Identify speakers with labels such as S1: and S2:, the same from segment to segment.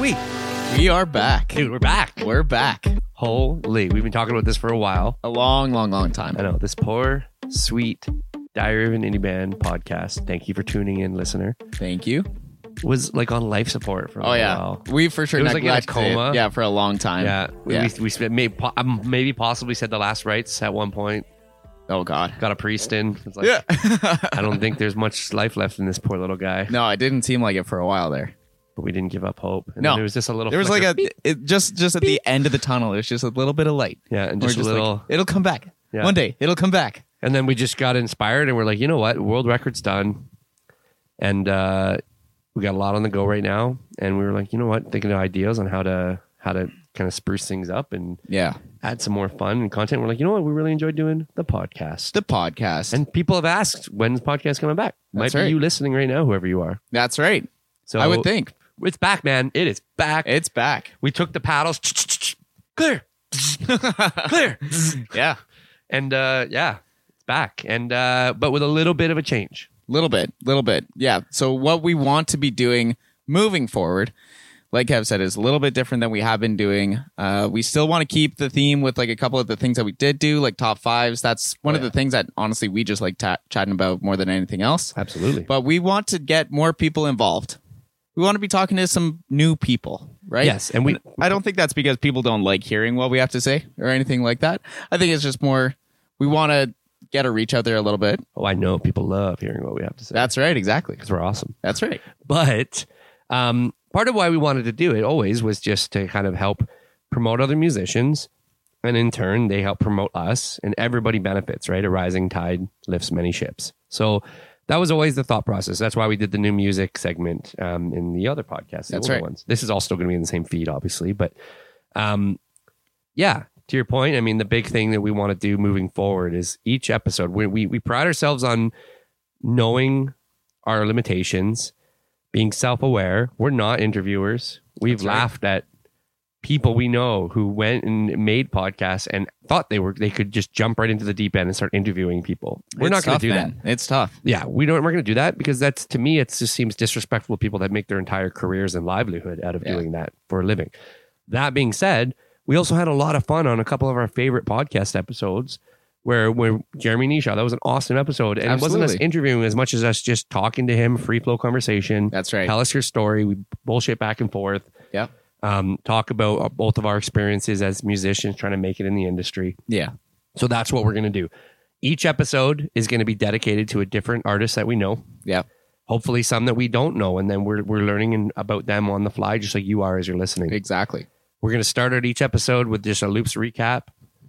S1: week.
S2: We are back.
S1: Dude, we're back.
S2: We're back.
S1: Holy, we've been talking about this for a while.
S2: A long, long, long time.
S1: I know this poor, sweet Diary of an Indie Band podcast. Thank you for tuning in, listener.
S2: Thank you.
S1: Was like on life support for a
S2: Oh yeah,
S1: while.
S2: we for sure
S1: It was, like, in a
S2: neglected it.
S1: coma.
S2: Yeah, for a long time.
S1: Yeah, we, we, we spent maybe, po- um, maybe possibly said the last rites at one point.
S2: Oh god.
S1: Got a priest in. It's like, I don't think there's much life left in this poor little guy.
S2: no, it didn't seem like it for a while there.
S1: But we didn't give up hope. And
S2: No.
S1: then there was just a little.
S2: There was like
S1: flicker.
S2: a it, just just at the end of the tunnel. There's just a little bit of light.
S1: yeah, and
S2: We're
S1: just, a
S2: like,
S1: little.
S2: it'll come back
S1: Yeah.
S2: one day. It'll come back.
S1: and then we just got inspired and we're like, you know what, world record's done, and uh, we got a lot on the go right now. And we were like, you know what, thinking of ideas on how to how to kind of spruce things up and
S2: Yeah,
S1: add some more fun and content. We're like, you know what, we really enjoyed doing the podcast.
S2: the podcast.
S1: and people have asked, when's podcast coming back?
S2: That's
S1: Might
S2: right.
S1: be you listening right now, whoever you are.
S2: That's right.
S1: So
S2: I would think
S1: it's back, man. It is back.
S2: it's back.
S1: we took the paddles, clear, clear,
S2: yeah,
S1: and uh, yeah, it's back. And uh, but with a little bit of a change.
S2: little bit, little bit. Yeah. So what we want to be doing moving forward, like Kev said, is a little bit different than we have been doing. Uh, we still want to keep the theme with like a couple of the things that we did do, like top fives. That's
S1: Oh,
S2: one of the things that honestly we just like ta- chatting about more than anything else.
S1: Absolutely.
S2: But we want to get more people involved. We want to be talking to some new people, right?
S1: Yes, and we-
S2: I don't think that's because people don't like hearing what we have to say or anything like that. I think it's just more we want to get a reach out there a little bit.
S1: Oh, I know people love hearing what we have to say
S2: That's right, exactly.
S1: because we're awesome.
S2: That's right.
S1: But um, part of why we wanted to do it always was just to kind of help promote other musicians. And in turn, they help promote us, and everybody benefits, right? A rising tide lifts many ships. So that was always the thought process. That's why we did the new music segment um, in the other podcast. the
S2: That's
S1: older
S2: right.
S1: Ones. This is all still going to be in the same feed, obviously. But um, yeah, to your point, I mean, the big thing that we want to do moving forward is each episode, we, we, we pride ourselves on knowing our limitations, being self aware. We're not interviewers. We've
S2: That's right.
S1: laughed at people we know who went and made podcasts and thought they were they could just jump right into the deep end and start interviewing people. We're not going to do that.
S2: that. It's tough.
S1: Yeah, we don't. We're going to do that because that's to me, it just seems disrespectful to people that make their entire careers and livelihood out of
S2: Yeah.
S1: doing that for a living. That being said, we also had a lot of fun on a couple of our favorite podcast episodes where where Jeremy Nisha. That was an awesome episode, and it wasn't us
S2: Absolutely.
S1: interviewing as much as us just talking to him, free flow conversation.
S2: That's right.
S1: Tell us your story. We bullshit back and forth.
S2: Yeah.
S1: Um, talk about both of our experiences as musicians trying to make it in the industry.
S2: Yeah.
S1: So that's what we're going to do. Each episode is going to be dedicated to a different artist that we know.
S2: Yeah.
S1: Hopefully, some that we don't know, and then we're we're learning in, about them on the fly, just like you are as you're listening.
S2: Exactly.
S1: We're going to start out each episode with just a loops recap.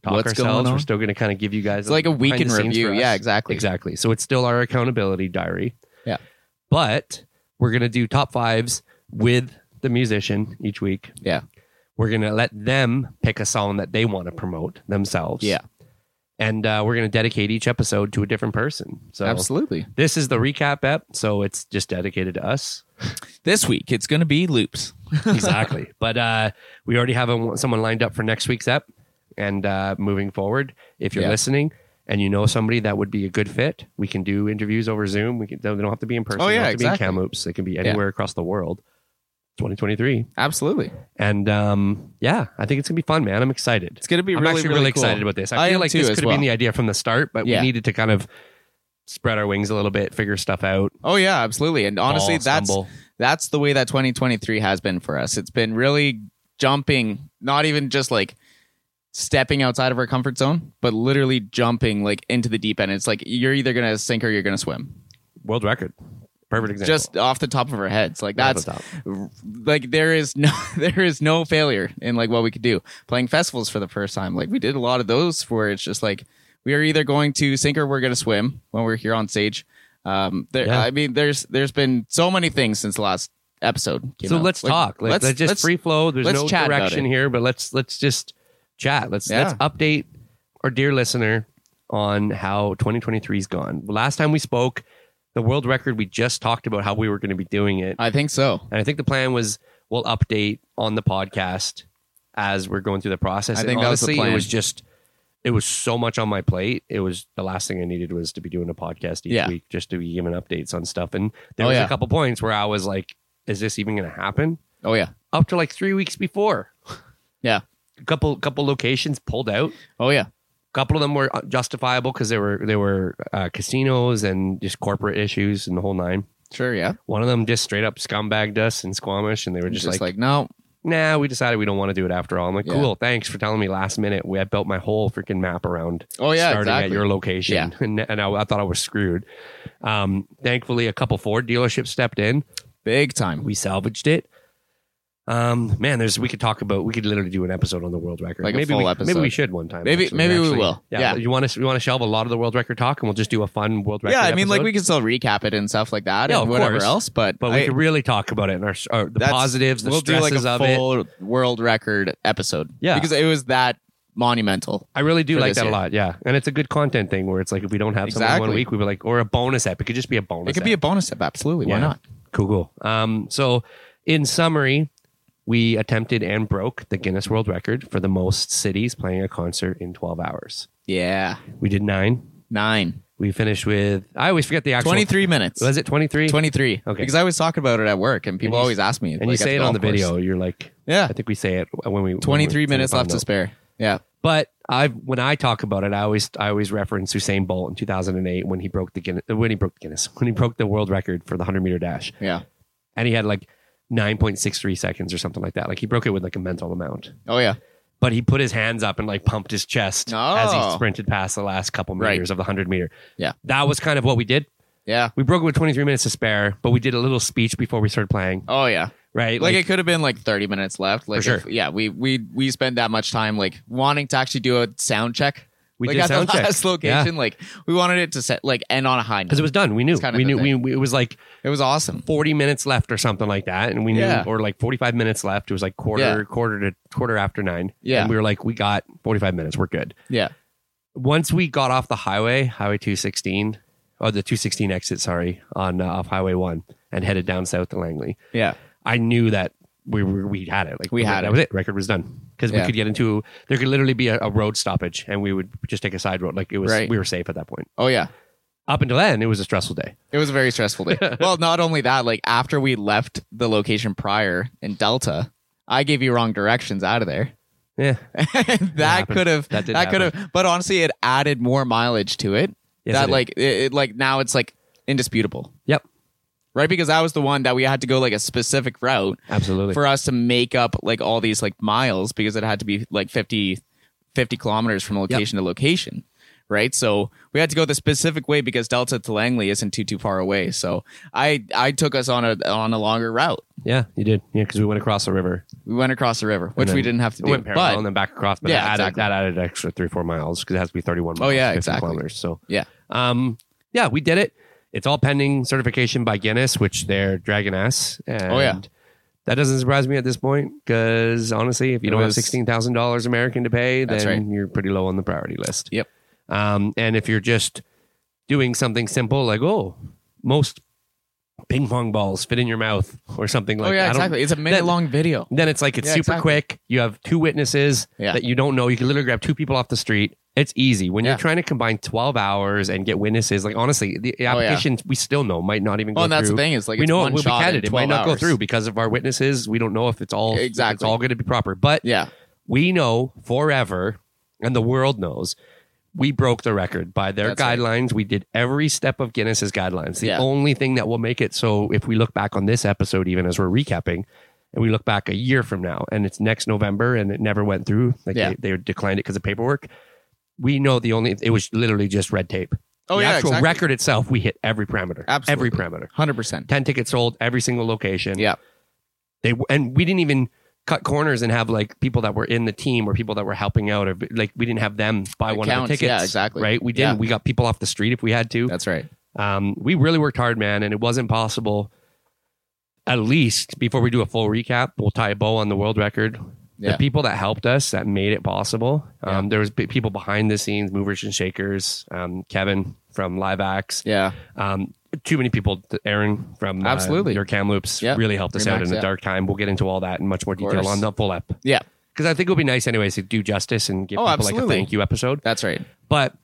S1: Talk
S2: What's going
S1: ourselves.
S2: on?
S1: We're still going to kind of give you guys
S2: It's like a week
S1: behind
S2: in
S1: the scenes
S2: review.
S1: for us.
S2: Yeah, exactly.
S1: Exactly. So it's still our accountability diary.
S2: Yeah.
S1: But we're going to do top fives with the musician each week.
S2: Yeah.
S1: We're going to let them pick a song that they want to promote themselves.
S2: Yeah.
S1: And uh, we're going to dedicate each episode to a different person. So
S2: Absolutely.
S1: this is the
S2: mm.
S1: recap app. So it's just dedicated to us.
S2: This week it's going to be loops.
S1: Exactly. but uh, we already have a, someone lined up for next week's app. And uh, moving forward, if you're
S2: Yeah.
S1: listening and you know somebody that would be a good fit, we can do interviews over Zoom. We can, they don't have to be in person.
S2: Oh,
S1: they
S2: yeah,
S1: don't have to
S2: exactly.
S1: be in Kamloops. They can be anywhere across the world. 2023.
S2: Absolutely.
S1: And um, yeah, I think it's going to be fun, man. I'm excited.
S2: It's going to be
S1: I'm
S2: really
S1: actually
S2: really,
S1: really,
S2: cool.
S1: excited about this.
S2: I
S1: I, feel
S2: am
S1: like
S2: too,
S1: this
S2: as
S1: could have
S2: well.
S1: been the idea from the start, but
S2: Yeah.
S1: we needed to kind of spread our wings a little bit, figure stuff out.
S2: Oh yeah, absolutely. And honestly,
S1: Fall,
S2: that's
S1: stumble.
S2: that's the way that 2023 has been for us. It's been really jumping, not even just like stepping outside of our comfort zone, but literally jumping like into the deep end. It's like you're either going to sink or you're going to swim.
S1: world record. Perfect example.
S2: Just off the top of our heads. Like
S1: Right off
S2: that's
S1: the top.
S2: like there is no there is no failure in like what we could do playing festivals for the first time like we did a lot of those where it's just like we are either going to sink or we're going to swim when we're here on stage um there
S1: Yeah.
S2: i mean there's there's been so many things since the last episode came
S1: so
S2: out.
S1: let's
S2: Like,
S1: talk. Let's, let's just free flow. There's
S2: let's
S1: no
S2: chat about
S1: direction
S2: it.
S1: here, but let's let's just chat. Let's let's
S2: Yeah.
S1: update our dear listener on how 2023's gone. Last time we spoke, the world record. We just talked about how we were going to be doing it,
S2: i think so
S1: and I think the plan was we'll update on the podcast as we're going through the process.
S2: I
S1: And
S2: think that was the
S1: honestly,
S2: plan.
S1: it was just it was so much on my plate. It was the last thing I needed was to be doing a podcast each
S2: Yeah.
S1: week just to be giving updates on stuff. And there
S2: Oh,
S1: was
S2: yeah.
S1: a couple points where I was like, "Is this even going to happen?"
S2: Oh yeah.
S1: up to like three weeks before.
S2: Yeah.
S1: A couple couple locations pulled out.
S2: Oh yeah.
S1: A couple of them were justifiable because there were there were uh, casinos and just corporate issues and the whole nine.
S2: Sure. Yeah.
S1: One of them just straight up scumbagged us in Squamish, and they were
S2: Just,
S1: just,
S2: like,
S1: like,
S2: no.
S1: "Nah, we decided we don't want to do it after all." I'm like,
S2: Yeah.
S1: "Cool, thanks for telling me last minute." We I built my whole freaking map around
S2: Oh yeah.
S1: starting
S2: exactly.
S1: at your location, and, and I, I thought I was screwed. Um, thankfully, a couple Ford dealerships stepped in.
S2: Big time.
S1: We salvaged it. Um, man, there's we could talk about. We could literally do an episode on the world record.
S2: Like a
S1: maybe
S2: full
S1: we,
S2: episode.
S1: Maybe we should one time.
S2: Maybe- maybe we will. Yeah.
S1: You want to you want to shelve a lot of the world record talk, and we'll just do a fun world record.
S2: Yeah, I mean, like
S1: episode?
S2: we can still recap it and stuff like that,
S1: Yeah,
S2: and
S1: of
S2: whatever
S1: course.
S2: else. But
S1: But we
S2: I-
S1: could really talk about it and our, our the
S2: That's-
S1: positives, the
S2: we'll do like
S1: stresses
S2: a
S1: of it.
S2: full world record episode.
S1: Yeah.
S2: because it was that monumental.
S1: I really do
S2: for
S1: like
S2: this
S1: that
S2: year.
S1: a lot. Yeah, and it's a good content thing where it's like if we don't have someone
S2: Exactly.
S1: one week, we were like, or a bonus app. It could just be a bonus.
S2: It could
S1: app.
S2: be a bonus app. Absolutely. Why
S1: Yeah.
S2: not?
S1: Cool, cool. Um, so, in summary, we attempted and broke the Guinness World Record for the most cities playing a concert in 12 hours.
S2: Yeah,
S1: We did nine.
S2: nine.
S1: We finished with, I always forget the actual.
S2: 23 minutes.
S1: Was it 23?
S2: 23.
S1: Okay.
S2: Because I was talking about it at work and people
S1: you-
S2: always ask me.
S1: and you say it on the video. You're like,
S2: Yeah.
S1: I think we say it when we. when we-
S2: 23 minutes
S1: when we
S2: left to
S1: found out.
S2: spare. Yeah.
S1: But I, when I talk about it, I always, I always reference Usain Bolt in 2008 when he broke the Guinness, when he broke the Guinness, when he broke the world record for the 100 meter dash,
S2: Yeah.
S1: and he had like 9.63 seconds or something like that. Like he broke it with like a mental amount.
S2: Oh, yeah.
S1: but he put his hands up and like pumped his chest
S2: Oh.
S1: as he sprinted past the last couple
S2: Right.
S1: meters of the 100 meter.
S2: Yeah.
S1: That was kind of what we did.
S2: Yeah.
S1: We broke it with 23 minutes to spare, but we did a little speech before we started playing,
S2: Oh, yeah.
S1: right?
S2: Like, it could have been like 30 minutes left. Like,
S1: For
S2: if- yeah, we, we, we spent that much time like wanting to actually do a sound check.
S1: We
S2: like,
S1: did
S2: at
S1: sound
S2: the
S1: check.
S2: last location. Like, we wanted it to set like end on a high note.
S1: because it was done. We knew.
S2: It's kind of
S1: We
S2: the
S1: knew. We,
S2: thing.
S1: we, it was like
S2: It was awesome.
S1: 40 minutes left or something like that. And we knew,
S2: Yeah.
S1: or like 45 minutes left. It was like quarter,
S2: Yeah.
S1: quarter to quarter after nine.
S2: Yeah.
S1: And we were like, we got 45 minutes. We're good.
S2: Yeah.
S1: once we got off the highway, Highway 216, or the 216 exit, sorry, on uh, off Highway 1 and headed down south to Langley,
S2: Yeah.
S1: I knew that we were, we had it. Like
S2: We had
S1: that
S2: it.
S1: was it. Record was done because we
S2: Yeah.
S1: could get into there could literally be a, a road stoppage and we would just take a side road. Like it was
S2: Right.
S1: we were safe at that point.
S2: Oh, yeah.
S1: Up until then, it was a stressful day.
S2: It was a very stressful day. well, not only that, like after we left the location prior in Delta, I gave you wrong directions out of there.
S1: Yeah,
S2: that
S1: happened.
S2: could have
S1: That did
S2: that could have but honestly it added more mileage to it.
S1: Yes, it
S2: that
S1: did.
S2: like it, it like now it's like indisputable.
S1: Yep.
S2: Right? Because that was the one that we had to go like a specific route
S1: absolutely.
S2: for us to make up like all these like miles because it had to be like 50, 50 kilometers from location to location right so we had to go the specific way because delta to langley isn't too too far away so i i took us on a on a longer route
S1: yeah, you did. Yeah, because we went across the river,
S2: we went across the river which
S1: then
S2: we didn't have to
S1: went
S2: do
S1: parallel,
S2: but
S1: and then back across. But
S2: Yeah,
S1: that, added,
S2: exactly.
S1: that added an extra three four miles because it has to be thirty one.
S2: Oh,
S1: miles,
S2: yeah,
S1: 50
S2: exactly.
S1: Kilometers, so
S2: yeah
S1: Um, yeah, we did it. It's all pending certification by Guinness, which they're dragging ass. And
S2: Oh, yeah.
S1: That doesn't surprise me at this point because honestly, if you
S2: It
S1: don't
S2: was-
S1: have sixteen thousand dollars American to pay,
S2: That's
S1: then you're pretty low on the priority list.
S2: Yep.
S1: Um, and if you're just doing something simple like oh, most ping pong balls fit in your mouth or something like
S2: oh
S1: I
S2: yeah
S1: don't-
S2: exactly it's a minute long video
S1: Then it's like it's
S2: Yeah,
S1: super
S2: exactly.
S1: quick. You have two witnesses
S2: Yeah.
S1: that you don't know. You can literally grab two people off the street. It's easy when
S2: Yeah.
S1: you're trying to combine twelve hours and get witnesses. Like honestly, the
S2: Oh, yeah.
S1: application we still know might not even. go
S2: well and that's
S1: through.
S2: the thing is like
S1: we
S2: it's
S1: know
S2: one
S1: it will be
S2: shot in
S1: counted. It might
S2: 12
S1: not go
S2: hours.
S1: through because of our witnesses. We don't know if it's all if It's
S2: Exactly.
S1: all going to be proper, but
S2: yeah
S1: we know forever, and the world knows. We broke the record by their
S2: That's right.
S1: guidelines. We did every step of Guinness's guidelines. The
S2: Yeah.
S1: only thing that will make it so, if we look back on this episode, even as we're recapping, and we look back a year from now, and it's next November, and it never went through, like
S2: Yeah.
S1: they, they declined it because of paperwork. We know the only it was literally just red tape.
S2: oh
S1: the
S2: yeah
S1: actual
S2: exactly.
S1: record itself, we hit every parameter, every
S2: Absolutely.
S1: parameter.
S2: 100%
S1: Ten tickets sold, every single location
S2: yeah
S1: they and we didn't even cut corners and have like people that were in the team or people that were helping out or like we didn't have them buy one of
S2: Accounts,
S1: the tickets
S2: yeah, exactly.
S1: right we didn't
S2: Yeah.
S1: we got people off the street if we had to
S2: that's right
S1: um, we really worked hard man and it wasn't possible at least before we do a full recap we'll tie a bow on the world record
S2: Yeah.
S1: the people that helped us that made it possible um,
S2: Yeah.
S1: there was b- people behind the scenes movers and shakers um, kevin from live acts
S2: yeah
S1: um, too many people, Aaron from uh,
S2: Absolutely.
S1: your Cam Loops
S2: Yeah.
S1: really helped us
S2: Remax,
S1: out in a
S2: yeah.
S1: dark time. We'll get into all that in much more detail
S2: course.
S1: on the full app
S2: yeah
S1: because I think it would be nice, anyways, to do justice and give
S2: Oh,
S1: people like
S2: absolutely.
S1: a thank you episode.
S2: that's right
S1: But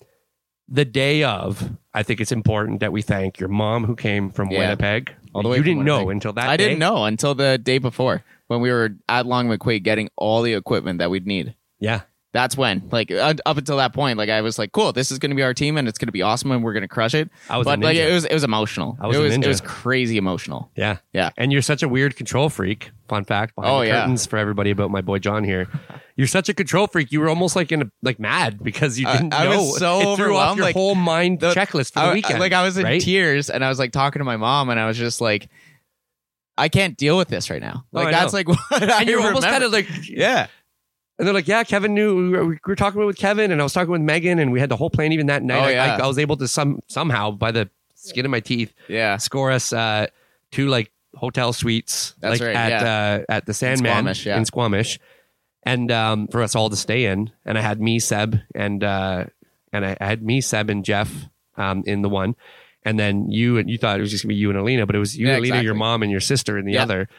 S1: the day of, I think it's important that we thank your mom who came from
S2: Yeah.
S1: Winnipeg.
S2: All the way
S1: you
S2: from
S1: didn't know
S2: Winnipeg.
S1: until that.
S2: I didn't
S1: day.
S2: know until the day before when we were at Long McQuaid getting all the equipment that we'd need.
S1: Yeah.
S2: That's when, like, uh, up until that point, like I was like, "Cool, this is going to be our team, and it's going to be awesome, and we're going to crush it."
S1: I was a
S2: but like,
S1: ninja.
S2: it was it was emotional.
S1: I was
S2: it
S1: a
S2: was
S1: ninja.
S2: it was crazy emotional.
S1: Yeah.
S2: Yeah.
S1: And you're such a weird control freak. Fun fact behind
S2: Oh,
S1: the
S2: yeah.
S1: curtains for everybody about my boy John here. You're such a control freak. You were almost like in a like mad because you
S2: I-
S1: didn't
S2: I was
S1: know.
S2: so
S1: it threw off
S2: overwhelmed,
S1: your
S2: like,
S1: whole mind
S2: the-
S1: checkless for the
S2: I- I-
S1: weekend.
S2: like I was in
S1: right?
S2: tears and I was like talking to my mom and I was just like, I can't deal with this right now.
S1: Oh,
S2: Like
S1: I
S2: that's
S1: know.
S2: like what I
S1: And you're almost
S2: remember.
S1: kind of like,
S2: yeah.
S1: and they're like, yeah, Kevin knew we were, we were talking with Kevin, and I was talking with Megan, and we had the whole plan even that night.
S2: Oh,
S1: I-
S2: yeah.
S1: I, I was able to some somehow by the skin of my teeth
S2: Yeah.
S1: score us uh, two like hotel suites
S2: That's
S1: like
S2: right,
S1: at uh, at the Sandman
S2: Squamish, yeah.
S1: in Squamish, and um, for us all to stay in. And I had me Seb and uh, and I I had me Seb and Jeff um, in the one, and then you and you thought it was just gonna be you and Alina, but it was you,
S2: Yeah,
S1: Alina, your
S2: exactly.
S1: mom, and your sister in the
S2: Yeah.
S1: other.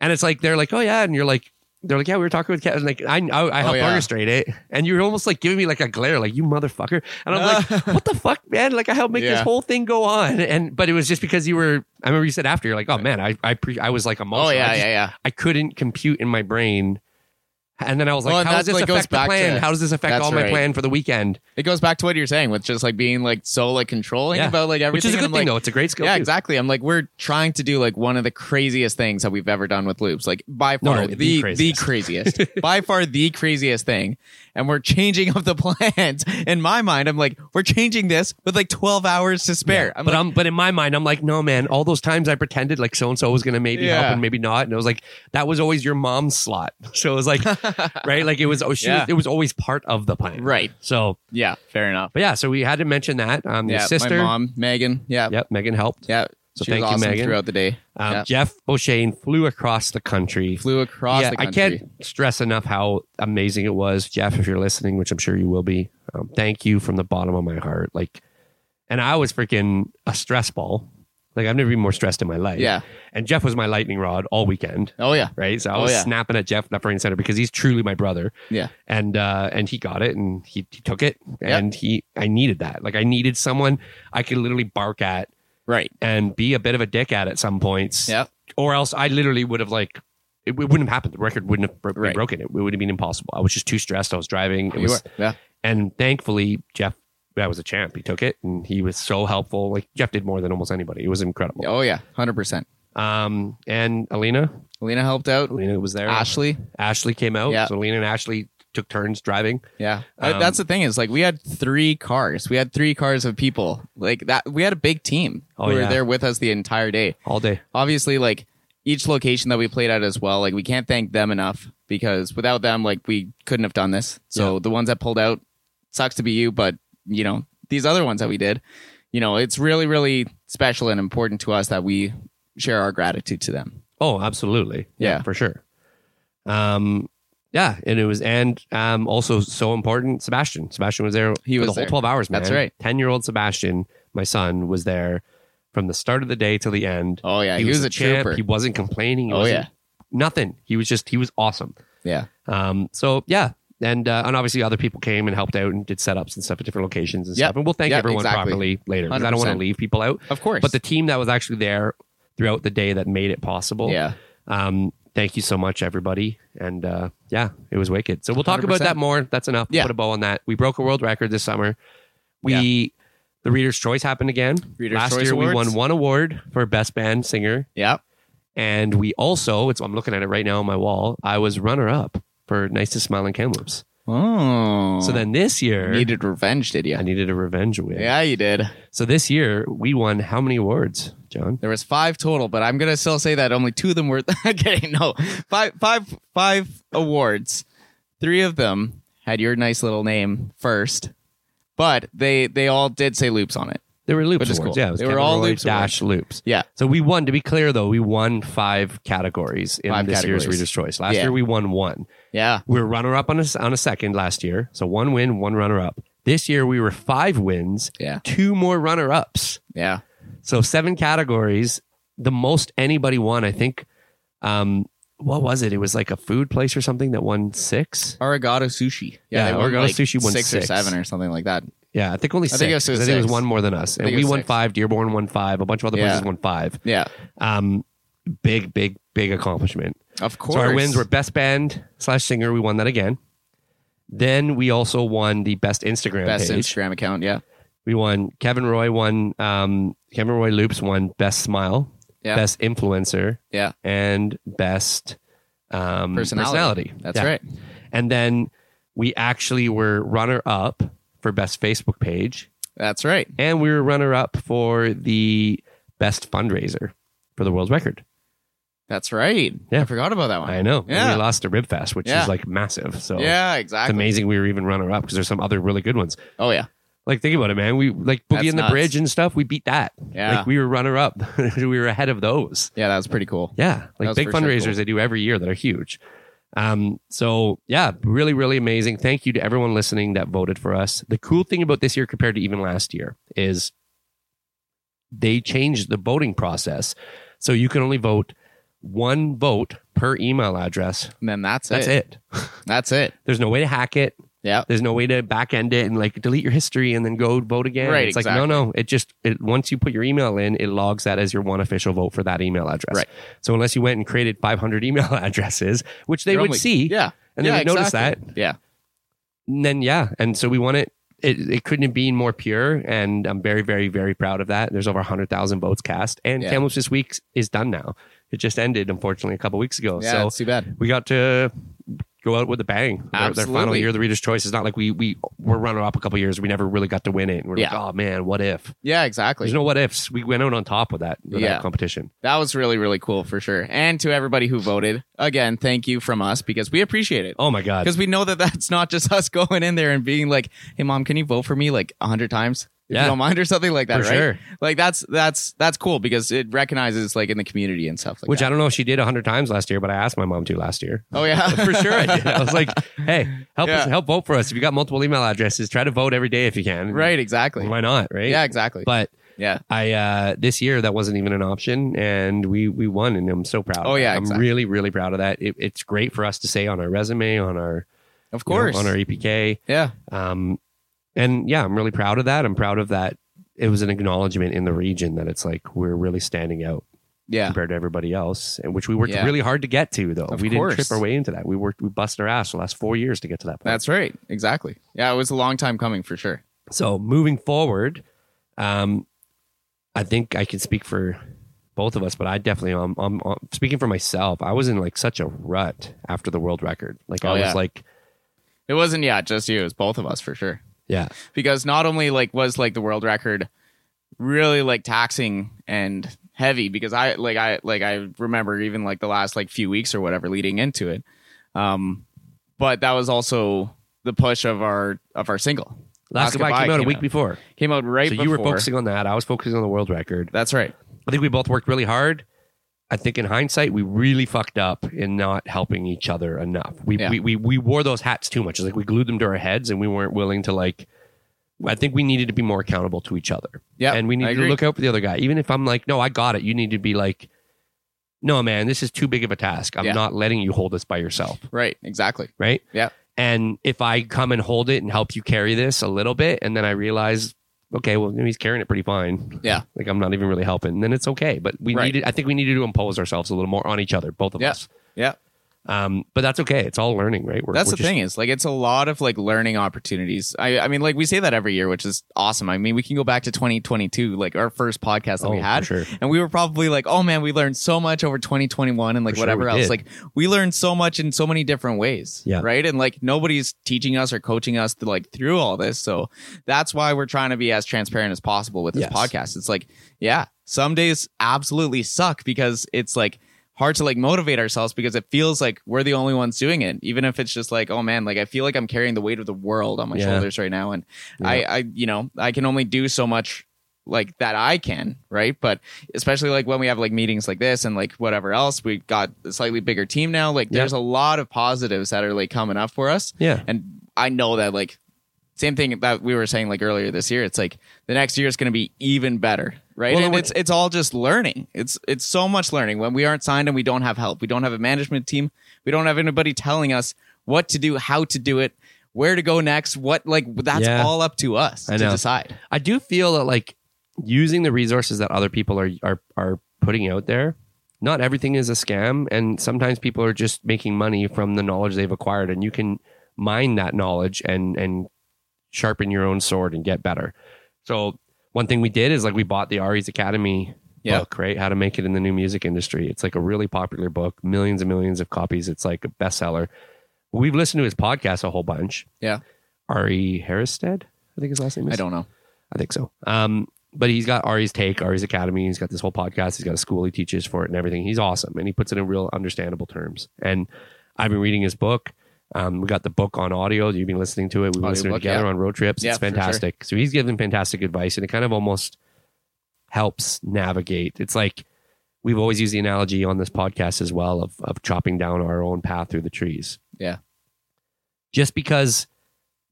S1: And it's like they're like, oh yeah, and you're like. They're like, yeah, we were talking with Kevin. Like, I, I, I
S2: Oh,
S1: helped
S2: yeah.
S1: orchestrate it, and you were almost like giving me like a glare, like you motherfucker. And I'm
S2: Ah.
S1: like, what the fuck, man? Like I helped make this
S2: Yeah.
S1: whole thing go on, and but it was just because you were. I remember you said after you're like, oh man, I I, pre- I was like emotional.
S2: oh
S1: I,
S2: yeah,
S1: just-
S2: yeah, yeah.
S1: I couldn't compute in my brain, and then I was like,
S2: Well, and
S1: how does
S2: that,
S1: this
S2: like, goes
S1: affect the
S2: back
S1: plan?
S2: to-
S1: how does this affect
S2: that's
S1: all my
S2: right.
S1: plan for the weekend?
S2: It goes back to what you're saying with just like being like so like controlling
S1: Yeah.
S2: about like everything.
S1: Which is a
S2: And
S1: good
S2: I'm
S1: thing
S2: like,
S1: though. It's a great skill.
S2: Yeah,
S1: too.
S2: exactly. I'm like, we're trying to do like one of the craziest things that we've ever done with loops. Like by
S1: No,
S2: far
S1: no, the
S2: the, the craziest, by far the craziest thing. And we're changing up the plans. In my mind, I'm like, we're changing this with like 12 hours to spare. I'm
S1: but
S2: like,
S1: I'm but in my mind, I'm like, no, man. All those times I pretended like so and so was gonna maybe help
S2: Yeah.
S1: and maybe not, and it was like that was always your mom's slot. So it was like, right, like it was. Oh, she
S2: Yeah.
S1: was, it was always part of the plan.
S2: right.
S1: So,
S2: Yeah, fair enough.
S1: but yeah, so we had to mention that. Um,
S2: Yeah,
S1: your sister.
S2: my mom, Megan. Yeah, yeah.
S1: Yep, Megan helped. So
S2: she
S1: thank you,
S2: was awesome
S1: Megan.
S2: throughout the day.
S1: Um,
S2: Yeah.
S1: Jeff O'Shane flew across the country.
S2: Flew across
S1: yeah,
S2: the
S1: I
S2: country.
S1: can't stress enough how amazing it was, Jeff. If you're listening, which I'm sure you will be, um, thank you from the bottom of my heart. Like, and I was freaking a stress ball. Like I've never been more stressed in my life.
S2: Yeah.
S1: And Jeff was my lightning rod all weekend.
S2: Oh yeah.
S1: Right. So I
S2: Oh,
S1: was
S2: yeah.
S1: snapping at Jeff left, right, and center because he's truly my brother.
S2: Yeah.
S1: And uh and he got it and he, he took it. And he I needed that. Like I needed someone I could literally bark at
S2: Right.
S1: and be a bit of a dick at at some points.
S2: Yep.
S1: Or else I literally would have like it, it wouldn't have happened. The record wouldn't have bro- been
S2: Right.
S1: broken. It, would have been impossible. I was just too stressed. I was driving. It
S2: You
S1: was,
S2: were. Yeah.
S1: and thankfully Jeff that was a champ. He took it and he was so helpful. Like Jeff did more than almost anybody. It was incredible.
S2: Oh yeah. Hundred percent.
S1: Um and Alina,
S2: Alina helped out.
S1: Alina was there.
S2: Ashley.
S1: Ashley came out.
S2: Yeah.
S1: So Alina and Ashley took turns driving.
S2: Yeah. Uh,
S1: Um,
S2: that's the thing is like we had three cars. We had three cars of people. Like that we had a big team
S1: Oh,
S2: who
S1: yeah.
S2: were there with us the entire day.
S1: All day.
S2: Obviously like each location that we played at as well, like we can't thank them enough because without them like we couldn't have done this. So the ones that pulled out sucks to be you, but you know, these other ones that we did, you know, it's really really special and important to us that we share our gratitude to them.
S1: Oh, absolutely.
S2: Yeah.
S1: for sure. Um, yeah, and it was, and um, also so important. Sebastian, Sebastian was there.
S2: He
S1: for
S2: was
S1: the whole
S2: there.
S1: twelve hours. Man.
S2: That's right.
S1: Ten-year-old Sebastian, my son, was there from the start of the day till the end.
S2: Oh yeah, he, was, a,
S1: champ.
S2: trooper.
S1: He wasn't complaining. He
S2: Oh,
S1: wasn't-
S2: yeah.
S1: nothing. He was just he was awesome.
S2: yeah.
S1: Um, so yeah, and uh, and obviously other people came and helped out and did setups and stuff at different locations and
S2: Yep.
S1: stuff. And we'll thank
S2: Yep,
S1: everyone
S2: exactly.
S1: properly later because I don't want to
S2: 100%.
S1: leave people out.
S2: Of course.
S1: But the team that was actually there throughout the day that made it possible.
S2: Yeah.
S1: Um, thank you so much, everybody. And uh, yeah, it was wicked. So we'll talk about
S2: 100%.
S1: that more. That's enough.
S2: Yeah.
S1: Put a bow on that. We broke a world record this summer. We the Reader's Choice happened again.
S2: Reader's
S1: Last
S2: Choice
S1: year we
S2: Awards.
S1: won one award for best band singer,
S2: Yeah.
S1: and we also it's I'm looking at it right now on my wall. I was runner up for nicest smiling Kamloops.
S2: Oh.
S1: So then this year
S2: needed revenge, did you?
S1: I needed a revenge win.
S2: Yeah, you did.
S1: So this year we won how many awards, John?
S2: There was five total, but I'm gonna still say that only two of them were. okay, no, five, five, five awards. Three of them had your nice little name first, but they they all did say loops on it.
S1: There were loops
S2: Which is
S1: awards.
S2: cool.
S1: Yeah, it was
S2: They were
S1: Kevin
S2: all
S1: Roy
S2: loops
S1: dash loops.
S2: Yeah,
S1: So we won. To be clear, though, we won five categories in
S2: Five
S1: this year's
S2: categories.
S1: Reader's Choice. Last
S2: Yeah.
S1: year we won one.
S2: yeah,
S1: We were runner up on a on a second last year, so one win, one runner up. This year we were five wins,
S2: Yeah.
S1: two more runner ups.
S2: yeah.
S1: So seven categories, the most anybody won. I think. Um, what was it? It was like a food place or something that won six.
S2: Arigato sushi.
S1: Yeah,
S2: they won,
S1: Arigato Sushi won
S2: six,
S1: six.
S2: or seven or something like that.
S1: Yeah, I think only six.
S2: think it was
S1: 'cause I think it was
S2: six.
S1: one more than us, and
S2: think it
S1: we
S2: was
S1: won
S2: six.
S1: five. Dearborn won five. A bunch of other
S2: Yeah.
S1: places won five.
S2: Yeah,
S1: Um, big, big, big accomplishment.
S2: Of course.
S1: So our wins were best band slash singer. We won that again. Then we also won the best Instagram
S2: best
S1: page.
S2: Instagram account. Yeah.
S1: we won. Kevin Roy won. Um, Kevin Roy Loops won best smile,
S2: Yeah.
S1: best influencer,
S2: Yeah.
S1: and best um,
S2: Personality.
S1: personality.
S2: That's
S1: Yeah.
S2: right.
S1: And then we actually were runner up for best Facebook page,
S2: That's right.
S1: and we were runner up for the best fundraiser for the world record.
S2: That's right.
S1: Yeah.
S2: I forgot about that one.
S1: I know. And
S2: Yeah.
S1: we lost to Ribfest, which
S2: Yeah.
S1: is like massive. So
S2: Yeah,
S1: it's
S2: exactly.
S1: amazing we were even runner up because there's some other really good ones.
S2: Oh yeah.
S1: Like think about it, man. We like Boogie
S2: That's
S1: in the
S2: nuts.
S1: Bridge and stuff. We beat that.
S2: Yeah.
S1: Like we were runner up. we were ahead of those.
S2: yeah, that was pretty cool.
S1: Yeah. Like
S2: was
S1: big
S2: for sure
S1: fundraisers
S2: cool.
S1: they do every year that are huge. Um, so yeah, really, really amazing. Thank you to everyone listening that voted for us. The cool thing about this year compared to even last year is they changed the voting process. So you can only vote one vote per email address.
S2: And then that's,
S1: That's
S2: it.
S1: it.
S2: That's it.
S1: There's no way to hack it.
S2: Yeah.
S1: There's no way to back end it and like delete your history and then go vote again.
S2: Right,
S1: It's like no, no. It just it once you put your email in, it logs that as your one official vote for that email address.
S2: Right.
S1: So unless you went and created 500 email addresses, which they
S2: You're
S1: would
S2: only-
S1: see,
S2: Yeah.
S1: and they
S2: yeah,
S1: would notice that,
S2: exactly. Yeah.
S1: and then yeah, and so we want it. It, it couldn't have been more pure, and I'm very, very, very proud of that. There's over 100,000 votes cast, and
S2: Yeah.
S1: Kamloops this week is done now. It just ended, unfortunately, a couple weeks ago.
S2: Yeah,
S1: so
S2: it's too bad.
S1: we got to go out with a bang. Their, their final
S2: Absolutely.
S1: year, of the Reader's Choice is not like we we were runner up a couple years. We never really got to win it. And we're
S2: Yeah.
S1: like, oh man, what if?
S2: Yeah, exactly.
S1: There's no what ifs. We went out on top with that, with
S2: Yeah.
S1: that competition.
S2: that was really, really cool for sure. And to everybody who voted, again, thank you from us because we appreciate it.
S1: Oh my god.
S2: Because we know that that's not just us going in there and being like, "Hey, mom, can you vote for me like a hundred times if
S1: Yeah.
S2: you don't mind or something like that?"
S1: For
S2: right?
S1: sure.
S2: Like that's that's that's cool because it recognizes like in the community and stuff like
S1: Which
S2: that.
S1: I don't know if she did hundred times last year, but I asked my mom to last year.
S2: oh yeah,
S1: For sure, I did. I was like, "Hey, help
S2: Yeah.
S1: us, help vote for us. If you got multiple email addresses, try to vote every day if you can.
S2: right, exactly.
S1: Why not? Right?
S2: Yeah, exactly.
S1: But
S2: yeah,
S1: I uh, this year that wasn't even an option, and we we won, and I'm so proud.
S2: Oh,
S1: of that.
S2: yeah,
S1: I'm
S2: exactly.
S1: really really proud of that. It, it's great for us to say on our resume, on our
S2: of
S1: you know,
S2: course.
S1: on our EPK,
S2: yeah,
S1: um, and yeah, I'm really proud of that. I'm proud of that. It was an acknowledgement in the region that it's like we're really standing out
S2: yeah,
S1: compared to everybody else, and which we worked
S2: Yeah.
S1: really hard to get to. Though
S2: Of
S1: we
S2: course.
S1: didn't trip our way into that. We worked, we busted our ass the last four years to get to that point.
S2: that's right. Exactly. Yeah, it was a long time coming for sure.
S1: So moving forward, um, I think I can speak for both of us, but I definitely am. I'm, I'm speaking for myself. I was in like such a rut after the world record. Like
S2: Oh,
S1: I
S2: yeah.
S1: was like,
S2: It wasn't yeah, just you. It was both of us for sure.
S1: yeah,
S2: because not only like was like the world record really like taxing and heavy because I like I like I remember even like the last like few weeks or whatever leading into it. Um but that was also the push of our of our single.
S1: last goodbye, came out a week before.
S2: Came out right
S1: so
S2: before.
S1: you were focusing on that. I was focusing on the world record.
S2: That's right.
S1: I think we both worked really hard. I think in hindsight, we really fucked up in not helping each other enough. We
S2: Yeah.
S1: we, we we wore those hats too much. It's like we glued them to our heads, and we weren't willing to like. I think we needed to be more accountable to each other.
S2: Yeah.
S1: and we
S2: I
S1: need to
S2: agree.
S1: look out for the other guy. Even if I'm like, no, I got it. You need to be like, no, man, this is too big of a task. I'm
S2: Yeah.
S1: not letting you hold this by yourself.
S2: right, exactly.
S1: Right.
S2: Yeah.
S1: And if I come and hold it and help you carry this a little bit, and then I realize, okay, well, he's carrying it pretty fine.
S2: Yeah.
S1: Like I'm not even really helping, then it's okay. But we
S2: Right.
S1: needed, I think we needed to impose ourselves a little more on each other, both of
S2: Yeah.
S1: us.
S2: Yeah.
S1: Um, but that's okay. It's all learning, right? We're,
S2: That's
S1: we're
S2: the thing is like it's a lot of like learning opportunities. I I mean like we say that every year, which is awesome. I mean we can go back to 2022, like our first podcast that
S1: Oh,
S2: we
S1: for
S2: had,
S1: sure.
S2: and we were probably like, oh man, we learned so much over 2021 and like
S1: For sure
S2: whatever
S1: we
S2: else.
S1: did.
S2: Like we learned so much in so many different ways,
S1: Yeah.
S2: right? And like nobody's teaching us or coaching us to like through all this, so that's why we're trying to be as transparent as possible with this
S1: Yes.
S2: podcast. It's like yeah, some days absolutely suck because it's like hard to like motivate ourselves because it feels like we're the only ones doing it even if it's just like oh man like i feel like i'm carrying the weight of the world on my
S1: Yeah.
S2: shoulders right now and
S1: Yeah.
S2: i i you know i can only do so much like that i can right but especially like when we have like meetings like this and like whatever else we got a slightly bigger team now like
S1: Yeah.
S2: there's a lot of positives that are like coming up for us
S1: Yeah.
S2: and i know that like same thing that we were saying like earlier this year it's like the next year is going to be even better right
S1: Well,
S2: and
S1: when-
S2: it's it's all just learning it's it's so much learning when we aren't signed and we don't have help we don't have a management team we don't have anybody telling us what to do how to do it where to go next what like that's
S1: Yeah.
S2: all up to us
S1: I
S2: to
S1: know.
S2: decide
S1: I do feel that like using the resources that other people are are are putting out there not everything is a scam and sometimes people are just making money from the knowledge they've acquired and you can mine that knowledge and and sharpen your own sword and get better so one thing we did is like we bought the ari's academy
S2: Yeah.
S1: book right how to make it in the new music industry it's like a really popular book millions and millions of copies it's like a bestseller we've listened to his podcast a whole bunch
S2: Yeah.
S1: ari harristead i think his last name is
S2: I don't know.
S1: I think so. Um, but he's got Ari's take, Ari's academy. He's got this whole podcast. He's got a school he teaches for it and everything. He's awesome, and he puts it in real understandable terms. And I've been reading his book. Um, we got the book on audio. You've been listening to it. We've been listening
S2: Audiobook,
S1: together on road trips.
S2: Yeah,
S1: it's
S2: for sure.
S1: fantastic. So he's given fantastic advice, and it kind of almost helps navigate. It's like we've always used the analogy on this podcast as well of of chopping down our own path through the trees.
S2: Yeah.
S1: Just because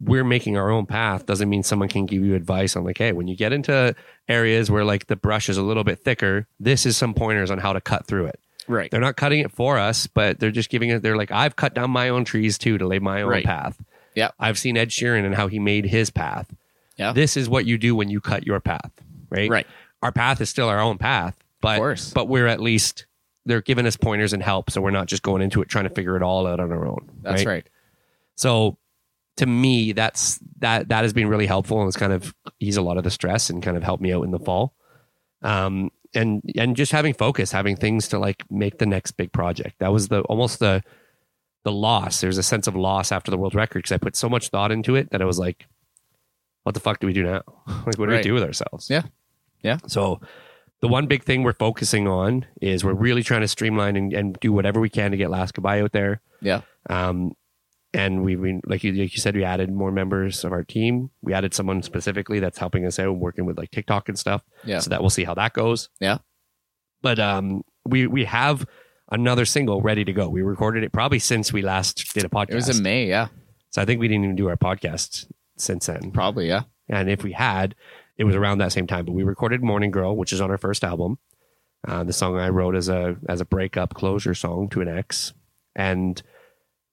S1: we're making our own path doesn't mean someone can give you advice on like, hey, when you get into areas where like the brush is a little bit thicker, this is some pointers on how to cut through it.
S2: Right.
S1: They're not cutting it for us, but they're just giving it. They're like, I've cut down my own trees too to lay my own
S2: Right.
S1: path.
S2: Yeah.
S1: I've seen Ed Sheeran and how he made his path.
S2: Yeah.
S1: This is what you do when you cut your path, right?
S2: Right.
S1: Our path is still our own path,
S2: Of
S1: but
S2: course.
S1: but we're at least they're giving us pointers and help, so we're not just going into it trying to figure it all out on our own.
S2: That's right.
S1: So to me, that's that that has been really helpful and it's kind of eased a lot of the stress and kind of helped me out in the fall. Um and and just having focus, having things to like make the next big project. That was the almost the the loss. There's a sense of loss after the world record because I put so much thought into it that I was like, what the fuck do we do now? Like what do we
S2: Right.
S1: do with ourselves?
S2: Yeah. Yeah.
S1: So the one big thing we're focusing on is we're really trying to streamline and, and do whatever we can to get Last Goodbye out there.
S2: Yeah.
S1: Um, and we've been like you, like you said, we added more members of our team. We added someone specifically that's helping us out and working with like TikTok and stuff.
S2: Yeah.
S1: So that we'll see how that goes.
S2: Yeah.
S1: But um, we we have another single ready to go. We recorded it probably since we last did a podcast.
S2: It was in May. Yeah.
S1: so I think we didn't even do our podcast since then.
S2: Probably. Yeah.
S1: And if we had, it was around that same time. But we recorded "Morning Girl," which is on our first album, uh, the song I wrote as a as a breakup closure song to an ex, and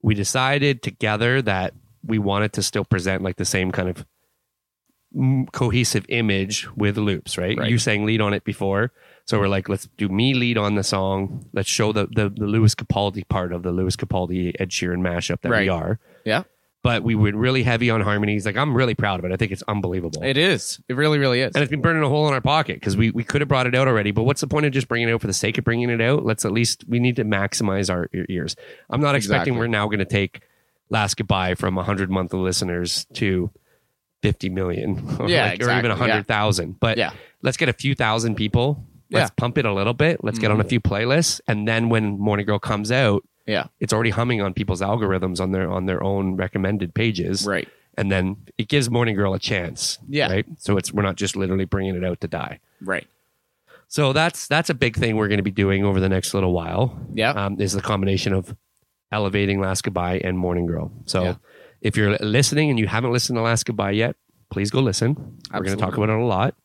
S1: we decided together that we wanted to still present like the same kind of mm, cohesive image with loops. Right?
S2: Right.
S1: You sang lead on it before, so we're like, let's do me lead on the song. Let's show the the, the Lewis Capaldi part of the Lewis Capaldi Ed Sheeran mashup that we
S2: Right.
S1: are.
S2: Yeah.
S1: But we went really heavy on harmonies. Like I'm really proud of it. I think it's unbelievable.
S2: It is. It really, really is.
S1: And it's been burning a hole in our pocket because we, we could have brought it out already. But what's the point of just bringing it out for the sake of bringing it out? Let's at least, we need to maximize our e- ears. I'm not expecting
S2: Exactly.
S1: we're now going to take Last Goodbye from 100 monthly listeners to 50 million or,
S2: Yeah,
S1: like- or
S2: exactly,
S1: even
S2: yeah.
S1: 100,000. But
S2: Yeah.
S1: let's get a few thousand people. Let's
S2: Yeah. Mm.
S1: pump it a little bit. Let's get on a few playlists. And then when Morning Girl comes out,
S2: Yeah.
S1: it's already humming on people's algorithms on their on their own recommended pages
S2: Right.
S1: and then it gives Morning Girl a chance.
S2: Yeah.
S1: Right. So it's we're not just literally bringing it out to die.
S2: Right.
S1: So that's that's a big thing we're going to be doing over the next little while.
S2: Yeah.
S1: Um, is the combination of elevating Last Goodbye and Morning Girl. So
S2: Yeah.
S1: if you're listening and you haven't listened to Last Goodbye yet, please go listen. We're going to talk
S2: Absolutely.
S1: about it a lot.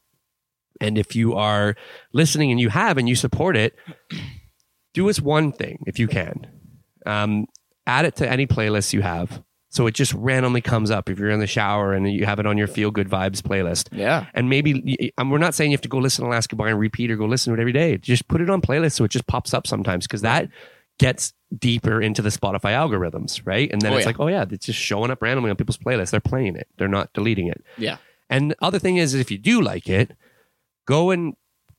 S1: And if you are listening and you have and you support it, do us one thing if you can. Um, add it to any playlist you have. So it just randomly comes up if you're in the shower and you have it on your feel good vibes playlist
S2: Yeah.
S1: and maybe um, we're not saying you have to go listen to Last Goodbye and repeat or go listen to it every day. Just put it on playlist so it just pops up sometimes because that gets deeper into the Spotify algorithms, right? And then
S2: Oh,
S1: it's
S2: yeah.
S1: like, oh yeah, it's just showing up randomly on people's playlists. They're playing it. They're not deleting it.
S2: Yeah.
S1: And the other thing is, if you do like it, go and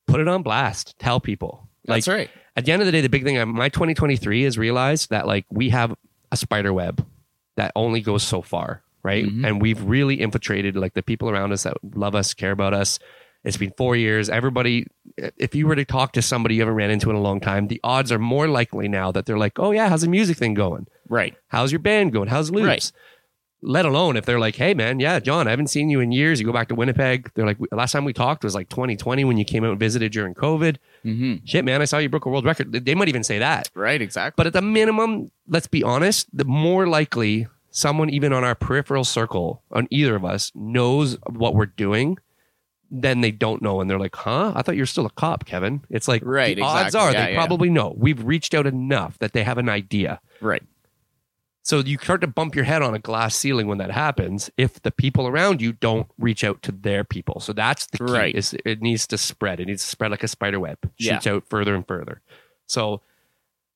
S1: put it on blast. Tell people. Like
S2: That's right.
S1: at the end of the day, the big thing I- my 2023 is realized that like we have a spider web that only goes so far, right?
S2: Mhm.
S1: And we've really infiltrated like the people around us that love us, care about us. It's been four years. Everybody, if you were to talk to somebody you haven't ran into in a long time, the odds are more likely now that they're like, "Oh yeah, how's the music thing going?
S2: Right.
S1: How's your band going? How's loops?"
S2: Right.
S1: Let alone if they're like, "Hey man, yeah, John, I haven't seen you in years. You go back to Winnipeg. They're like, last time we talked was like 2020 when you came out and visited during COVID
S2: Mm-hmm.
S1: shit, man, I saw you broke a world record. They might even say that.
S2: Right. Exactly.
S1: But at the minimum, let's be honest, the more likely someone even on our peripheral circle, on either of us, knows what we're doing than they don't know. And they're like, huh? I thought you were still a cop, Kevin. It's like,
S2: Right,
S1: the odds
S2: exactly.
S1: are
S2: Yeah,
S1: they
S2: yeah.
S1: probably know. We've reached out enough that they have an idea.
S2: right.
S1: So you start to bump your head on a glass ceiling when that happens if the people around you don't reach out to their people. So that's the key.
S2: Right.
S1: Is it needs to spread. It needs to spread like a spider web.
S2: Yeah.
S1: Shoots out further and further. So,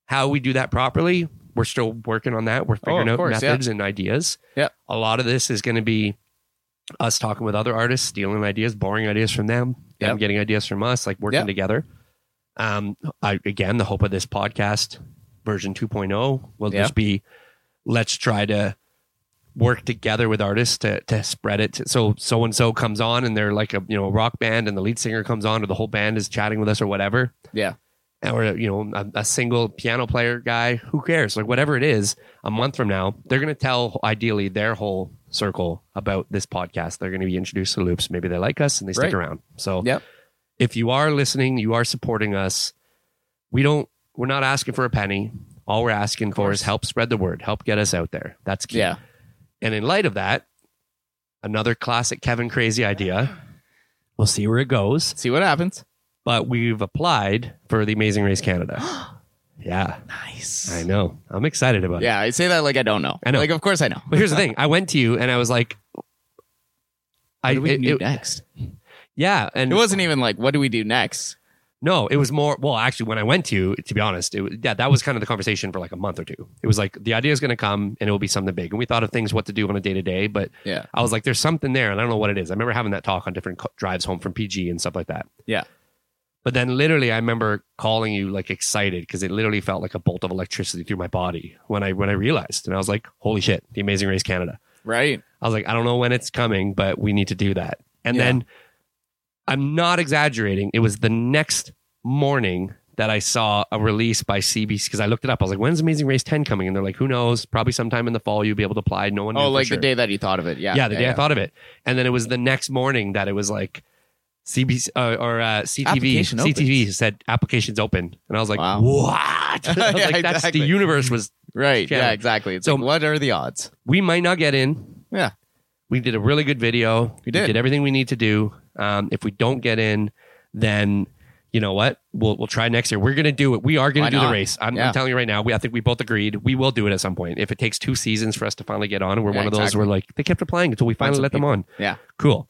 S1: how we do that properly, we're still working on that. We're figuring
S2: Oh, of
S1: out
S2: course, yeah.
S1: methods and ideas.
S2: Yep.
S1: A lot of this is going to be us talking with other artists, stealing ideas, borrowing ideas from them, them
S2: Yep.
S1: getting ideas from us, like working
S2: Yep.
S1: together. Um, I, again, the hope of this podcast version 2.0 will
S2: Yeah.
S1: just be let's try to work together with artists to, to spread it. So so and so comes on and they're like a you know a rock band and the lead singer comes on or the whole band is chatting with us or whatever.
S2: Yeah.
S1: Or you know a, a single piano player guy, who cares? Like whatever it is, a month from now they're going to tell ideally their whole circle about this podcast. They're going to be introduced to loops. Maybe they like us and they stick
S2: Right.
S1: around. So
S2: Yep.
S1: if you are listening, you are supporting us. We don't. We're not asking for a penny. All we're asking for is help spread the word, help get us out there. That's key.
S2: Yeah.
S1: And in light of that, another classic Kevin Crazy idea. We'll see where it goes.
S2: See what happens.
S1: But we've applied for the Amazing Race Canada. yeah,
S2: Nice.
S1: I know. I'm excited about it.
S2: Yeah, I say that like I don't know.
S1: I know.
S2: Like, of course I know. What
S1: But here's the thing I went to you and I was like, I,
S2: do we
S1: it-
S2: do
S1: it-
S2: next?
S1: yeah. And
S2: It wasn't even like, what do we do next?
S1: No, it was more. Well, actually, when I went to, you, to be honest, it was, yeah, that was kind of the conversation for like a month or two. It was like the idea is going to come and it will be something big. And we thought of things what to do on a day to day, but
S2: Yeah.
S1: I was like, there's something there, and I don't know what it is. I remember having that talk on different co- drives home from PG and stuff like that.
S2: Yeah.
S1: But then literally, I remember calling you like excited because it literally felt like a bolt of electricity through my body when I when I realized, and I was like, holy shit, the Amazing Race Canada.
S2: Right.
S1: I was like, I don't know when it's coming, but we need to do that. And
S2: Yeah.
S1: then I'm not exaggerating. It was the next morning that I saw a release by CBC because I looked it up. I was like, when's Amazing Race 10 coming? And they're like, who knows? Probably sometime in the fall you'll be able to apply. No one. knew
S2: Oh,
S1: for
S2: like
S1: sure.
S2: the day that you thought of it. Yeah.
S1: Yeah, the day I thought of it. And then it was the next morning that it was like CBC uh, or uh, CTV.
S2: Application opens.
S1: CTV said applications open. And I was like,
S2: Wow.
S1: what? I was
S2: Yeah,
S1: like, that's
S2: exactly.
S1: the universe was,
S2: Right.
S1: Yeah.
S2: Yeah, exactly. It's
S1: So-
S2: like, what are the odds?
S1: we might not get in.
S2: Yeah.
S1: we did a really good video.
S2: We did.
S1: We did everything we need to do. Um, if we don't get in, then you know what? We'll we'll try next year. We're gonna do it. We are gonna
S2: Why
S1: do the
S2: not?
S1: race. I'm, I'm
S2: Yeah.
S1: telling you right now. We I think we both agreed we will do it at some point. If it takes two seasons for us to finally get on, we're
S2: Yeah,
S1: one of those
S2: exactly.
S1: where like they kept applying until we finally
S2: some
S1: let them
S2: people.
S1: on.
S2: Yeah.
S1: Cool.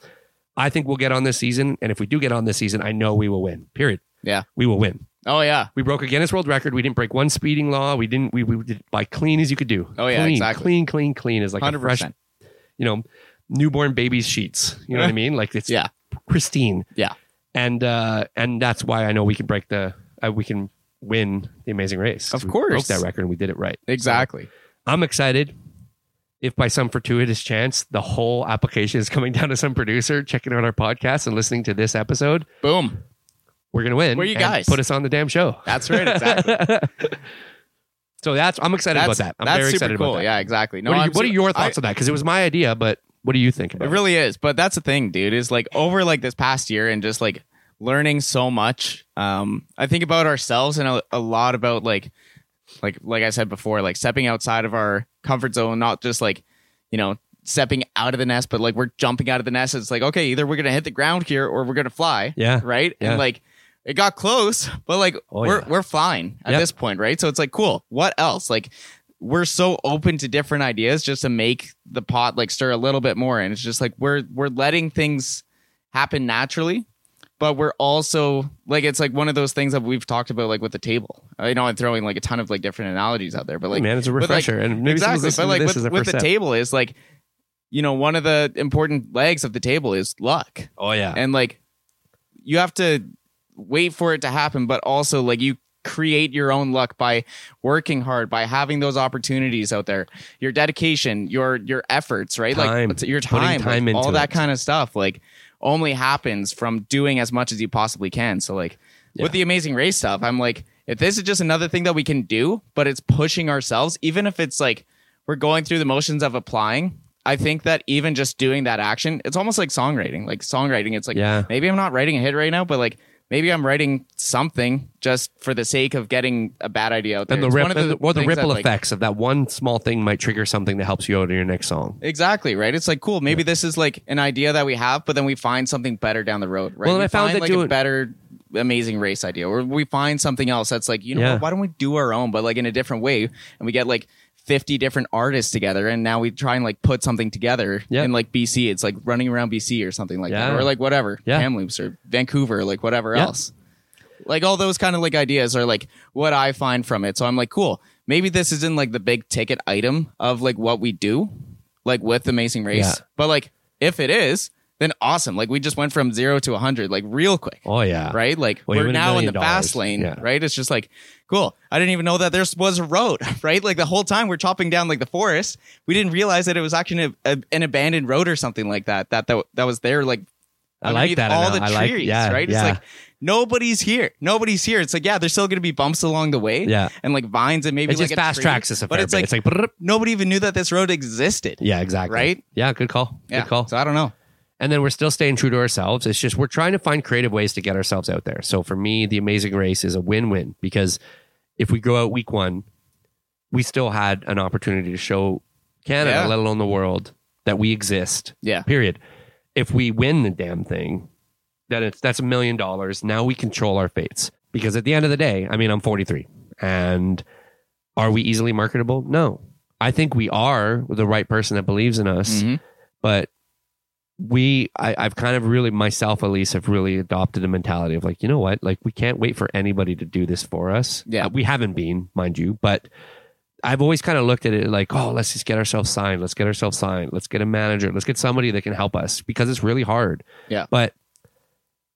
S1: I think we'll get on this season, and if we do get on this season, I know we will win. Period.
S2: Yeah.
S1: we will win.
S2: Oh, yeah.
S1: We broke a Guinness World Record. We didn't break one speeding law. We didn't. We, we did by clean as you could do.
S2: Oh, yeah,
S1: clean,
S2: exactly.
S1: Clean, clean, clean is like a
S2: 100%.
S1: fresh you know, newborn babies sheets. You know what I mean? Like it's
S2: Yeah.
S1: pristine.
S2: Yeah.
S1: And uh and that's why I know we can break the uh, we can win the amazing race.
S2: Of
S1: We
S2: course.
S1: broke that record and we did it right.
S2: Exactly.
S1: I'm excited. If by some fortuitous chance the whole application is coming down to some producer checking out our podcast and listening to this episode,
S2: Boom.
S1: we're gonna win.
S2: Where you
S1: and
S2: guys?
S1: Put us on the damn show.
S2: That's right. Exactly.
S1: So that's I'm excited
S2: that's
S1: about that. I'm
S2: that's
S1: very
S2: super
S1: excited
S2: cool.
S1: about that.
S2: Yeah, exactly. No,
S1: what, are
S2: I'm
S1: you- what are
S2: su-
S1: your
S2: I-
S1: thoughts on that? Because it was my idea, but what do you think about
S2: It
S1: it?
S2: really is. But that's the thing, dude, is like over like this past year and just like learning so much. Um, I think about ourselves and a, a lot about like, like, like I said before, like stepping outside of our comfort zone, not just like, you know, stepping out of the nest, but like we're jumping out of the nest. It's like, okay, either we're going to hit the ground here or we're going to fly.
S1: Yeah.
S2: Right.
S1: Yeah.
S2: And like, it got close, but like
S1: Oh,
S2: we're
S1: yeah.
S2: we're fine at
S1: Yep.
S2: this point, right? So it's like cool. What else? Like we're so open to different ideas just to make the pot like stir a little bit more and it's just like we're we're letting things happen naturally but we're also like it's like one of those things that we've talked about like with the table i know i'm throwing like a ton of like different analogies out there but like
S1: man, it's a
S2: but, like,
S1: refresher, and maybe someone's listening
S2: exactly but
S1: to
S2: like
S1: this
S2: with,
S1: as their
S2: with
S1: first
S2: the
S1: step.
S2: table is like you know one of the important legs of the table is luck
S1: Oh yeah,
S2: and like you have to wait for it to happen but also like you create your own luck by working hard by having those opportunities out there your dedication your your efforts right
S1: Time.
S2: like your
S1: Putting
S2: time,
S1: time into
S2: like, all that
S1: it.
S2: kind of stuff like only happens from doing as much as you possibly can so like
S1: Yeah.
S2: with the amazing race stuff i'm like if this is just another thing that we can do but it's pushing ourselves even if it's like we're going through the motions of applying i think that even just doing that action it's almost like songwriting like songwriting it's like
S1: Yeah.
S2: maybe i'm not writing a hit right now but like maybe i'm writing something just for the sake of getting a bad idea out there
S1: and the,
S2: It's
S1: rip,
S2: one of
S1: and the- or the
S2: things that,
S1: ripple
S2: like-
S1: effects of that one small thing might trigger something that helps you out in your next song.
S2: Exactly right. It's like cool. Maybe this is like an idea that we have, but then we find something better down the road. Right?
S1: Well, and
S2: we
S1: I found
S2: find
S1: that
S2: like
S1: doing-
S2: a better amazing race idea, or we find something else that's like you know
S1: Yeah.
S2: what, why don't we do our own, but like in a different way, and we get like fifty different artists together, and now we try and like put something together
S1: Yeah.
S2: in like BC. It's like running around BC or something like
S1: Yeah.
S2: that, or like whatever
S1: Yeah.
S2: Kamloops or Vancouver, like whatever
S1: Yeah.
S2: else. Like all those kind of like ideas are like what I find from it. So I'm like, cool. Maybe this isn't like the big ticket item of like what we do, like with Amazing Race.
S1: Yeah.
S2: But like if it is, then awesome. Like we just went from zero to hundred like real quick.
S1: Oh yeah.
S2: Right? Like
S1: Well, you
S2: we're
S1: win a
S2: now in
S1: million
S2: the fast
S1: dollars.
S2: lane.
S1: Yeah.
S2: Right. It's just like, cool. I didn't even know that there was a road, right? Like the whole time we're chopping down like the forest. We didn't realize that it was actually a, a- an abandoned road or something like that. That that, that was there like
S1: I like
S2: underneath
S1: that.
S2: All
S1: anal-
S2: the
S1: I like,
S2: trees,
S1: yeah,
S2: right?
S1: Yeah,
S2: It's like nobody's here. Nobody's here. It's like, yeah, there's still gonna be bumps along the way.
S1: Yeah.
S2: And like vines and maybe
S1: it
S2: like
S1: just
S2: a
S1: fast
S2: tree.
S1: tracks us a
S2: But
S1: fair
S2: it's
S1: bit.
S2: like
S1: it's like, brrrr.
S2: nobody even knew that this road existed.
S1: yeah, exactly.
S2: Right?
S1: Yeah, good call.
S2: Yeah.
S1: Good call.
S2: So I don't know.
S1: And then we're still staying true to ourselves. It's just we're trying to find creative ways to get ourselves out there. So for me, the amazing race is a win win because if we go out week one, we still had an opportunity to show Canada,
S2: Yeah.
S1: let alone the world, that we exist.
S2: Yeah.
S1: Period. If we win the damn thing, then it's that's a million dollars. Now we control our fates. Because at the end of the day, I mean I'm 43. And are we easily marketable? No. I think we are the right person that believes in us
S2: Mhm.
S1: but we I, i've kind of really myself at least have really adopted a mentality of like you know what like we can't wait for anybody to do this for us
S2: Yeah.
S1: Uh, we haven't been mind you but i've always kind of looked at it like oh let's just get ourselves signed let's get ourselves signed let's get a manager let's get somebody that can help us because it's really hard
S2: Yeah.
S1: but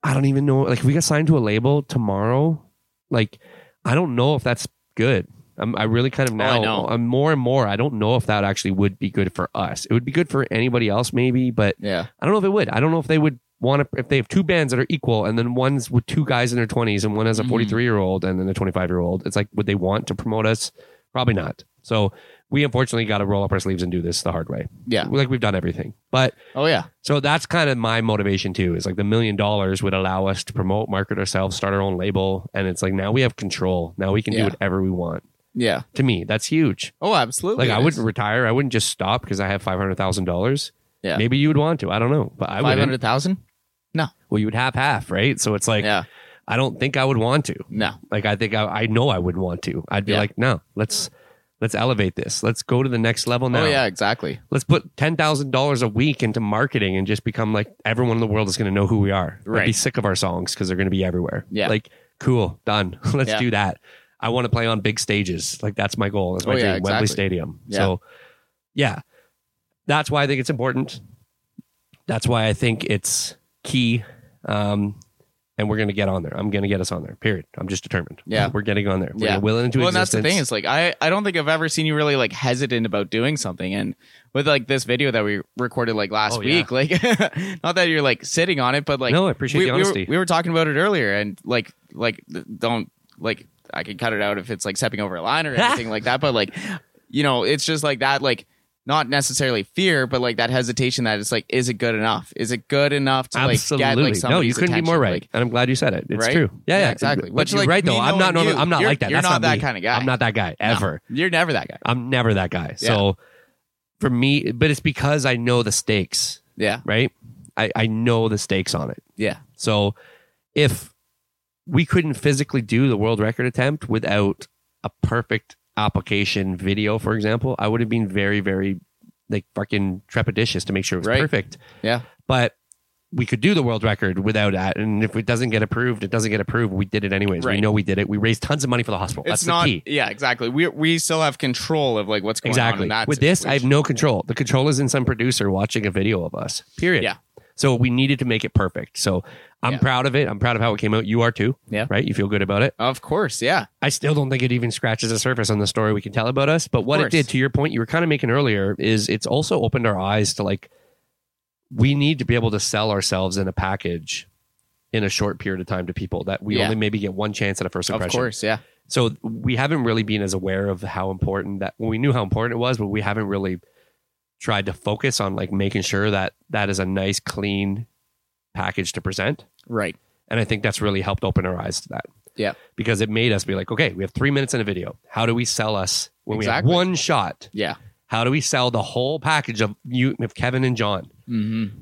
S1: i don't even know like if we get signed to a label tomorrow like i don't know if that's good I'm, I really kind of
S2: Oh, I
S1: now
S2: know.
S1: I'm more and more I don't know if that actually would be good for us. It would be good for anybody else maybe, but
S2: Yeah.
S1: I don't know if it would. I don't know if they would want to if they have two bands that are equal and then one's with two guys in their 20s and one has a
S2: Mhm.
S1: 43 year old and then a 25 year old. It's like would they want to promote us? Probably not. So we unfortunately got to roll up our sleeves and do this the hard way.
S2: Yeah.
S1: Like we've done everything. But
S2: Oh yeah.
S1: so that's kind of my motivation too. Is like the million dollars would allow us to promote, market ourselves, start our own label and it's like now we have control. Now we can do
S2: Yeah.
S1: whatever we want.
S2: Yeah.
S1: To me, that's huge.
S2: Oh, absolutely.
S1: Like I
S2: It
S1: wouldn't
S2: is.
S1: retire. I wouldn't just stop because I have five hundred thousand dollars.
S2: Yeah.
S1: Maybe you would want to. I don't know, but I
S2: Five
S1: would.
S2: hundred thousand?
S1: Well, you would have half, right? So it's like
S2: Yeah.
S1: I don't think I would want to.
S2: No.
S1: Like I think I, I know I would want to. I'd be
S2: Yeah.
S1: like, no, let's let's elevate this. Let's go to the next level now.
S2: Oh yeah, exactly.
S1: Let's put ten thousand dollars a week into marketing and just become like everyone in the world is going to know who we are. I'd be
S2: Right.
S1: sick of our songs because they're going to be everywhere.
S2: Yeah.
S1: Like cool, done. let's
S2: Yeah.
S1: do that. I want to play on big stages. Like that's my goal. That's my
S2: Oh,
S1: dream.
S2: yeah,
S1: Wembley
S2: exactly.
S1: Stadium.
S2: Yeah.
S1: So yeah, that's why I think it's important. That's why I think it's key. Um, and we're going to get on there. I'm going to get us on there. Period. I'm just determined.
S2: Yeah.
S1: We're getting on there. We're
S2: Yeah.
S1: going to will it into
S2: well, and that's
S1: existence.
S2: the thing. It's like I, I don't think I've ever seen you really like hesitant about doing something. And with like this video that we recorded like last
S1: Oh, yeah.
S2: week, like not that you're like sitting on it, but like
S1: No, I appreciate
S2: we,
S1: the
S2: we were-
S1: honesty.
S2: We were, talking about it earlier, and like like th- don't like I can cut it out if it's like stepping over a line or anything like that. But like you know, it's just like that like. Not necessarily fear, but like that hesitation that it's like, is it good enough? Is it good enough to
S1: Absolutely.
S2: like get like
S1: no,
S2: somebody's
S1: you couldn't be more
S2: attention?
S1: right.
S2: Like,
S1: and I'm glad you said it. It's
S2: Right?
S1: true. Yeah,
S2: Yeah,
S1: yeah.
S2: exactly.
S1: But
S2: Which,
S1: you're
S2: like,
S1: right though.
S2: me
S1: I'm not. No,
S2: knowing
S1: no,
S2: you,
S1: I'm not
S2: you're-
S1: like that.
S2: you're
S1: That's
S2: not that
S1: me.
S2: kinda guy.
S1: I'm not that guy
S2: no,
S1: ever.
S2: you're never that guy.
S1: I'm never that guy. So for me, but it's because I know the stakes,
S2: Yeah.
S1: right? I, I know the stakes on it.
S2: Yeah.
S1: So if we couldn't physically do the world record attempt without a perfect application video, for example, I would have been very, very like fucking trepidatious to make sure it was
S2: Right.
S1: perfect.
S2: Yeah.
S1: But we could do the world record without that. And if it doesn't get approved, it doesn't get approved. We did it anyways. We
S2: Right.
S1: know we did it. We raised tons of money for the hospital. That's
S2: it's not
S1: the key.
S2: yeah exactly we we still have control of like what's going on
S1: Exactly.
S2: in that
S1: With this, I have
S2: situation.
S1: no control. The control is in some producer watching a video of us. Period.
S2: Yeah.
S1: So we needed to make it perfect. So I'm
S2: Yeah.
S1: proud of it. I'm proud of how it came out. You are too.
S2: Yeah.
S1: Right? You feel good about it.
S2: of course yeah
S1: I still don't think it even scratches the surface on the story we can tell about us. But what it
S2: course.
S1: did to your point you were kind of making earlier is it's also opened our eyes to like we need to be able to sell ourselves in a package in a short period of time to people that we
S2: Yeah.
S1: only maybe get one chance at a first
S2: of
S1: impression.
S2: course yeah
S1: So we haven't really been as aware of how important that well, we knew how important it was, but we haven't really tried to focus on like making sure that that is a nice, clean package to present.
S2: right
S1: And I think that's really helped open our eyes to that.
S2: Yeah.
S1: Because it made us be like, okay, we have three minutes in a video. How do we sell us when
S2: Exactly.
S1: we have one shot?
S2: yeah
S1: How do we sell the whole package of you of Kevin and John?
S2: mm-hmm.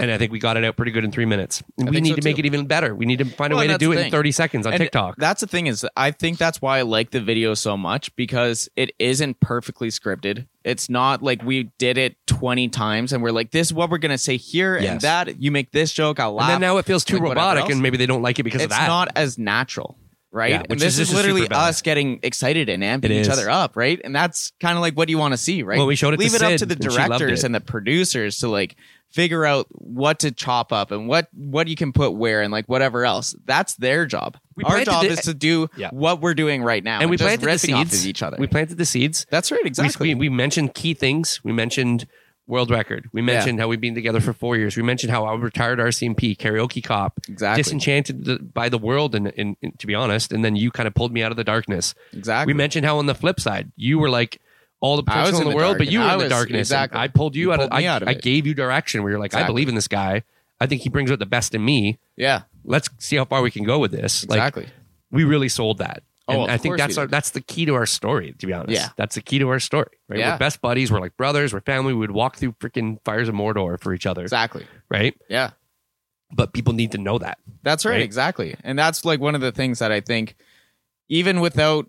S1: And I think we got it out pretty good in three minutes. And
S2: I
S1: we
S2: think
S1: need
S2: so,
S1: to make
S2: too.
S1: it even better. We need to find
S2: Well,
S1: a way to
S2: that's
S1: do
S2: the
S1: it
S2: thing.
S1: in 30 seconds on
S2: And
S1: TikTok.
S2: That's the thing is I think that's why I like the video so much because it isn't perfectly scripted. It's not like we did it 20 times and we're like, this is what we're going to say here and
S1: Yes.
S2: that. You make this joke, I'll laugh.
S1: and then now it feels too
S2: like whatever
S1: robotic
S2: else.
S1: and maybe they don't like it because
S2: it's
S1: of that.
S2: not as natural, right?
S1: Yeah,
S2: and
S1: which
S2: this
S1: is- this
S2: is,
S1: is
S2: literally
S1: super bad.
S2: us getting excited and amping
S1: It
S2: each
S1: is.
S2: other up, right? And that's kind of like what you want to see, right?
S1: Well, we showed it to
S2: Leave it up
S1: Sid,
S2: to the
S1: and she loved
S2: directors
S1: it.
S2: and the producers to like figure out what to chop up and what what you can put where and like whatever else. That's their job.
S1: We
S2: Our
S1: planted
S2: job
S1: the-
S2: is to do
S1: Yeah.
S2: what we're doing right now,
S1: and we
S2: just
S1: planted the
S2: riffing off
S1: seeds.
S2: of each other.
S1: We planted the seeds.
S2: that's right,
S1: We-
S2: exactly.
S1: We, we mentioned key things. We mentioned world record. We mentioned how we've been together for four years. We mentioned how I retired RCMP, karaoke cop,
S2: Exactly.
S1: disenchanted the, by the world, and, and, and to be honest, and then you kind of pulled me out of the darkness.
S2: exactly.
S1: We mentioned how on the flip side, you were like all the
S2: I was
S1: potential in
S2: in
S1: the,
S2: the
S1: world,
S2: dark,
S1: but
S2: and
S1: you were
S2: I
S1: in the
S2: was-
S1: darkness.
S2: exactly.
S1: And I pulled you,
S2: You
S1: out, of,
S2: pulled me
S1: I,
S2: out of
S1: I
S2: it.
S1: gave you direction. We were like, I
S2: Exactly.
S1: believe in this guy. I think he brings out the best in me.
S2: yeah,
S1: Let's see how far we can go with this. Like
S2: exactly.
S1: we really sold that.
S2: Oh,
S1: And
S2: of
S1: I think
S2: course
S1: that's
S2: we
S1: our,
S2: did.
S1: that's the key to our story, to be honest.
S2: Yeah.
S1: That's the key to our story. Right.
S2: Yeah.
S1: We're best buddies. We're like brothers. We're family. We would walk through freaking fires of Mordor for each other.
S2: exactly.
S1: Right.
S2: Yeah.
S1: But people need to know that.
S2: That's right,
S1: right?
S2: exactly. And that's like one of the things that I think even without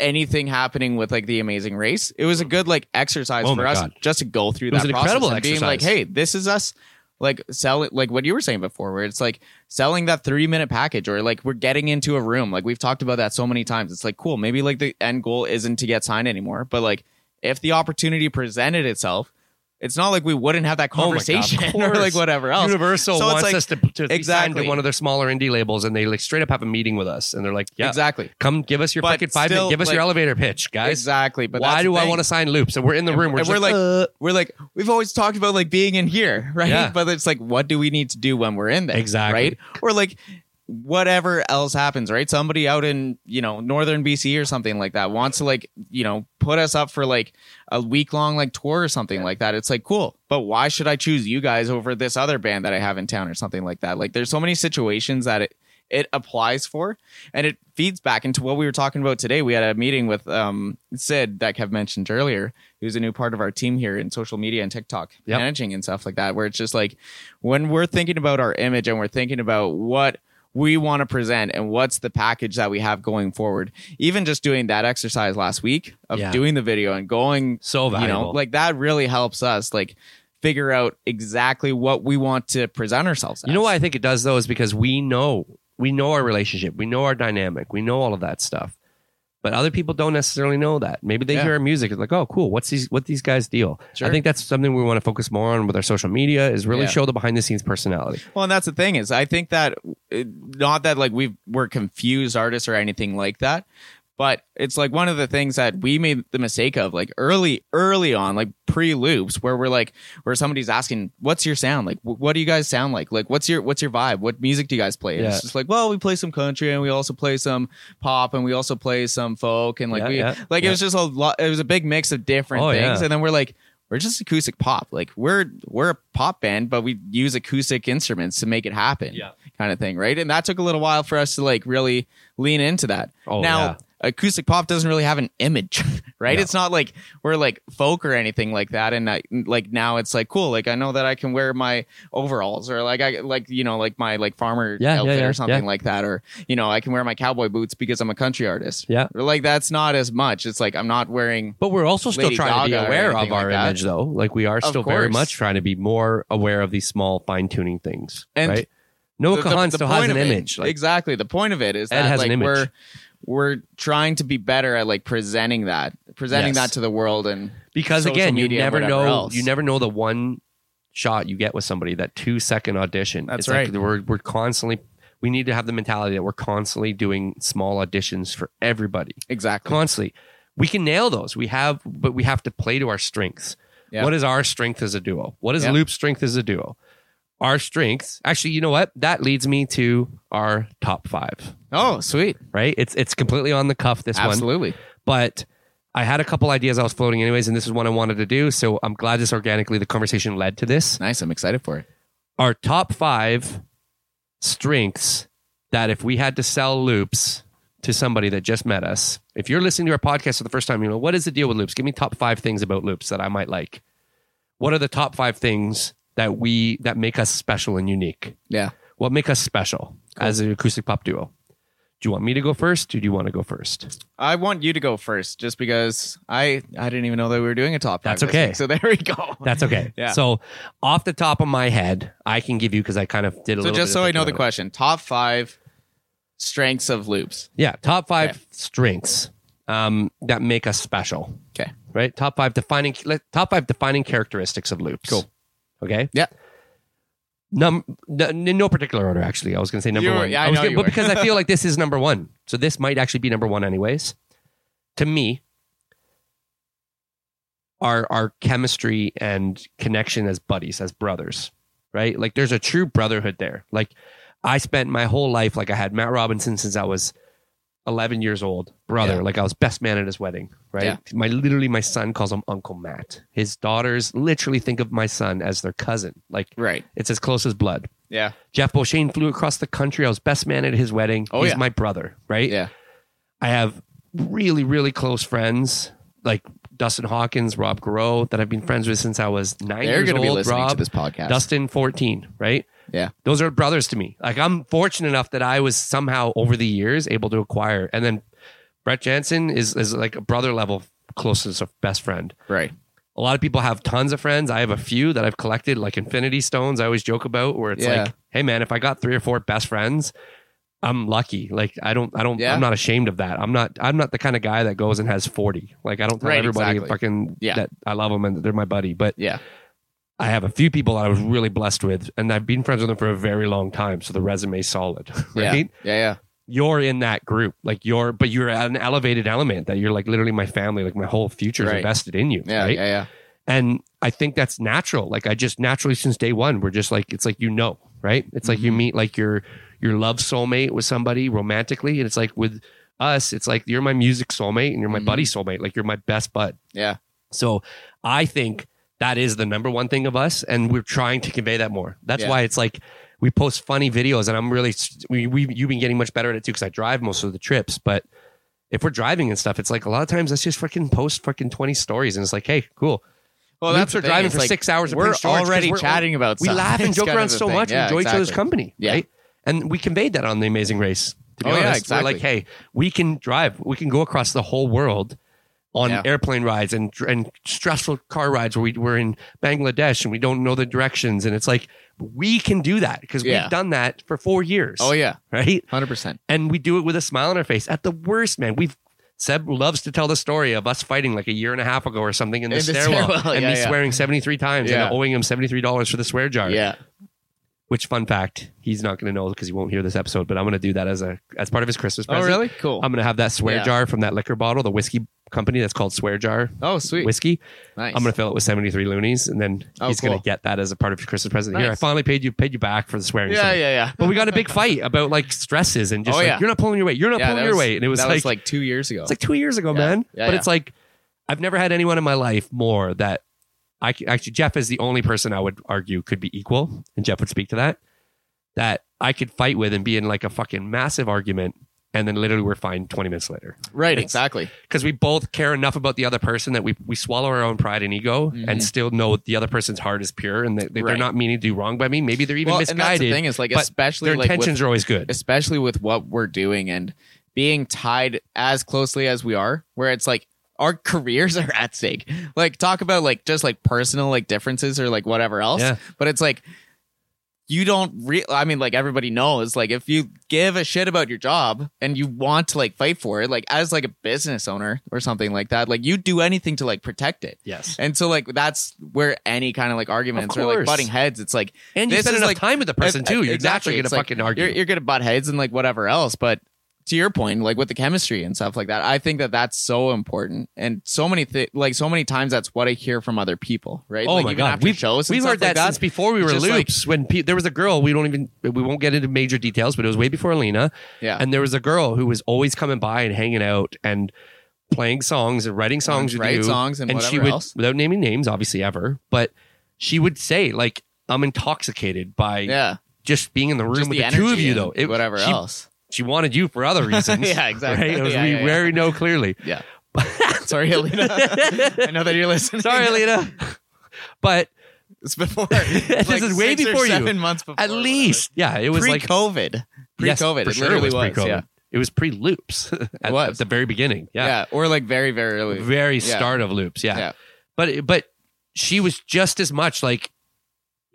S2: anything happening with like the amazing race, it was a good like exercise
S1: Oh
S2: for
S1: my
S2: us
S1: God.
S2: just to go through
S1: It
S2: that
S1: was an
S2: process
S1: incredible
S2: and being like,
S1: exercise.
S2: hey, this is us like selling like what you were saying before where it's like selling that 3 minute package or like we're getting into a room. Like we've talked about that so many times. It's like cool, maybe like the end goal isn't to get signed anymore, but like if the opportunity presented itself, it's not like we wouldn't have that
S1: Oh my God, of
S2: conversation or
S1: course.
S2: like whatever else.
S1: Universal
S2: So it's
S1: wants
S2: like-
S1: us to, to be signed
S2: Exactly.
S1: to one of their smaller indie labels and they like straight up have a meeting with us and they're like, Yeah,
S2: Exactly.
S1: come give us your
S2: But
S1: fucking five
S2: still,
S1: minute give us
S2: like-
S1: your elevator pitch, guys.
S2: Exactly. But
S1: Why
S2: that's
S1: do
S2: the
S1: I
S2: thing.
S1: want to sign loops? And we're in the room. We're
S2: and
S1: just
S2: we're like,
S1: "Uh."
S2: we're like, we've always talked about like being in here, right?
S1: Yeah.
S2: But it's like, what do we need to do when we're in there?
S1: Exactly.
S2: Right. Or like whatever else happens, right? Somebody out in, you know, northern BC or something like that wants to like, you know, put us up for like a week long like tour or something like that. It's like, cool. But why should I choose you guys over this other band that I have in town or something like that? Like there's so many situations that it it applies for and it feeds back into what we were talking about today. We had a meeting with um, Sid that Kev mentioned earlier, who's a new part of our team here in social media and TikTok
S1: Yep.
S2: managing and stuff like that, where it's just like when we're thinking about our image and we're thinking about what we want to present and what's the package that we have going forward. Even just doing that exercise last week of
S1: Yeah.
S2: doing the video and going
S1: so valuable.
S2: you know, like that really helps us like figure out exactly what we want to present ourselves as.
S1: You know why I think it does though is because we know we know our relationship, we know our dynamic, we know all of that stuff. But other people don't necessarily know that. Maybe they
S2: Yeah.
S1: hear our music, it's like, oh, cool. What's these? What these guys deal?
S2: Sure.
S1: I think that's something we want to focus more on with our social media is really
S2: Yeah.
S1: show the behind the scenes personality.
S2: Well, and that's the thing is, I think that it, not that like we we're confused artists or anything like that, but it's like one of the things that we made the mistake of like early, early on, like pre loops, where we're like, where somebody's asking, "What's your sound like? Wh- What do you guys sound like? Like, what's your what's your vibe? What music do you guys play?" And
S1: Yeah.
S2: It's just like, well, we play some country and we also play some pop and we also play some folk and like
S1: Yeah,
S2: we
S1: yeah,
S2: like it
S1: yeah.
S2: was just a lot. It was a big mix of different
S1: Oh,
S2: things,
S1: yeah.
S2: and then we're like we're just acoustic pop. Like we're we're a pop band, but we use acoustic instruments to make it happen.
S1: Yeah.
S2: Kind of thing, right? And that took a little while for us to like really lean into that.
S1: Oh,
S2: now
S1: yeah.
S2: acoustic pop doesn't really have an image, right?
S1: No.
S2: It's not like we're like folk or anything like that. And I, like now it's like cool. Like I know that I can wear my overalls or like I like you know like my like farmer
S1: Yeah, yeah,
S2: outfit
S1: yeah,
S2: or something
S1: yeah.
S2: like that. Or you know I can wear my cowboy boots because I'm a country artist.
S1: Yeah.
S2: Or, Like that's not as much. It's like I'm not wearing
S1: But we're also still
S2: Lady
S1: trying to
S2: Gaga
S1: be
S2: or
S1: aware of
S2: anything
S1: our
S2: like that.
S1: image though. Like we are
S2: Of
S1: still very
S2: course.
S1: much trying to be more aware of these small fine tuning things.
S2: And
S1: right? Noah
S2: the- the-
S1: Kahan
S2: the
S1: still has
S2: point
S1: an
S2: of it-
S1: image. Like,
S2: exactly. The point of it is
S1: Ed
S2: that
S1: has
S2: like
S1: an image.
S2: we're we're trying to be better at like presenting that, presenting
S1: Yes.
S2: that to the world, and
S1: because
S2: social
S1: again, you
S2: media and
S1: never
S2: whatever
S1: know.
S2: else.
S1: You never know the one shot you get with somebody. That two second audition.
S2: That's
S1: it's
S2: right.
S1: Like we're we're constantly. We need to have the mentality that we're constantly doing small auditions for everybody.
S2: exactly.
S1: Constantly, we can nail those. We have, but we have to play to our strengths.
S2: Yeah.
S1: What is our strength as a duo? What is
S2: Yeah.
S1: Loop's strength as a duo? Our strengths. Actually, you know what? That leads me to our top five.
S2: oh, sweet.
S1: Right? It's it's completely on the cuff. This one
S2: Absolutely.
S1: but I had a couple ideas I was floating anyways, and this is one I wanted to do. So I'm glad this organically the conversation led to this.
S2: Nice. I'm excited for it.
S1: Our top five strengths that if we had to sell loops to somebody that just met us, if you're listening to our podcast for the first time, you know, what is the deal with loops? Give me top five things about loops that I might like. What are the top five things that we that make us special and unique.
S2: Yeah.
S1: What make us special as an acoustic pop duo? Do you want me to go first, or do you want to go first?
S2: I want you to go first, just because I I didn't even know that we were doing a top. five
S1: That's
S2: this
S1: okay.
S2: week, so there we go.
S1: That's okay.
S2: Yeah.
S1: So, off the top of my head, I can give you because I kind of did a
S2: so
S1: little.
S2: just
S1: bit
S2: so
S1: of
S2: I know the
S1: thinking on it.
S2: question, top five strengths of loops.
S1: Yeah, top five
S2: Okay.
S1: strengths um, that make us special.
S2: Okay.
S1: Right. Top five defining let- top five defining characteristics of loops.
S2: Cool.
S1: Okay.
S2: Yeah.
S1: Num n- in no particular order actually. I was going to say number
S2: You were-
S1: one.
S2: yeah, I
S1: was
S2: know
S1: gonna-
S2: you
S1: but
S2: were.
S1: because I feel like this is number one, so this might actually be number one anyways. To me, our our chemistry and connection as buddies, as brothers, right? Like there's a true brotherhood there. Like I spent my whole life like I had Matt Robinson since I was 11 years old, brother.
S2: Yeah.
S1: Like I was best man at his wedding, right?
S2: Yeah.
S1: My literally my son calls him Uncle Matt. His daughters literally think of my son as their cousin. Like
S2: Right.
S1: it's as close as blood.
S2: Yeah.
S1: Jeff Beauchene flew across the country. I was best man at his wedding.
S2: Oh,
S1: He's
S2: yeah.
S1: my brother, right?
S2: Yeah.
S1: I have really, really close friends like Dustin Hawkins, Rob Garreau, that I've been friends with since I was 9
S2: They're
S1: years
S2: going to
S1: old.
S2: be listening
S1: Rob.
S2: to this podcast.
S1: Dustin 14, right?
S2: Yeah.
S1: Those are brothers to me. Like I'm fortunate enough that I was somehow over the years able to acquire. And then Brett Jansen is is like a brother level closest of best friend.
S2: Right.
S1: A lot of people have tons of friends. I have a few that I've collected like infinity stones I always joke about where it's
S2: Yeah.
S1: like, "Hey man, if I got 3 or 4 best friends, I'm lucky. Like I don't I don't
S2: Yeah.
S1: I'm not ashamed of that. I'm not I'm not the kind of guy that goes and has 40. Like I don't tell
S2: Right,
S1: everybody
S2: exactly.
S1: fucking
S2: Yeah.
S1: that I love them and that they're my buddy, but
S2: Yeah.
S1: I have a few people that I was really blessed with, and I've been friends with them for a very long time. So the resume's solid, right?
S2: Yeah. Yeah.
S1: You're in that group, like you're, but you're at an elevated element that you're like literally my family, like my whole future is
S2: Right.
S1: invested in you,
S2: Yeah. Yeah.
S1: right?
S2: Yeah. yeah.
S1: And I think that's natural. Like I just naturally since day one, we're just like it's like you know, right? It's like
S2: Mm-hmm.
S1: you meet like your your love soulmate with somebody romantically, and it's like with us, it's like you're my music soulmate and you're my
S2: Mhm.
S1: buddy soulmate, like you're my best bud.
S2: Yeah.
S1: So I think that is the number one thing of us, and we're trying to convey that more. That's
S2: Yeah.
S1: why it's like we post funny videos, and I'm really we, we you've been getting much better at it too because I drive most of the trips, but. If we're driving and stuff, it's like a lot of times let's just freaking post freaking twenty stories, and it's like, hey, cool.
S2: Well,
S1: Loops
S2: that's
S1: are
S2: the thing,
S1: driving
S2: it's
S1: for six hours of
S2: We're
S1: Prince George 'cause
S2: already
S1: we're-
S2: chatting about.
S1: we
S2: something.
S1: laugh and
S2: It's
S1: joke
S2: kind
S1: around
S2: of a
S1: so
S2: thing.
S1: much,
S2: Yeah,
S1: enjoy each other's
S2: exactly.
S1: company,
S2: Yeah.
S1: right? And we conveyed that on the Amazing Race. To be
S2: Oh, yeah,
S1: honest, we're
S2: exactly.
S1: like, hey, we can drive, we can go across the whole world on
S2: Yeah.
S1: airplane rides and and stressful car rides where we, we're in Bangladesh and we don't know the directions, and it's like we can do that because
S2: Yeah.
S1: we've done that for four years.
S2: Oh yeah,
S1: right
S2: hundred percent.
S1: and we do it with a smile on our face. At the worst, man, we've Seb loves to tell the story of us fighting like a year and a half ago or something in the,
S2: In the
S1: stairwell,
S2: stairwell,
S1: and
S2: yeah,
S1: me
S2: yeah.
S1: swearing seventy three times
S2: Yeah.
S1: and owing him seventy three dollars for the swear jar.
S2: Yeah,
S1: Which fun fact, he's not going to know because he won't hear this episode. But I'm going to do that as a as part of his Christmas
S2: Oh,
S1: present.
S2: really? Cool.
S1: I'm going to have that swear
S2: Yeah.
S1: jar from that liquor bottle, the whiskey company that's called Swear Jar
S2: oh, sweet.
S1: Whiskey.
S2: nice.
S1: I'm going to fill it with seventy three loonies, and then
S2: Oh,
S1: he's going
S2: cool.
S1: to get that as a part of his Christmas present. Here,
S2: Nice.
S1: I finally paid you paid you back for the swearing.
S2: yeah,
S1: something.
S2: yeah, yeah.
S1: But we got in a big fight about like stresses and just
S2: Oh,
S1: like,
S2: yeah.
S1: you're not pulling your weight. You're not
S2: yeah,
S1: pulling
S2: that
S1: your weight. And it was
S2: that
S1: like,
S2: was like two years ago.
S1: it's like two years ago,
S2: Yeah.
S1: man.
S2: Yeah,
S1: but
S2: yeah.
S1: it's like I've never had anyone in my life more that I c- actually Jeff is the only person I would argue could be equal, and Jeff would speak to that. That I could fight with and be in like a fucking massive argument, and then literally we're fine twenty minutes later
S2: right,
S1: it's-
S2: exactly.
S1: because we both care enough about the other person that we we swallow our own pride and ego,
S2: Mhm.
S1: and still know the other person's heart is pure and that they,
S2: Right.
S1: they're not meaning to do wrong by me. Maybe they're even
S2: well, and that's the
S1: misguided.
S2: thing is like,
S1: but
S2: especially
S1: Their
S2: like with
S1: intentions are always good.
S2: especially with what we're doing and being tied as closely as we are, where it's like our careers are at stake. Like talk about like just like personal like differences or like whatever else.
S1: Yeah.
S2: But it's like you don't re I mean like everybody knows like if you give a shit about your job and you want to like fight for it, like as like a business owner or something like that, like you do anything to like protect it.
S1: Yes.
S2: And so like that's where any kind of like arguments or like
S1: course.
S2: butting heads, it's like
S1: And you
S2: This
S1: spend
S2: is
S1: enough
S2: like-
S1: time with the person
S2: uh,
S1: too. You're
S2: exactly.
S1: naturally going to
S2: It's like,
S1: fucking argue.
S2: You're, you're gonna butt heads and like whatever else, but to your point, like with the chemistry and stuff like that, I think that that's so important. And so many thi- like so many times, that's what I hear from other people, right?
S1: Oh
S2: like,
S1: my
S2: even
S1: god,
S2: after
S1: we've,
S2: shows and
S1: we've
S2: stuff
S1: heard
S2: like
S1: that since before we
S2: It's
S1: were
S2: just like-
S1: loops. when pe- there was a girl, we don't even we won't get into major details, but it was way before Alina.
S2: Yeah.
S1: and there was a girl who was always coming by and hanging out and playing songs and writing songs with
S2: write
S1: you,
S2: songs and,
S1: she
S2: whatever
S1: would
S2: else.
S1: without naming names, obviously ever, but she would say like, "I'm intoxicated by
S2: Yeah,
S1: just being in the room
S2: just
S1: with
S2: the
S1: the, two of
S2: energy
S1: you."
S2: and
S1: Though It-
S2: whatever
S1: she,
S2: else.
S1: she wanted you for other reasons.
S2: Yeah, exactly.
S1: Right? It was,
S2: Yeah,
S1: we
S2: yeah, yeah.
S1: very know clearly.
S2: Yeah. Sorry, Alina. I know that you're listening.
S1: Sorry, Alina. But
S2: It's before.
S1: This
S2: like
S1: is way
S2: six or
S1: before you.
S2: Seven months before.
S1: At
S2: or
S1: least, yeah, it was
S2: whatever.
S1: like
S2: pre-COVID.
S1: Yes,
S2: Pre-COVID.
S1: for
S2: it
S1: sure
S2: literally was.
S1: pre-COVID.
S2: Yeah.
S1: It was pre loops at,
S2: was.
S1: at the very beginning.
S2: yeah.
S1: Yeah.
S2: Or like very very early.
S1: Very
S2: Yeah.
S1: start of loops. Yeah.
S2: Yeah.
S1: But but she was just as much like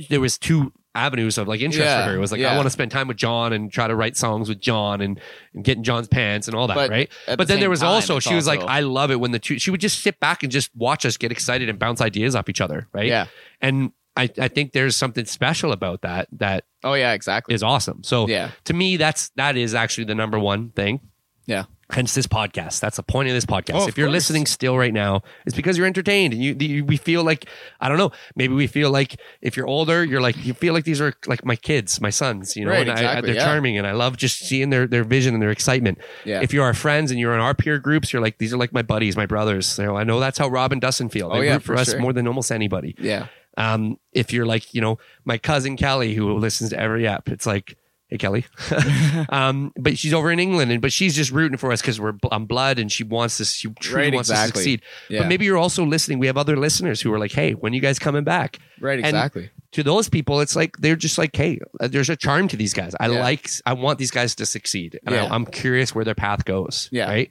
S1: there was two avenues of like interest
S2: Yeah,
S1: for her. It was like
S2: yeah.
S1: I want to spend time with John and try to write songs with John and, and get in John's pants and all that,
S2: But
S1: right?
S2: At
S1: But
S2: the
S1: then there
S2: same
S1: was
S2: time,
S1: also
S2: it's
S1: she was like,
S2: also-
S1: I love it when the two she would just sit back and just watch us get excited and bounce ideas off each other, right?
S2: Yeah.
S1: And I, I think there's something special about that that
S2: Oh yeah. Exactly.
S1: is awesome. So
S2: Yeah.
S1: to me that's that is actually the number one thing
S2: Yeah.
S1: hence this podcast that's the point of this podcast
S2: Oh, of
S1: if you're
S2: course.
S1: listening still right now it's because you're entertained and you, you we feel like i don't know maybe we feel like if you're older you're like you feel like these are like my kids my sons you know
S2: Right,
S1: and I, I,
S2: exactly,
S1: they're
S2: yeah.
S1: charming and i love just seeing their their vision and their excitement
S2: Yeah.
S1: if you're our friends and you're in our peer groups you're like these are like my buddies my brothers you know, i know that's how rob and dustin feel they
S2: Oh, yeah,
S1: root for,
S2: for
S1: us
S2: sure.
S1: more than almost anybody
S2: yeah.
S1: um, if you're like, you know, my cousin Kelly who listens to every app, it's like, hey Kelly, um, but she's over in England, and but she's just rooting for us because we're bl- on blood, and she wants us. She truly
S2: Right,
S1: wants us to
S2: exactly.
S1: succeed.
S2: Yeah.
S1: But maybe you're also listening. We have other listeners who are like, hey, when you guys coming back?
S2: Right.
S1: And-
S2: Exactly.
S1: To those people, it's like they're just like, hey, uh, there's a charm to these guys. I
S2: Yeah.
S1: like, I want these guys to succeed, and
S2: Yeah.
S1: I, I'm curious where their path goes.
S2: Yeah.
S1: Right.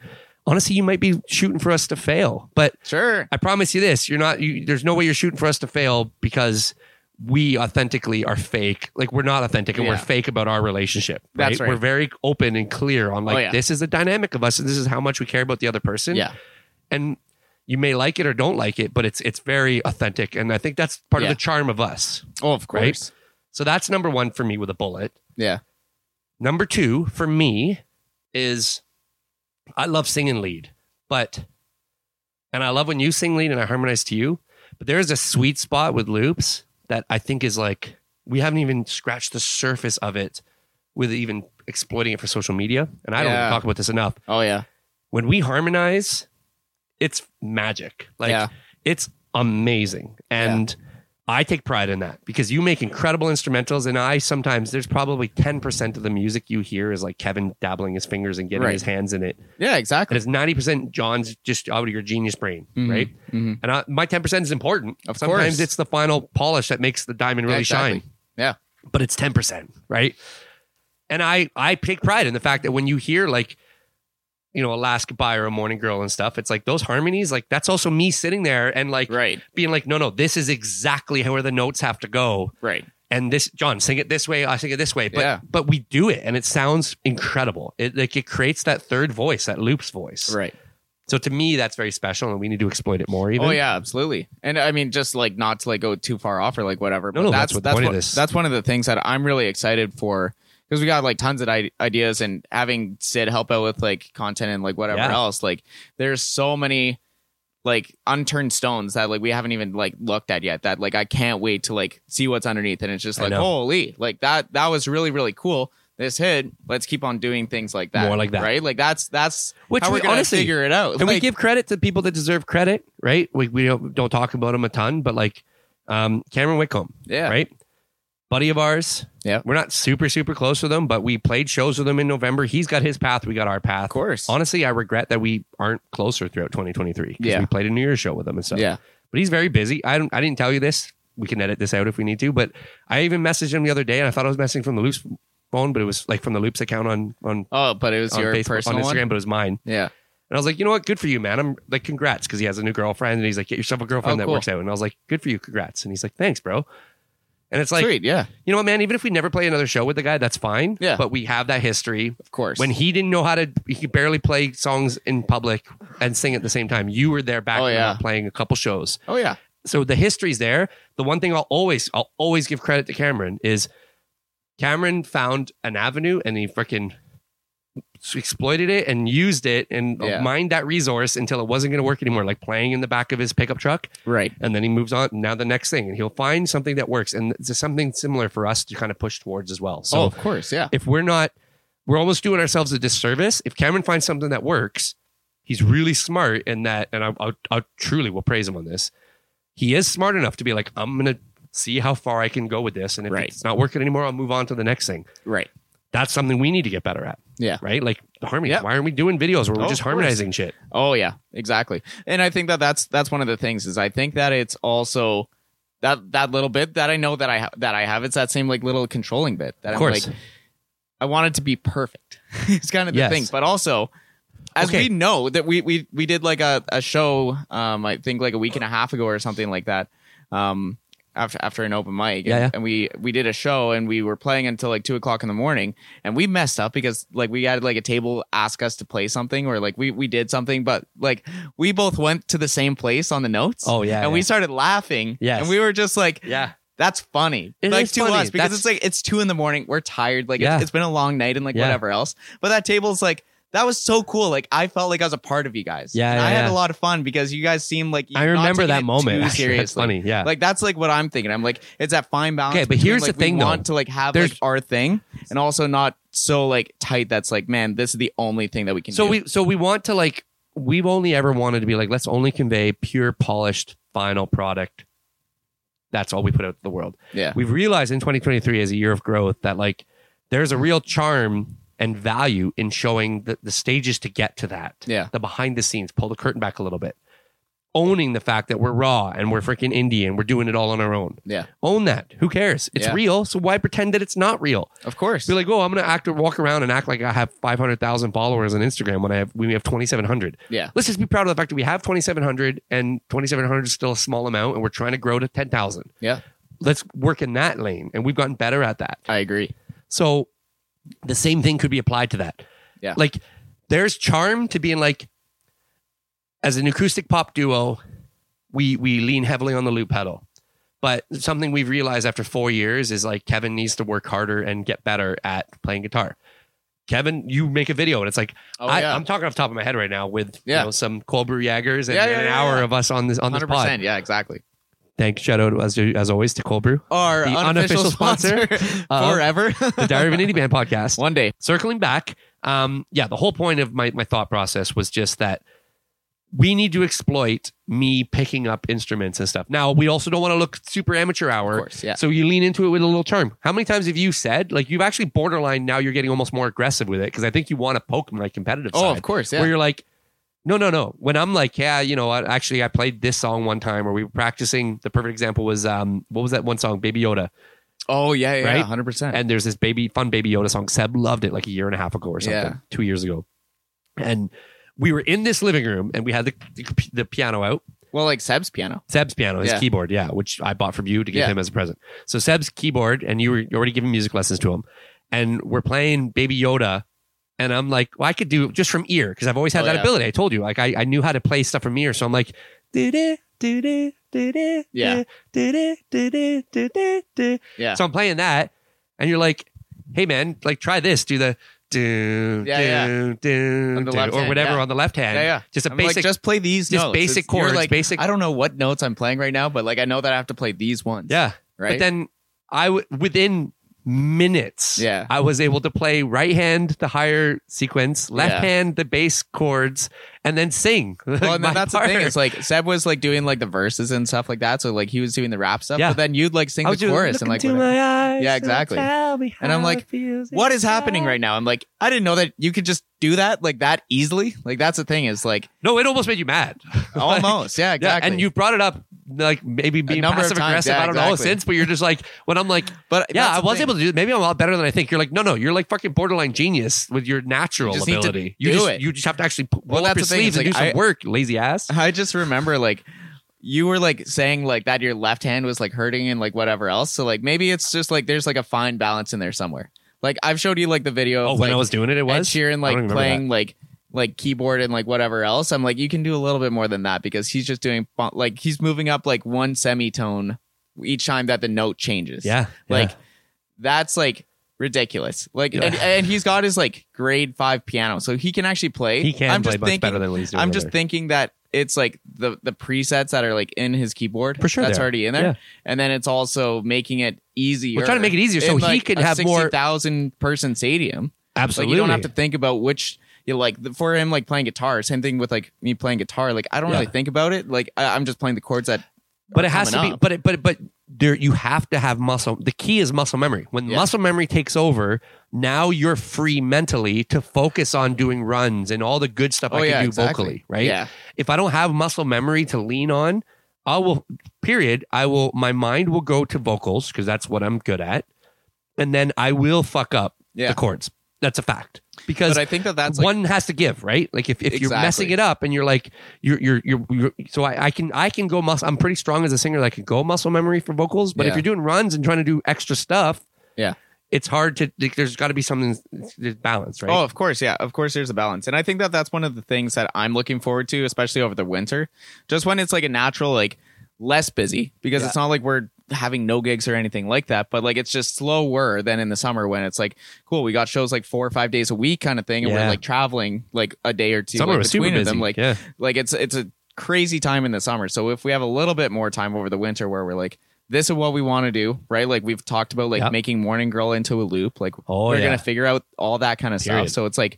S1: Honestly, you might be shooting for us to fail, but
S2: sure.
S1: I promise you this: you're not. You, there's no way you're shooting for us to fail because we authentically are fake. Like we're not authentic, and
S2: Yeah.
S1: we're fake about our relationship. Right?
S2: That's right.
S1: We're very open and clear on like
S2: Oh, yeah.
S1: this is the dynamic of us, and this is how much we care about the other person.
S2: Yeah.
S1: and you may like it or don't like it, but it's it's very authentic, and I think that's part
S2: Yeah.
S1: of the charm of us.
S2: Oh, of
S1: Right?
S2: course.
S1: So that's number one for me with a bullet.
S2: Yeah.
S1: Number two for me is I love singing lead, but and I love when you sing lead and I harmonize to you. But there is a sweet spot with loops that I think is like we haven't even scratched the surface of it with even exploiting it for social media. And I don't
S2: Yeah.
S1: talk about this enough.
S2: Oh yeah.
S1: When we harmonize, it's magic. Like
S2: Yeah.
S1: it's amazing. And I take pride in that because you make incredible instrumentals. And I sometimes, there's probably 10% of the music you hear is like Kevin dabbling his fingers and getting
S2: Right.
S1: his hands in it.
S2: Yeah.
S1: And
S2: Exactly.
S1: it's 90% John's just out of your genius brain,
S2: Mhm.
S1: right?
S2: Mhm.
S1: And I, my 10% is important.
S2: Of
S1: sometimes
S2: course.
S1: it's the final polish that makes the diamond really
S2: Exactly.
S1: shine.
S2: Yeah.
S1: But it's 10%, right? And I, I take pride in the fact that when you hear like, you know, Alaska Goodbye or a morning girl and stuff, it's like those harmonies, like that's also me sitting there and like
S2: Right.
S1: being like, no, no, this is exactly where the notes have to go.
S2: Right.
S1: And this, John, sing it this way. I sing it this way. But
S2: Yeah.
S1: but we do it, and it sounds incredible. It like it creates that third voice, that Loop's voice.
S2: Right.
S1: So to me, that's very special, and we need to exploit it more. Even.
S2: Oh yeah, absolutely. And I mean, just like not to like go too far off or like whatever.
S1: No, no, that's what the point of
S2: one-
S1: this.
S2: That's one of the things that I'm really excited for because we got like tons of I- ideas and having Sid help out with like content and like whatever
S1: Yeah.
S2: else. Like, there's so many like unturned stones that like we haven't even like looked at yet. That like I can't wait to like see what's underneath. And it's just
S1: I
S2: like
S1: know.
S2: holy, like that that was really really cool. This hit. Let's keep on doing things like that.
S1: More like that.
S2: right? Like that's that's
S1: Which
S2: how
S1: we-
S2: we're gonna
S1: honestly,
S2: figure it out.
S1: And we
S2: Like,
S1: give credit to people that deserve credit, right? We we don't, don't talk about them a ton, but like um, Cameron Whitcomb,
S2: yeah,
S1: right? Buddy of ours.
S2: Yeah.
S1: We're not super super close with him, but we played shows with him in November. He's got his path. We got our path.
S2: Of course.
S1: honestly, I regret that we aren't closer throughout 2023 because
S2: Yeah.
S1: we played a New Year's show with him and stuff.
S2: yeah.
S1: But he's very busy. I don't, I didn't tell you this. We can edit this out if we need to. But I even messaged him the other day, and I thought I was messaging from the Loops phone, but it was like from the Loops account on on,
S2: Oh, but it was
S1: on
S2: your
S1: Facebook, on
S2: personal
S1: Instagram,
S2: one.
S1: but it was mine.
S2: Yeah.
S1: And I was like, you know what? Good for you, man. I'm like, congrats, because he has a new girlfriend, and he's like, get yourself a girlfriend
S2: Oh,
S1: that
S2: cool.
S1: works out. And I was like, good for you, congrats. And he's like, thanks, bro. And it's like,
S2: Sweet. Yeah.
S1: you know what, man? Even if we never play another show with the guy, that's fine.
S2: Yeah.
S1: But we have that history.
S2: Of course.
S1: When he didn't know how to, he could barely play songs in public and sing at the same time. You were there back
S2: Oh,
S1: when we
S2: yeah.
S1: were playing a couple shows.
S2: oh yeah.
S1: So the history's there. The one thing I'll always, I'll always give credit to Cameron is Cameron found an avenue and he freaking exploited it and used it and
S2: Yeah.
S1: mined that resource until it wasn't going to work anymore, like playing in the back of his pickup truck
S2: Right.
S1: and then he moves on. Now the next thing, and he'll find something that works, and it's something similar for us to kind of push towards as well. So
S2: oh, of course. Yeah.
S1: if we're not, we're almost doing ourselves a disservice. If Cameron finds something that works, he's really smart in that, and I, I, I truly will praise him on this. He is smart enough to be like, I'm gonna see how far I can go with this, and if
S2: Right.
S1: it's not working anymore, I'll move on to the next thing.
S2: Right.
S1: That's something we need to get better at.
S2: Yeah.
S1: Right. Like the harmony.
S2: Yeah.
S1: Why aren't we doing videos where we're
S2: Oh,
S1: just
S2: of course.
S1: harmonizing shit?
S2: Oh yeah. Exactly. And I think that that's that's one of the things is I think that it's also that that little bit that I know that I ha- that I have. It's that same like little controlling bit that
S1: Of
S2: I'm
S1: course.
S2: like I want it to be perfect. it's kind of the
S1: Yes.
S2: thing, but also as
S1: Okay.
S2: we know that we we we did like a a show um I think like a week and a half ago or something like that. Um. After, after an open mic, and,
S1: Yeah, yeah.
S2: and we we did a show and we were playing until like two o'clock in the morning, and we messed up because like we had like a table ask us to play something or like we we did something, but like we both went to the same place on the notes.
S1: Oh, yeah,
S2: and we
S1: yeah.
S2: started laughing.
S1: Yes.
S2: and we were just like,
S1: Yeah.
S2: that's funny.
S1: It
S2: like
S1: is
S2: to
S1: funny.
S2: us because
S1: That's-
S2: it's like it's two in the morning. We're tired. Like it's-
S1: Yeah.
S2: it's been a long night and like
S1: Yeah.
S2: whatever else. But that table's like that was so cool. Like I felt like I was a part of you guys.
S1: Yeah,
S2: and
S1: yeah,
S2: I had
S1: yeah.
S2: a lot of fun because you guys seem like you
S1: I
S2: not
S1: remember
S2: taking
S1: that
S2: it
S1: moment.
S2: Too
S1: Actually, that's
S2: seriously.
S1: funny. Yeah.
S2: Like that's like what I'm thinking. I'm like it's that fine balance.
S1: Okay, but here's
S2: like,
S1: the thing,
S2: we want
S1: though.
S2: to like have
S1: There's-
S2: like our thing and also not so like tight. That's like man, this is the only thing that we can.
S1: so
S2: do.
S1: we so we want to like we've only ever wanted to be like let's only convey pure polished final product. That's all we put out to the world.
S2: yeah
S1: We've realized in 2023 as a year of growth that like there's a real charm and value in showing the, the stages to get to that.
S2: yeah
S1: the behind the scenes, pull the curtain back a little bit. Owning the fact that we're raw and we're freaking indie and we're doing it all on our own.
S2: yeah
S1: Own that. Who cares? It's
S2: Yeah.
S1: real. So why pretend that it's not real?
S2: of course
S1: Be like, oh, I'm gonna act walk around and act like I have 500,000 followers on Instagram when I have when we have 2,700.
S2: yeah
S1: Let's just be proud of the fact that we have 2,700 and 2,700 is still a small amount, and we're trying to grow to 10,000.
S2: yeah
S1: Let's work in that lane, and we've gotten better at that.
S2: I agree
S1: So the same thing could be applied to that.
S2: Yeah.
S1: Like there's charm to being like as an acoustic pop duo, we we lean heavily on the loop pedal. But something we've realized after 4 years is like Kevin needs to work harder and get better at playing guitar. Kevin, you make a video and it's like
S2: oh
S1: I,
S2: yeah
S1: I'm talking off the top of my head right now with
S2: Yeah.
S1: you know some cold brew Jaggers and
S2: Yeah,
S1: then
S2: yeah,
S1: an
S2: yeah,
S1: hour
S2: yeah.
S1: of us on this on this
S2: hundred
S1: pod.
S2: percent yeah exactly.
S1: Thank shout out as as always to cold brew,
S2: our
S1: The unofficial sponsor of-
S2: forever.
S1: the Diary of an Indie Band podcast.
S2: One day,
S1: circling back um yeah the whole point of my my thought process was just that we need to exploit me picking up instruments and stuff now we also don't want to look super amateur
S2: of
S1: hour
S2: course. Yeah,
S1: so you lean into it with a little charm how many times have you said like you've actually borderline now you're getting almost more aggressive with it because i think you want to poke my competitive
S2: Oh,
S1: side
S2: of course,
S1: where
S2: yeah.
S1: you're like no no no when i'm like yeah you know I, actually i played this song one time or we were practicing the perfect example was um what was that one song baby yoda
S2: Oh yeah, yeah,
S1: Right?
S2: hundred percent.
S1: and there's this baby fun baby Yoda song. Seb loved it like a year and a half ago or something,
S2: Yeah.
S1: two years ago. And we were in this living room and we had the the, the piano out,
S2: Well, like Seb's piano.
S1: Seb's piano, his
S2: Yeah.
S1: keyboard, yeah, which I bought from you to give
S2: Yeah.
S1: him as a present. So Seb's keyboard, and you were you already giving music lessons to him, and we're playing Baby Yoda. And I'm like, well, I could do just from ear because I've always had
S2: Oh,
S1: that
S2: yeah.
S1: ability. I told you, like, I, I knew how to play stuff from ear. So I'm like, doo-doo, doo-doo, doo-doo,
S2: Yeah.
S1: doo-doo, doo-doo, doo-doo, doo.
S2: Yeah.
S1: So I'm playing that, and you're like, "Hey, man, like try this. Do the do
S2: Yeah, yeah.
S1: do do,
S2: On the
S1: do,"
S2: left
S1: or
S2: hand,
S1: whatever
S2: yeah.
S1: on the left hand.
S2: Yeah, yeah.
S1: Just a
S2: I'm
S1: basic.
S2: like, just play these
S1: just
S2: notes.
S1: basic
S2: you're
S1: chords,
S2: Like,
S1: basic-
S2: I don't know what notes I'm playing right now, but like I know that I have to play these ones.
S1: yeah.
S2: right.
S1: But then I w- within minutes,
S2: Yeah.
S1: I was able to play right hand the higher sequence, left
S2: Yeah.
S1: hand the bass chords, and then sing.
S2: well, and
S1: my
S2: then that's
S1: part.
S2: the thing. It's like Seb was like doing like the verses and stuff like that. So like he was doing the rap stuff,
S1: Yeah.
S2: but then you'd like sing
S1: I
S2: the
S1: was doing,
S2: chorus and
S1: "Look
S2: like
S1: into
S2: whatever.
S1: my eyes
S2: Yeah,
S1: and
S2: exactly.
S1: tell me
S2: And I'm
S1: how
S2: like,
S1: it feels
S2: what is happening
S1: inside."
S2: right now? I'm like, I didn't know that you could just do that like that easily. Like that's the thing. Is like
S1: No, it almost made you mad. Like,
S2: almost, yeah, exactly.
S1: Yeah, and you brought it up like maybe being
S2: number of
S1: passive
S2: times,
S1: aggressive.
S2: yeah,
S1: I don't know
S2: exactly.
S1: since, but you're just like when I'm like,
S2: but
S1: yeah,
S2: that's
S1: I
S2: the
S1: was
S2: thing.
S1: able to do. it. Maybe I'm a lot better than I think. You're like, no, no, you're like fucking borderline genius with your natural
S2: You just need to
S1: ability. you
S2: do
S1: just
S2: it.
S1: you just have to actually put,
S2: Well,
S1: roll up your
S2: that's the thing,
S1: sleeves
S2: it's
S1: and do
S2: like,
S1: some
S2: I-
S1: work, lazy ass.
S2: I just remember like you were like saying like that your left hand was like hurting and like whatever else. So like maybe it's just like there's like a fine balance in there somewhere. Like I've showed you like the video.
S1: Oh,
S2: of,
S1: when
S2: like,
S1: I was doing it, it was
S2: Ed Sheeran
S1: I don't
S2: like
S1: remember
S2: playing like like keyboard and like whatever else. I'm like you can do a little bit more than that because he's just doing fun- like he's moving up like one semitone each time that the note changes.
S1: that. Yeah, yeah.
S2: Like that's like ridiculous. Like
S1: Yeah.
S2: and, and he's got his like grade five piano, so he can actually play.
S1: he can
S2: I'm
S1: play
S2: just
S1: much
S2: thinking,
S1: better than Lazy.
S2: I'm just thinking that it's like the the presets that are like in his keyboard
S1: For sure
S2: that's
S1: they are.
S2: already in there,
S1: Yeah.
S2: and then it's also making it easier.
S1: We're trying to make it easier so
S2: in,
S1: he
S2: like,
S1: can
S2: a
S1: have more-
S2: thousand person stadium. Like
S1: absolutely.
S2: you don't have to think about which. You know, like the- for him, like playing guitar. Same thing with like me playing guitar. Like I don't
S1: Yeah.
S2: really think about it. Like I, I'm just playing the chords that.
S1: but it has to
S2: coming
S1: be
S2: up.
S1: but it but but there you have to have muscle the key is muscle memory when
S2: Yeah.
S1: muscle memory takes over now you're free mentally to focus on doing runs and all the good stuff
S2: Oh
S1: i
S2: yeah,
S1: can do
S2: exactly.
S1: vocally right
S2: Yeah,
S1: if i don't have muscle memory to lean on I will period. I will my mind will go to vocals because that's what I'm good at, and then I will fuck up
S2: Yeah.
S1: the chords. That's a fact because
S2: But I think that that's like,
S1: one has to give, right? Like if, if you're
S2: Exactly.
S1: messing it up and you're like you're you're you're, you're so I, I can I can go muscle. I'm pretty strong as a singer. I can go muscle memory for vocals, but if
S2: Yeah.
S1: you're doing runs and trying to do extra stuff,
S2: Yeah.
S1: it's hard to. Like, there's got to be something there's balance, right?
S2: Oh, of course, yeah, of course. There's a balance, and I think that that's one of the things that I'm looking forward to, especially over the winter, just when it's like a natural, like less busy, because it's not like we're having no gigs or anything like that, but like it's just slower than in the summer when it's like, cool, we got shows like four or five days a week kind of thing, and we're
S1: Yeah.
S2: like traveling like a day or two
S1: Summer
S2: like,
S1: was super
S2: between
S1: busy.
S2: them, like
S1: yeah.
S2: like it's it's a crazy time in the summer. So if we have a little bit more time over the winter where we're like. This is what we want to do, right? Like we've talked about, like
S1: Yep.
S2: making Morning Girl into a loop. Like
S1: Oh
S2: we're
S1: yeah.
S2: gonna figure out all that kind of
S1: Period.
S2: stuff. So it's like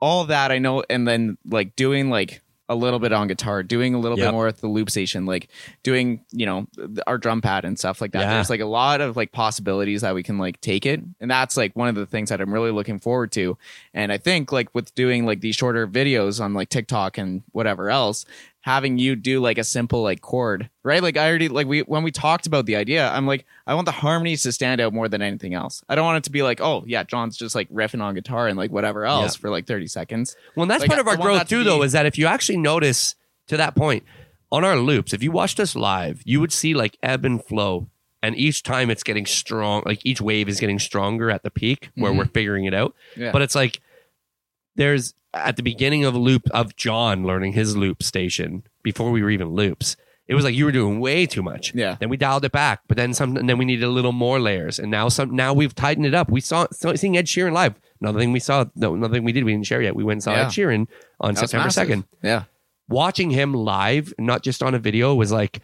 S2: all that I know, and then like doing like a little bit on guitar, doing a little
S1: Yep.
S2: bit more at the loop station, like doing you know th- our drum pad and stuff like that.
S1: Yeah.
S2: There's like a lot of like possibilities that we can like take it, and that's like one of the things that I'm really looking forward to. And I think like with doing like these shorter videos on like TikTok and whatever else, having you do like a simple like chord, right? Like I already like we when we talked about the idea, I'm like I want the harmonies to stand out more than anything else. I don't want it to be like, oh yeah, John's just like riffing on guitar and like whatever else for like 30 seconds.
S1: Well, and that's
S2: Like,
S1: part of
S2: I
S1: our
S2: want
S1: growth
S2: that to
S1: too, though,
S2: be-
S1: is that if you actually notice to that point on our loops, if you watched us live, you would see like ebb and flow. And each time it's getting strong, like each wave is getting stronger at the peak where
S2: Mhm.
S1: we're figuring it out.
S2: Yeah.
S1: But it's like there's at the beginning of a loop of John learning his loop station before we were even loops. It was like you were doing way too much.
S2: Yeah.
S1: Then we dialed it back, but then some. And then we needed a little more layers, and now some. Now we've tightened it up. We saw so, seeing Ed Sheeran live. Another thing we saw. No, another thing we did. We didn't share yet. We went and saw
S2: Yeah.
S1: Ed Sheeran on
S2: That was
S1: September
S2: massive.
S1: second.
S2: Yeah.
S1: Watching him live, not just on a video, was like,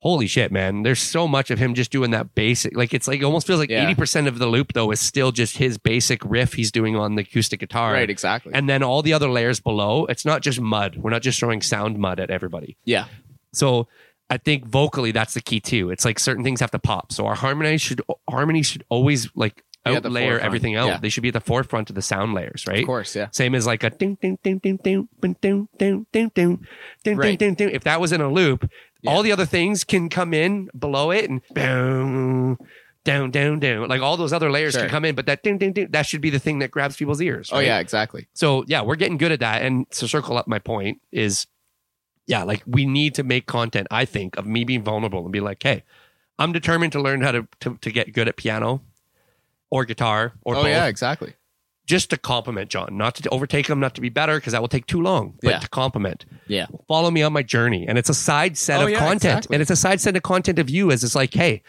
S1: holy shit, man! There's so much of him just doing that basic. Like it's like it almost feels like
S2: Yeah.
S1: eighty percent of the loop though is still just his basic riff he's doing on the acoustic guitar.
S2: Right, exactly.
S1: And then all the other layers below, it's not just mud. We're not just throwing sound mud at everybody.
S2: yeah.
S1: So I think vocally that's the key too. It's like certain things have to pop. So our harmony should harmony should always like
S2: Be at the
S1: outlayer
S2: forefront.
S1: everything else.
S2: Yeah.
S1: They should be at the forefront of the sound layers, right?
S2: Of course, yeah.
S1: Same as like a ding ding ding ding ding ding ding ding ding ding ding ding
S2: Right.
S1: ding ding. If that was in a loop,
S2: Yeah.
S1: all the other things can come in below it and boom. Down, down, down. Like all those other layers
S2: Sure.
S1: can come in, but that ding, ding, ding, that should be the thing that grabs people's ears.
S2: Oh
S1: right?
S2: yeah, exactly.
S1: So yeah, we're getting good at that. And to circle up my point is, yeah, like we need to make content. I think of me being vulnerable and be like, hey, I'm determined to learn how to to, to get good at piano or guitar or
S2: oh
S1: both,
S2: yeah, exactly.
S1: just to compliment John, not to overtake him, not to be better because that will take too long, but
S2: Yeah.
S1: to compliment.
S2: Yeah.
S1: Follow me on my journey, and it's a side set
S2: Oh,
S1: of
S2: yeah,
S1: content,
S2: exactly.
S1: and it's a side set of content of you as it's like, hey.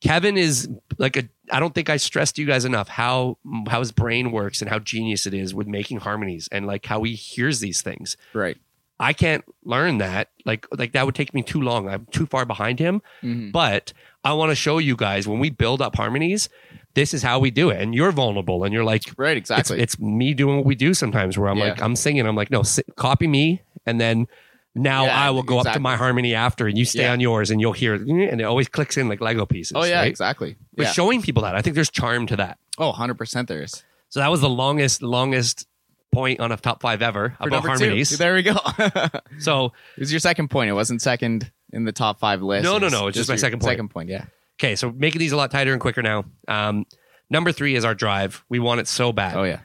S1: Kevin is like a. I don't think I stressed to you guys enough how how his brain works and how genius it is with making harmonies and like how he hears these things.
S2: Right.
S1: I can't learn that. Like like that would take me too long. I'm too far behind him.
S2: Mhm.
S1: But I want to show you guys when we build up harmonies, this is how we do it. And you're vulnerable, and you're like,
S2: Right,
S1: it's,
S2: exactly.
S1: it's me doing what we do sometimes where I'm
S2: Yeah.
S1: like, I'm singing, I'm like, no, si- copy me. And then now
S2: Yeah,
S1: I will go up to
S2: exactly.
S1: my harmony after and you stay
S2: Yeah.
S1: on yours and you'll hear, eh, and it always clicks in like Lego pieces.
S2: oh yeah,
S1: right?
S2: exactly.
S1: But
S2: Yeah.
S1: showing people that, I think there's charm to that.
S2: oh, 100% there is.
S1: So that was the longest, longest point on a top five ever
S2: For
S1: about
S2: number two.
S1: harmonies.
S2: There we go.
S1: So,
S2: It was your second point. It wasn't second in the top five list.
S1: No,
S2: It
S1: no,
S2: was
S1: no, it's just my
S2: your
S1: second point.
S2: Second point, yeah.
S1: okay, so making these a lot tighter and quicker now. Um, number three is our drive. We want it so bad.
S2: Oh, yeah.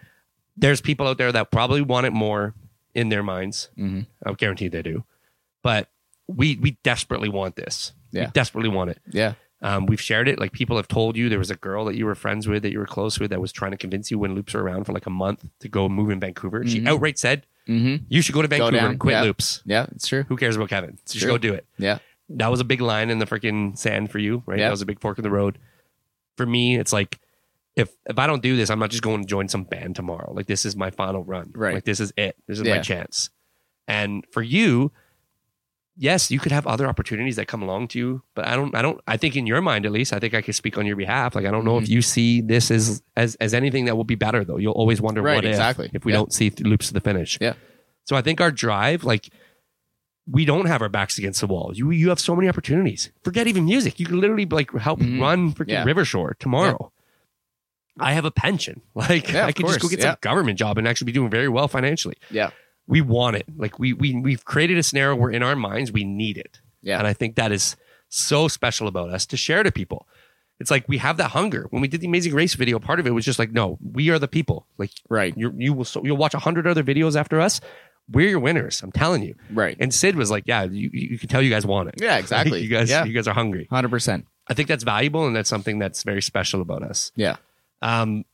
S1: There's people out there that probably want it more in their minds.
S2: hmm
S1: I guarantee they do. But we we desperately want this. We
S2: Yeah.
S1: desperately want it.
S2: Yeah.
S1: Um, we've shared it. Like people have told you there was a girl that you were friends with, that you were close with, that was trying to convince you when loops were around for like a month to go move in Vancouver. She
S2: Mhm.
S1: outright said,
S2: Mm-hmm.
S1: You should go to Vancouver
S2: down.
S1: and quit
S2: Yeah.
S1: loops.
S2: Yeah, it's true.
S1: Who cares about Kevin? Just
S2: True.
S1: go do it.
S2: Yeah.
S1: That was a big line in the freaking sand for you, right?
S2: Yeah.
S1: That was a big fork in the road. For me, it's like if if I don't do this, I'm not just going to join some band tomorrow. Like this is my final run.
S2: Right.
S1: Like this is it. This is my
S2: Yeah.
S1: chance. And for you, yes, you could have other opportunities that come along to you, but I don't I don't I think in your mind at least, I think I could speak on your behalf. Like I don't know
S2: Mm-hmm.
S1: if you see this as as as anything that will be better though. You'll always wonder
S2: Right,
S1: what if-
S2: exactly.
S1: if we
S2: Yeah.
S1: don't see th- loops to the finish.
S2: Yeah.
S1: So I think our drive like we don't have our backs against the wall. You you have so many opportunities. Forget even music. You can literally like help
S2: Mhm.
S1: run freaking
S2: Yeah.
S1: Rivershore tomorrow. I have a pension. Like
S2: Yeah,
S1: I
S2: of
S1: could just go
S2: course.
S1: get
S2: Yeah.
S1: some government job and actually be doing very well financially.
S2: Yeah.
S1: We want it. Like we we we've created a scenario where in our minds we need it.
S2: Yeah.
S1: And I think that is so special about us to share to people. It's like we have that hunger. When we did the Amazing Race video, part of it was just like, no, we are the people. Like
S2: Right.
S1: you, you will, so, you'll watch a hundred other videos after us. We're your winners. I'm telling you.
S2: Right.
S1: And Sid was like, yeah, you, you can tell you guys want it.
S2: Yeah, exactly.
S1: you guys,
S2: Yeah.
S1: you guys are hungry.
S2: Hundred percent.
S1: I think that's valuable, and that's something that's very special about us.
S2: Yeah.
S1: Um,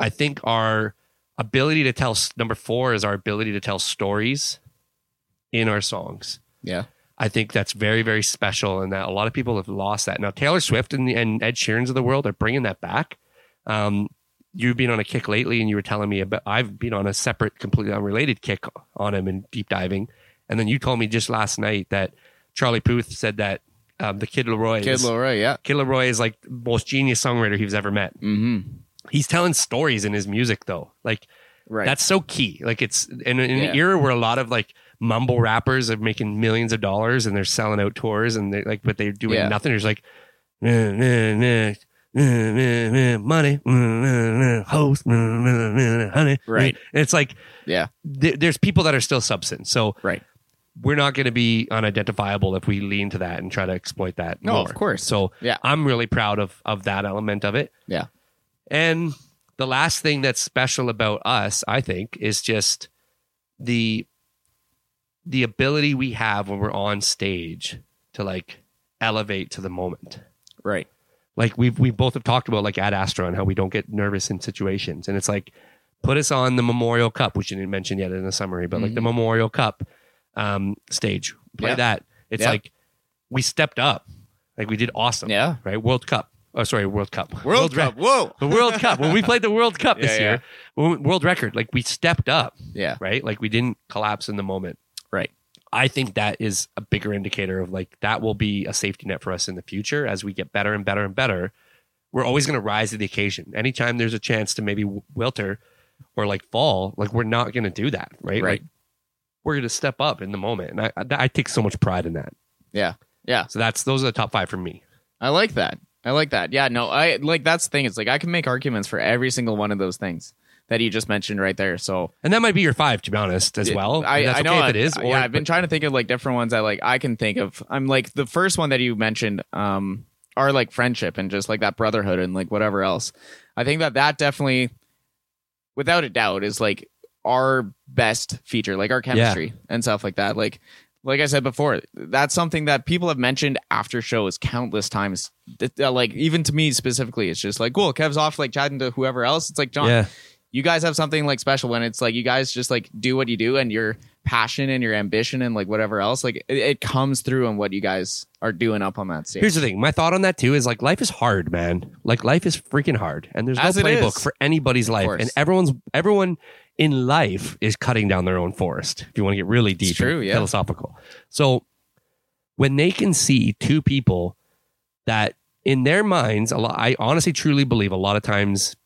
S1: I think our ability to tell number four is our ability to tell stories in our songs.
S2: Yeah.
S1: I think that's very, very special, and that a lot of people have lost that. Now, Taylor Swift and, and Ed Sheeran's of the world are bringing that back. Um, you've been on a kick lately, and you were telling me about. I've been on a separate, completely unrelated kick on him and deep diving, and then you told me just last night that Charlie Puth said that um, the Kid Leroy
S2: Kid
S1: is,
S2: Leroy. Yeah.
S1: Kid Leroy is like the most genius songwriter he's ever met.
S2: Mm-hmm.
S1: He's telling stories in his music though. Like
S2: Right.
S1: that's so key. Like it's in, in
S2: Yeah.
S1: an era where a lot of like mumble rappers are making millions of dollars and they're selling out tours and they like but they're doing
S2: Yeah.
S1: nothing. There's like "Nah, nah, nah, nah, nah, nah, money, nah, nah, nah, host, nah, nah, nah, nah, honey.
S2: Right.
S1: And it's like
S2: yeah.
S1: th- there's people that are still substance. So
S2: Right.
S1: we're not going to be unidentifiable if we lean to that and try to exploit that.
S2: No,
S1: more.
S2: of course.
S1: So
S2: Yeah.
S1: I'm really proud of of that element of it.
S2: Yeah.
S1: And the last thing that's special about us, I think, is just the the ability we have when we're on stage to like elevate to the moment
S2: Right.
S1: like we've we both have talked about like ad astra and how we don't get nervous in situations and it's like put us on the memorial cup which you didn't mention yet in the summary but like the memorial cup um stage play
S2: Mm-hmm. Yeah.
S1: that it's
S2: Yeah.
S1: like we stepped up like we did awesome
S2: Yeah.
S1: right world cup oh sorry world cup
S2: World
S1: Re-
S2: Cup. Whoa.
S1: the world cup when we played the world cup this
S2: Yeah,
S1: year when- world record like we stepped up
S2: Yeah.
S1: right like we didn't collapse in the moment
S2: Right.
S1: I think that is a bigger indicator of like that will be a safety net for us in the future as we get better and better and better. We're always going to rise to the occasion. Anytime there's a chance to maybe w- wilter or like fall, like we're not going to do that, right?
S2: Right.
S1: Like we're going to step up in the moment, and I, I I take so much pride in that.
S2: Yeah. Yeah.
S1: So that's those are the top five for me.
S2: I like that. I like that. Yeah, no, I like that's the thing. It's like I can make arguments for every single one of those things that you just mentioned right there. So
S1: And that might be your five, to be honest, as
S2: it-
S1: well.
S2: I,
S1: And that's
S2: I know
S1: okay if it is.
S2: I,
S1: Or,
S2: yeah, I've been trying to think of like different ones that like I can think of. I'm like the first one that you mentioned um are like friendship and just like that brotherhood and like whatever else. I think that that definitely, without a doubt, is like our best feature, like our chemistry and stuff like that. Like, like I said before, that's something that people have mentioned after shows countless times. Th- uh, Like even to me specifically, it's just like, cool, Kev's off like chatting to whoever else. It's like John,
S1: Yeah.
S2: you guys have something like special when it's like you guys just like do what you do and your passion and your ambition and like whatever else, like it, it comes through in what you guys are doing up on that stage.
S1: Here's the thing. My thought on that too is like life is hard, man. Like life is freaking hard, and there's no
S2: As it
S1: playbook
S2: is.
S1: for anybody's life,
S2: course.
S1: and everyone's everyone in life is cutting down their own forest. If you want to get really deep,
S2: true,
S1: and
S2: yeah.
S1: philosophical. So when they can see two people that in their minds, a lot, I honestly truly believe a lot of times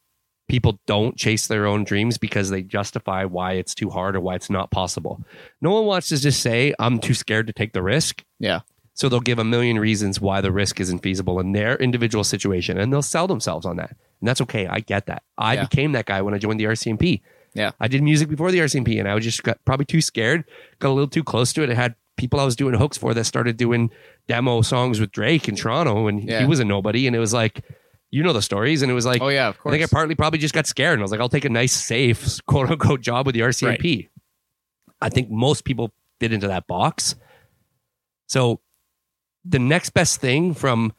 S1: people don't chase their own dreams because they justify why it's too hard or why it's not possible. No one wants to just say, "I'm too scared to take the risk."
S2: yeah.
S1: So they'll give a million reasons why the risk isn't feasible in their individual situation, and they'll sell themselves on that. And that's okay. I get that. I
S2: Yeah.
S1: became that guy when I joined the RCMP.
S2: Yeah.
S1: I did music before the RCMP, and I was just got probably too scared, got a little too close to it. I had people I was doing hooks for that started doing demo songs with Drake in Toronto, and
S2: Yeah.
S1: he was a nobody. And it was like, you know the stories, and it was like,
S2: Oh yeah, of
S1: I
S2: course.
S1: think I partly probably just got scared and I was like, I'll take a nice, safe, quote unquote job with the RCMP. I think most people fit into that box. So the next best thing from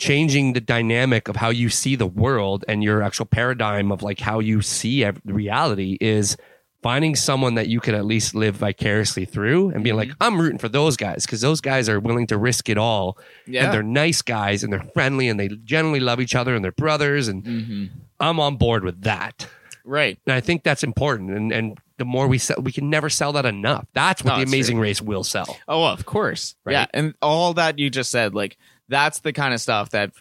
S1: changing the dynamic of how you see the world and your actual paradigm of like how you see ev- reality is finding someone that you can at least live vicariously through and being like, I'm rooting for those guys because those guys are willing to risk it all.
S2: yeah.
S1: And they're nice guys and they're friendly and they generally love each other and they're brothers and
S2: hmm
S1: I'm on board with that.
S2: Right.
S1: And I think that's important. And and the more we sell, we can never sell that enough. That's what
S2: No,
S1: the
S2: it's
S1: amazing race will sell.
S2: Oh, of course.
S1: Right?
S2: Yeah. And all that you just said, like, that's the kind of stuff that,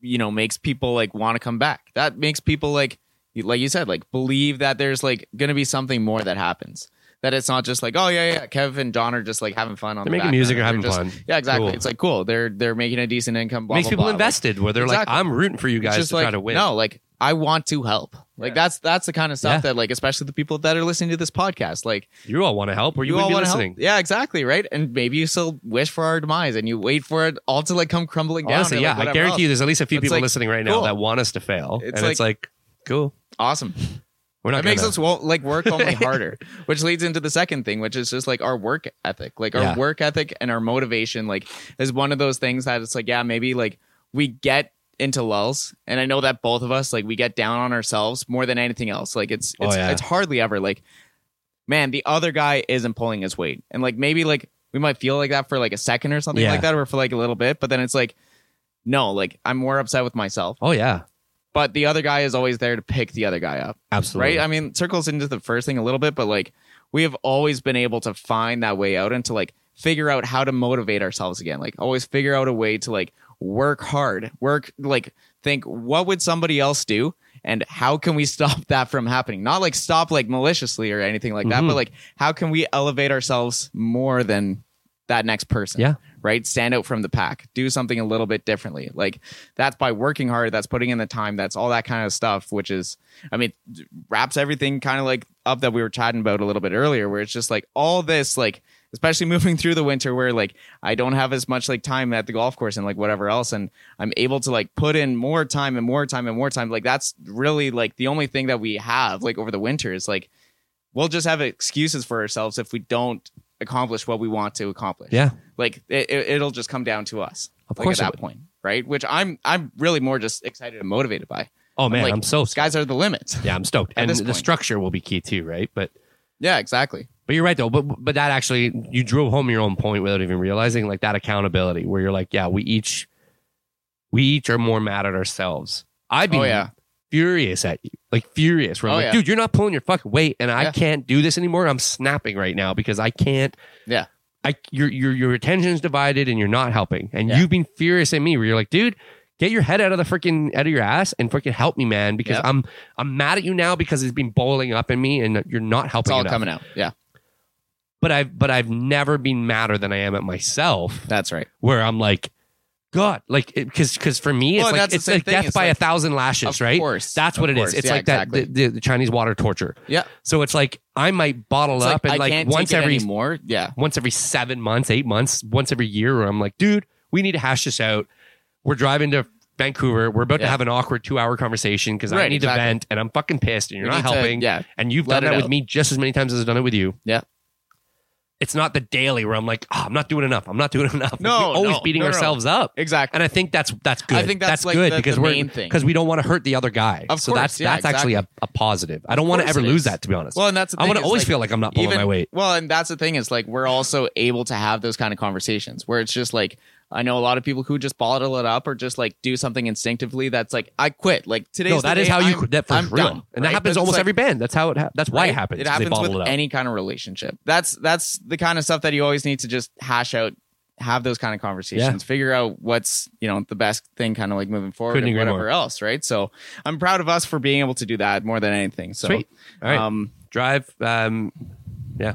S2: you know, makes people like want to come back. That makes people like, like you said, like believe that there's like going to be something more that happens. That it's not just like, oh yeah, yeah, Kev and John are just like having fun on.
S1: They're
S2: the
S1: making music or
S2: background.
S1: having
S2: They're just-
S1: fun.
S2: Yeah, exactly.
S1: Cool.
S2: It's like cool. They're they're making a decent income. Blah,
S1: Makes
S2: blah,
S1: people
S2: blah. Like,
S1: invested where they're
S2: Exactly.
S1: like, I'm rooting for you
S2: it's
S1: guys
S2: just
S1: to
S2: like
S1: try to win.
S2: no, like I want to help. Like that's that's the kind of stuff
S1: Yeah.
S2: that like especially the people that are listening to this podcast. Like
S1: You all want to help, or you,
S2: you
S1: would
S2: all
S1: be
S2: want to
S1: listening.
S2: help. Yeah, exactly, right? And maybe you still wish for our demise and you wait for it all to like come crumbling down.
S1: Honestly,
S2: or, like,
S1: yeah, I
S2: whatever
S1: guarantee
S2: else.
S1: you, there's at least a few
S2: It's
S1: people
S2: like,
S1: listening right now
S2: cool.
S1: that want us to fail,
S2: It's
S1: and it's like, cool,
S2: Awesome.
S1: we're not.
S2: It makes
S1: gonna-
S2: us wo- like work only harder, which leads into the second thing, which is just like our work ethic. Like our
S1: Yeah.
S2: work ethic and our motivation, like is one of those things that it's like, yeah, maybe like we get into lulls, and I know that both of us like we get down on ourselves more than anything else. Like it's
S1: Oh,
S2: it's
S1: yeah.
S2: it's hardly ever like, man, the other guy isn't pulling his weight, and like maybe like we might feel like that for like a second or something
S1: Yeah.
S2: like that, or for like a little bit, but then it's like, no, like I'm more upset with myself.
S1: Oh yeah,
S2: But the other guy is always there to pick the other guy up
S1: absolutely.
S2: right? I mean, circles into the first thing a little bit, but like we have always been able to find that way out and to like figure out how to motivate ourselves again. Like always figure out a way to like work hard, work like think what would somebody else do and how can we stop that from happening? Not like stop like maliciously or anything like that,
S1: Mhm.
S2: but like how can we elevate ourselves more than that next person?
S1: Yeah.
S2: Right? Stand out from the pack. Do something a little bit differently. Like that's by working hard, that's putting in the time, that's all that kind of stuff, which is I mean, wraps everything kind of like up that we were chatting about a little bit earlier, where it's just like all this, like, especially moving through the winter where like I don't have as much like time at the golf course and like whatever else. And I'm able to like put in more time and more time and more time. Like, that's really like the only thing that we have like over the winter is like we'll just have excuses for ourselves if we don't accomplish what we want to accomplish.
S1: yeah,
S2: Like, it, it, it'll just come down to us.
S1: Of
S2: like,
S1: course it
S2: at that
S1: would.
S2: point. Right. Which I'm, I'm really more just excited and motivated by.
S1: Oh man, I'm,
S2: like,
S1: so
S2: Skies are the limits.
S1: yeah, I'm stoked.
S2: at
S1: And
S2: this
S1: the
S2: point.
S1: structure will be key too, right? But
S2: Yeah, exactly.
S1: but you're right though. But but that actually you drove home your own point without even realizing, like that accountability, where you're like, yeah, we each we each are more mad at ourselves. I'd be
S2: Oh, yeah.
S1: furious at you, like furious. Where I'm
S2: Oh,
S1: like,
S2: yeah.
S1: dude, you're not pulling your fucking weight, and I
S2: Yeah.
S1: can't do this anymore. I'm snapping right now because I can't.
S2: Yeah.
S1: I your your your attention's divided, and you're not helping. And
S2: Yeah.
S1: you've been furious at me, where you're like, dude. Get your head out of the freaking out of your ass and freaking help me, man. Because
S2: Yep.
S1: I'm I'm mad at you now because it's been boiling up in me, and you're not
S2: It's
S1: helping.
S2: all
S1: enough
S2: coming out. Yeah,
S1: but I've but I've never been madder than I am at myself.
S2: that's right.
S1: Where I'm like, God, like because because for me it's
S2: Well,
S1: like
S2: that's the
S1: it's
S2: same
S1: like
S2: thing.
S1: death
S2: It's
S1: by a
S2: like-
S1: thousand lashes,
S2: of
S1: right?
S2: course.
S1: That's what
S2: Of
S1: it is.
S2: course.
S1: It's
S2: Yeah,
S1: like that
S2: exactly.
S1: the, the, the Chinese water torture.
S2: Yeah.
S1: So it's like I might bottle
S2: It's
S1: up
S2: I
S1: and like
S2: can't
S1: once
S2: take it
S1: every
S2: anymore. Yeah,
S1: once every seven months, eight months, once every year, where I'm like, dude, we need to hash this out. We're driving to Vancouver. We're about to
S2: Yeah.
S1: have an awkward two hour conversation because I
S2: Right,
S1: need to
S2: exactly.
S1: vent and I'm fucking pissed and you're
S2: We
S1: not
S2: need to-
S1: helping.
S2: yeah,
S1: And you've
S2: Let
S1: done
S2: it
S1: that with
S2: out.
S1: me just as many times as I've done it with you.
S2: Yeah.
S1: It's not the daily where I'm like, oh, I'm not doing enough. I'm not doing enough. Like,
S2: No,
S1: we're always
S2: no,
S1: beating
S2: no, no.
S1: ourselves up.
S2: exactly.
S1: And I think that's that's good.
S2: I think that's, like,
S1: good
S2: the-
S1: because
S2: the
S1: we're
S2: main thing.
S1: because we don't want to hurt the other guy.
S2: Of
S1: so
S2: course,
S1: that's
S2: yeah,
S1: that's actually a, a positive. I don't want to
S2: course
S1: ever
S2: it
S1: lose
S2: is.
S1: that to be honest.
S2: Well, and that's the
S1: I want
S2: thing
S1: to
S2: is,
S1: always
S2: like,
S1: feel like I'm not pulling
S2: even-
S1: my weight.
S2: Well, and that's the thing is like we're also able to have those kind of conversations where it's just like I know a lot of people who just bottle it up or just like do something instinctively that's like I quit. Like today,
S1: No, that is how you
S2: I'm,
S1: that for
S2: I'm
S1: real,
S2: done,
S1: and that
S2: right?
S1: happens
S2: That's
S1: almost
S2: like-
S1: every band. That's how it. Ha- that's why it
S2: Right?
S1: happens.
S2: It
S1: 'cause they
S2: happens
S1: bottle
S2: with
S1: it up.
S2: any kind of relationship. That's that's the kind of stuff that you always need to just hash out, have those kind of conversations, figure out what's you know the best thing, kind of like moving forward
S1: Couldn't
S2: and
S1: agree more.
S2: whatever else, right? So I'm proud of us for being able to do that more than anything. So
S1: Sweet. All right,
S2: um,
S1: drive. Um, yeah,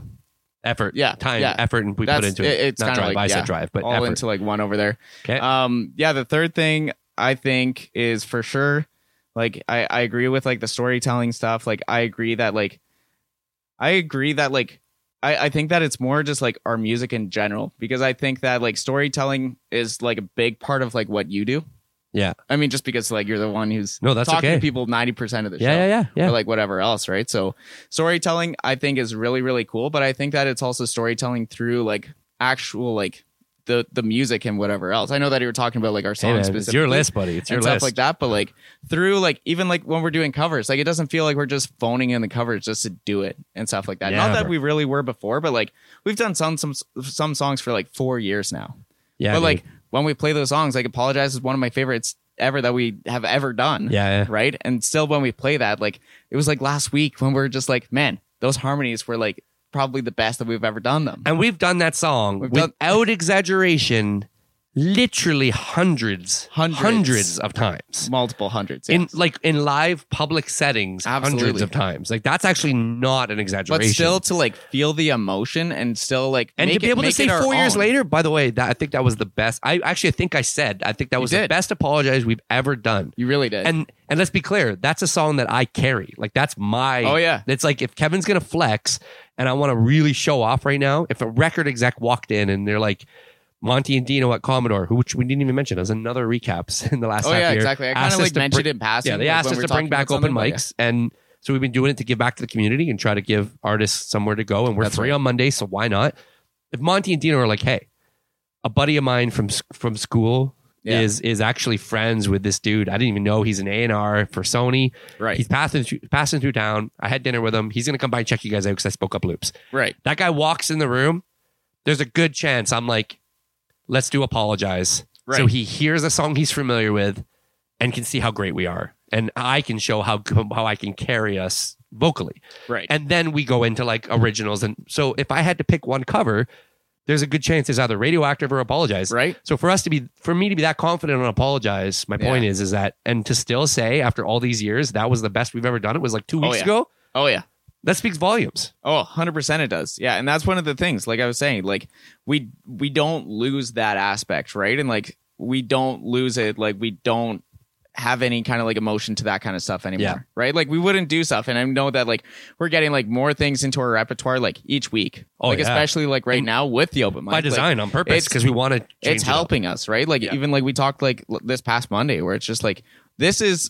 S1: effort.
S2: Yeah,
S1: time,
S2: yeah.
S1: effort, and we put
S2: that's
S1: into
S2: it-
S1: it.
S2: it's
S1: not
S2: kind of
S1: drive.
S2: like
S1: I
S2: yeah,
S1: said drive, but
S2: all
S1: effort.
S2: into like one over there.
S1: okay.
S2: Um, yeah, the third thing I think is for sure, like I, I agree with like the storytelling stuff. Like I agree that like I agree that like I, I think that it's more just like our music in general because I think that like storytelling is like a big part of like what you do.
S1: Yeah.
S2: I mean, just because like you're the one who's
S1: No, that's
S2: talking
S1: okay.
S2: to people ninety percent of the show
S1: yeah, yeah, yeah, yeah.
S2: or like whatever else, right? So storytelling I think is really really cool, but I think that it's also storytelling through like actual like the the music and whatever else. I know that you were talking about like our
S1: Hey,
S2: songs
S1: man, it's
S2: specifically
S1: your list, buddy. It's your
S2: and stuff
S1: list.
S2: like that, but like through like even like when we're doing covers, like it doesn't feel like we're just phoning in the covers just to do it and stuff like that.
S1: Yeah.
S2: Not that we really were before, but like we've done some some some songs for like four years now.
S1: yeah,
S2: but
S1: dude.
S2: like when we play those songs, like apologize is one of my favorites ever that we have ever done
S1: yeah, yeah.
S2: right? And still, when we play that, like it was like last week when we were just like, man, those harmonies were like probably the best that we've ever done them.
S1: And we've done that song
S2: We've done-
S1: without exaggeration literally hundreds,
S2: Hundreds.
S1: hundreds of times
S2: multiple hundreds.
S1: in
S2: yes.
S1: like in live public settings, hundreds
S2: Absolutely.
S1: of times. Like that's actually not an exaggeration.
S2: but still to like feel the emotion and still like
S1: and to
S2: make
S1: be
S2: it-
S1: able to
S2: make
S1: say
S2: it our
S1: four years
S2: own.
S1: later, by the way, that I think that was the best. I actually think I said I think that was the
S2: did.
S1: best apologize we've ever done.
S2: you really did.
S1: And and let's be clear, that's a song that I carry. Like that's my.
S2: Oh, yeah.
S1: It's like if Kevin's gonna flex, and I want to really show off right now. If a record exec walked in and they're like. Monty and Dino at Commodore, who which we didn't even mention as another recaps in the last
S2: oh
S1: half
S2: yeah,
S1: year,
S2: exactly. I kind
S1: asked
S2: of
S1: us
S2: like
S1: to
S2: mentioned
S1: bring-
S2: it in passing.
S1: yeah, they
S2: like,
S1: asked
S2: when
S1: us
S2: we
S1: to
S2: were
S1: bring
S2: talking
S1: back
S2: about
S1: open
S2: something, but
S1: mics, and so we've been doing it to give back to the community and try to give artists somewhere to go. And we're
S2: That's
S1: free
S2: right.
S1: on Monday, so why not? If Monty and Dino are like, "Hey, a buddy of mine from s- from school
S2: Yeah.
S1: is is actually friends with this dude. I didn't even know he's an A and R for Sony.
S2: yeah. Right.
S1: He's passing through, passing through town. I had dinner with him. He's gonna come by and check you guys out because I spoke up loops.
S2: Right.
S1: That guy walks in the room. There's a good chance I'm like, let's do apologize.
S2: Right.
S1: So he hears a song he's familiar with and can see how great we are. And I can show how how I can carry us vocally.
S2: Right.
S1: And then we go into like originals. And so if I had to pick one cover, there's a good chance it's either radioactive or apologize.
S2: right.
S1: So for us to be for me to be that confident on apologize, my
S2: Yeah.
S1: point is is that and to still say after all these years that was the best we've ever done. It was like two
S2: Oh,
S1: weeks
S2: yeah.
S1: ago.
S2: Oh yeah.
S1: That speaks volumes.
S2: Oh, 100% it does. Yeah, and that's one of the things like I was saying, like we we don't lose that aspect, right? And like we don't lose it like we don't have any kind of like emotion to that kind of stuff anymore,
S1: Yeah.
S2: right? Like we wouldn't do stuff and I know that like we're getting like more things into our repertoire like each week.
S1: Oh,
S2: like
S1: yeah.
S2: especially like right now with the open mic.
S1: By
S2: like,
S1: design on purpose
S2: it's-
S1: because we want to
S2: it's helping us, right? Like
S1: Yeah.
S2: even like we talked like l- this past Monday, where it's just like this is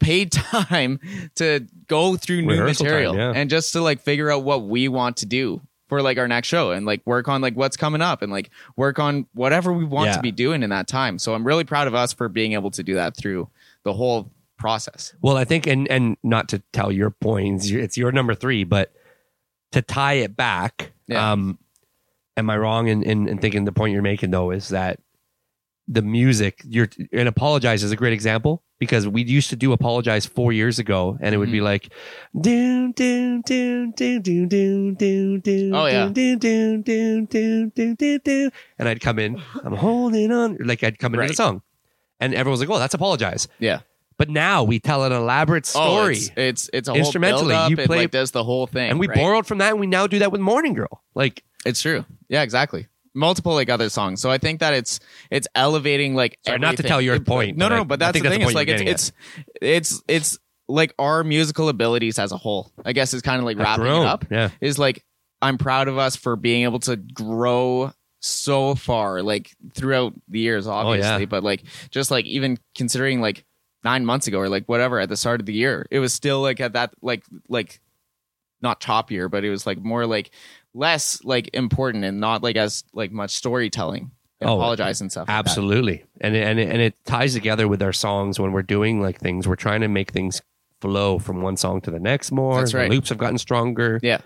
S2: paid time to go through new
S1: Rehearsal
S2: material
S1: time, yeah.
S2: and just to like figure out what we want to do for like our next show and like work on like what's coming up and like work on whatever we want
S1: Yeah.
S2: to be doing in that time. So I'm really proud of us for being able to do that through the whole process.
S1: Well, I think, and and not to tell your points, your- it's your number three, but to tie it back,
S2: Yeah.
S1: um, am I wrong in, in in thinking the point you're making though is that the music you're and apologize is a great example because we used to do apologize four years ago and it would be
S2: Mm-hmm.
S1: like do do do do do do do do
S2: Oh, yeah.
S1: do do do do do do do and I'd come in I'm holding on like I'd come in with a
S2: Right.
S1: song and everyone's like oh that's apologize
S2: Yeah.
S1: but now we tell an elaborate
S2: Oh,
S1: story.
S2: it's, it's it's a whole
S1: Instrumentally,
S2: build-up.
S1: you
S2: It,
S1: play-
S2: like does the whole thing,
S1: and we
S2: right?
S1: borrowed from that and we now do that with Morning Girl. Like
S2: It's true. Yeah, exactly. Multiple like other songs. So I think that it's it's elevating like
S1: Sorry, not to
S2: everything.
S1: tell your
S2: It-
S1: point,
S2: No,
S1: but
S2: no,
S1: I-
S2: no, but
S1: I
S2: that's the
S1: think
S2: thing.
S1: that's
S2: it's
S1: the
S2: like
S1: point
S2: it's
S1: you're
S2: it's it's it's like our musical abilities as a whole. I guess is kind of like wrapping it up.
S1: Yeah.
S2: Is like I'm proud of us for being able to grow so far, like throughout the years, obviously.
S1: Oh, yeah.
S2: But like just like even considering like nine months ago or like whatever at the start of the year, it was still like at that like like not choppier, but it was like more like less like important and not like as like much storytelling. I
S1: Oh,
S2: apologize and stuff. like that.
S1: Absolutely. And it- and it- and it ties together with our songs when we're doing like things we're trying to make things flow from one song to the next more.
S2: That's
S1: The
S2: right.
S1: loops have gotten stronger.
S2: Yeah.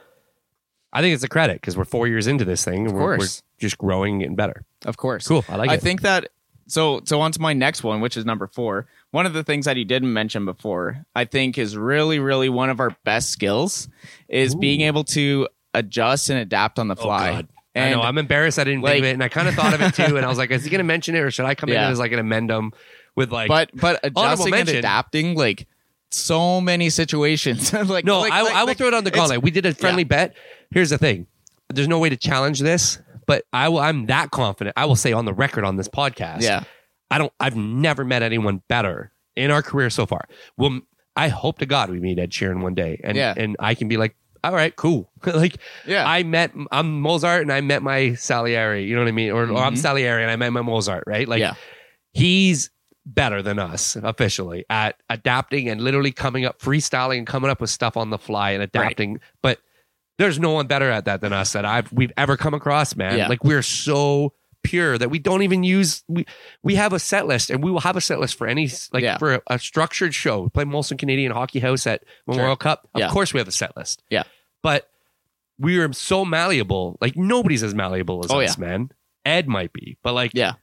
S1: I think it's a credit cuz we're 4 years into this thing and
S2: Of
S1: we're, we're
S2: course.
S1: just growing and better.
S2: Of course.
S1: Cool. I like
S2: I
S1: it.
S2: think that so so on to my next one, which is number four. One of the things that you didn't mention before, I think, is really, really one of our best skills is
S1: Ooh. Oh,
S2: being able to adjust and adapt on the fly.
S1: God. I
S2: And
S1: know I'm embarrassed I didn't think
S2: like-
S1: of it and I kind of thought of it too and I was like is he going to mention it or should I come
S2: Yeah.
S1: in as like an amendum with like
S2: but but adjusting and
S1: mention-
S2: adapting like so many situations. like
S1: No,
S2: like-
S1: I,
S2: like-
S1: I will
S2: like,
S1: throw it on the gauntlet. We did a friendly bet. Here's the thing: there's no way to challenge this, but I will. I'm that confident. I will say on the record on this podcast.
S2: Yeah.
S1: I don't. I've never met anyone better in our career so far. Well, I hope to God we meet Ed Sheeran one day, and
S2: Yeah.
S1: and I can be like, all right, cool. like
S2: Yeah.
S1: I met I'm Mozart and I met my Salieri. You know what I mean? Or, or I'm
S2: Mhm.
S1: Salieri and I met my Mozart. Right? Like
S2: Yeah.
S1: he's better than us officially at adapting and literally coming up freestyling and coming up with stuff on the fly and adapting. But there's no one better at that than us that I've we've ever come across, man.
S2: Yeah.
S1: Like we're so pure that we don't even use we we have a set list and we will have a set list for any like
S2: Yeah.
S1: for a, a structured show. We play Molson Canadian Hockey House at Memorial Cup. Of
S2: Yeah.
S1: course we have a set list.
S2: Yeah.
S1: But we are so malleable. Like nobody's as malleable as
S2: Oh,
S1: us, man. Ed might be, but like
S2: Yeah.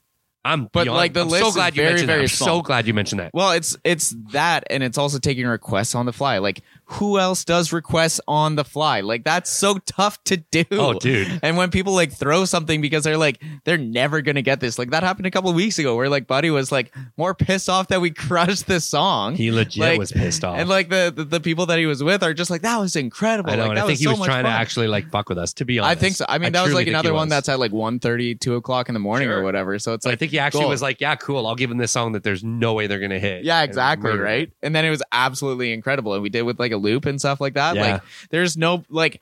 S1: I'm
S2: But,
S1: beyond-
S2: like, the
S1: I'm
S2: list
S1: so
S2: is
S1: glad you
S2: very,
S1: mentioned that.
S2: very
S1: I'm
S2: small.
S1: so glad you mentioned that.
S2: Well, it's it's that, and it's also taking requests on the fly. Like who else does requests on the fly? Like that's so tough to do.
S1: Oh, dude.
S2: And when people like throw something because they're like they're never gonna get this. Like that happened a couple of weeks ago where like Buddy was like more pissed off that we crushed this song.
S1: He legit
S2: Like,
S1: was pissed off.
S2: And like the, the the people that he was with are just like that was incredible.
S1: I know,
S2: Like,
S1: and
S2: that
S1: I think
S2: was
S1: he
S2: so
S1: was
S2: much
S1: trying to
S2: fun."
S1: actually like fuck with us. To be
S2: I
S1: honest,
S2: think so. I mean, that was
S1: truly
S2: like
S1: think he
S2: another
S1: was.
S2: one that's at like 1.30, 2 o'clock in the morning or
S1: Sure.
S2: whatever. So it's
S1: But I
S2: like
S1: think he actually
S2: gold.
S1: was like, "Yeah, cool. I'll give him this song that there's no way they're gonna hit."
S2: Yeah,
S1: And
S2: exactly.
S1: murder it.
S2: Right. And then it was absolutely incredible. And we did with like a loop and stuff like that.
S1: Yeah.
S2: Like there's no like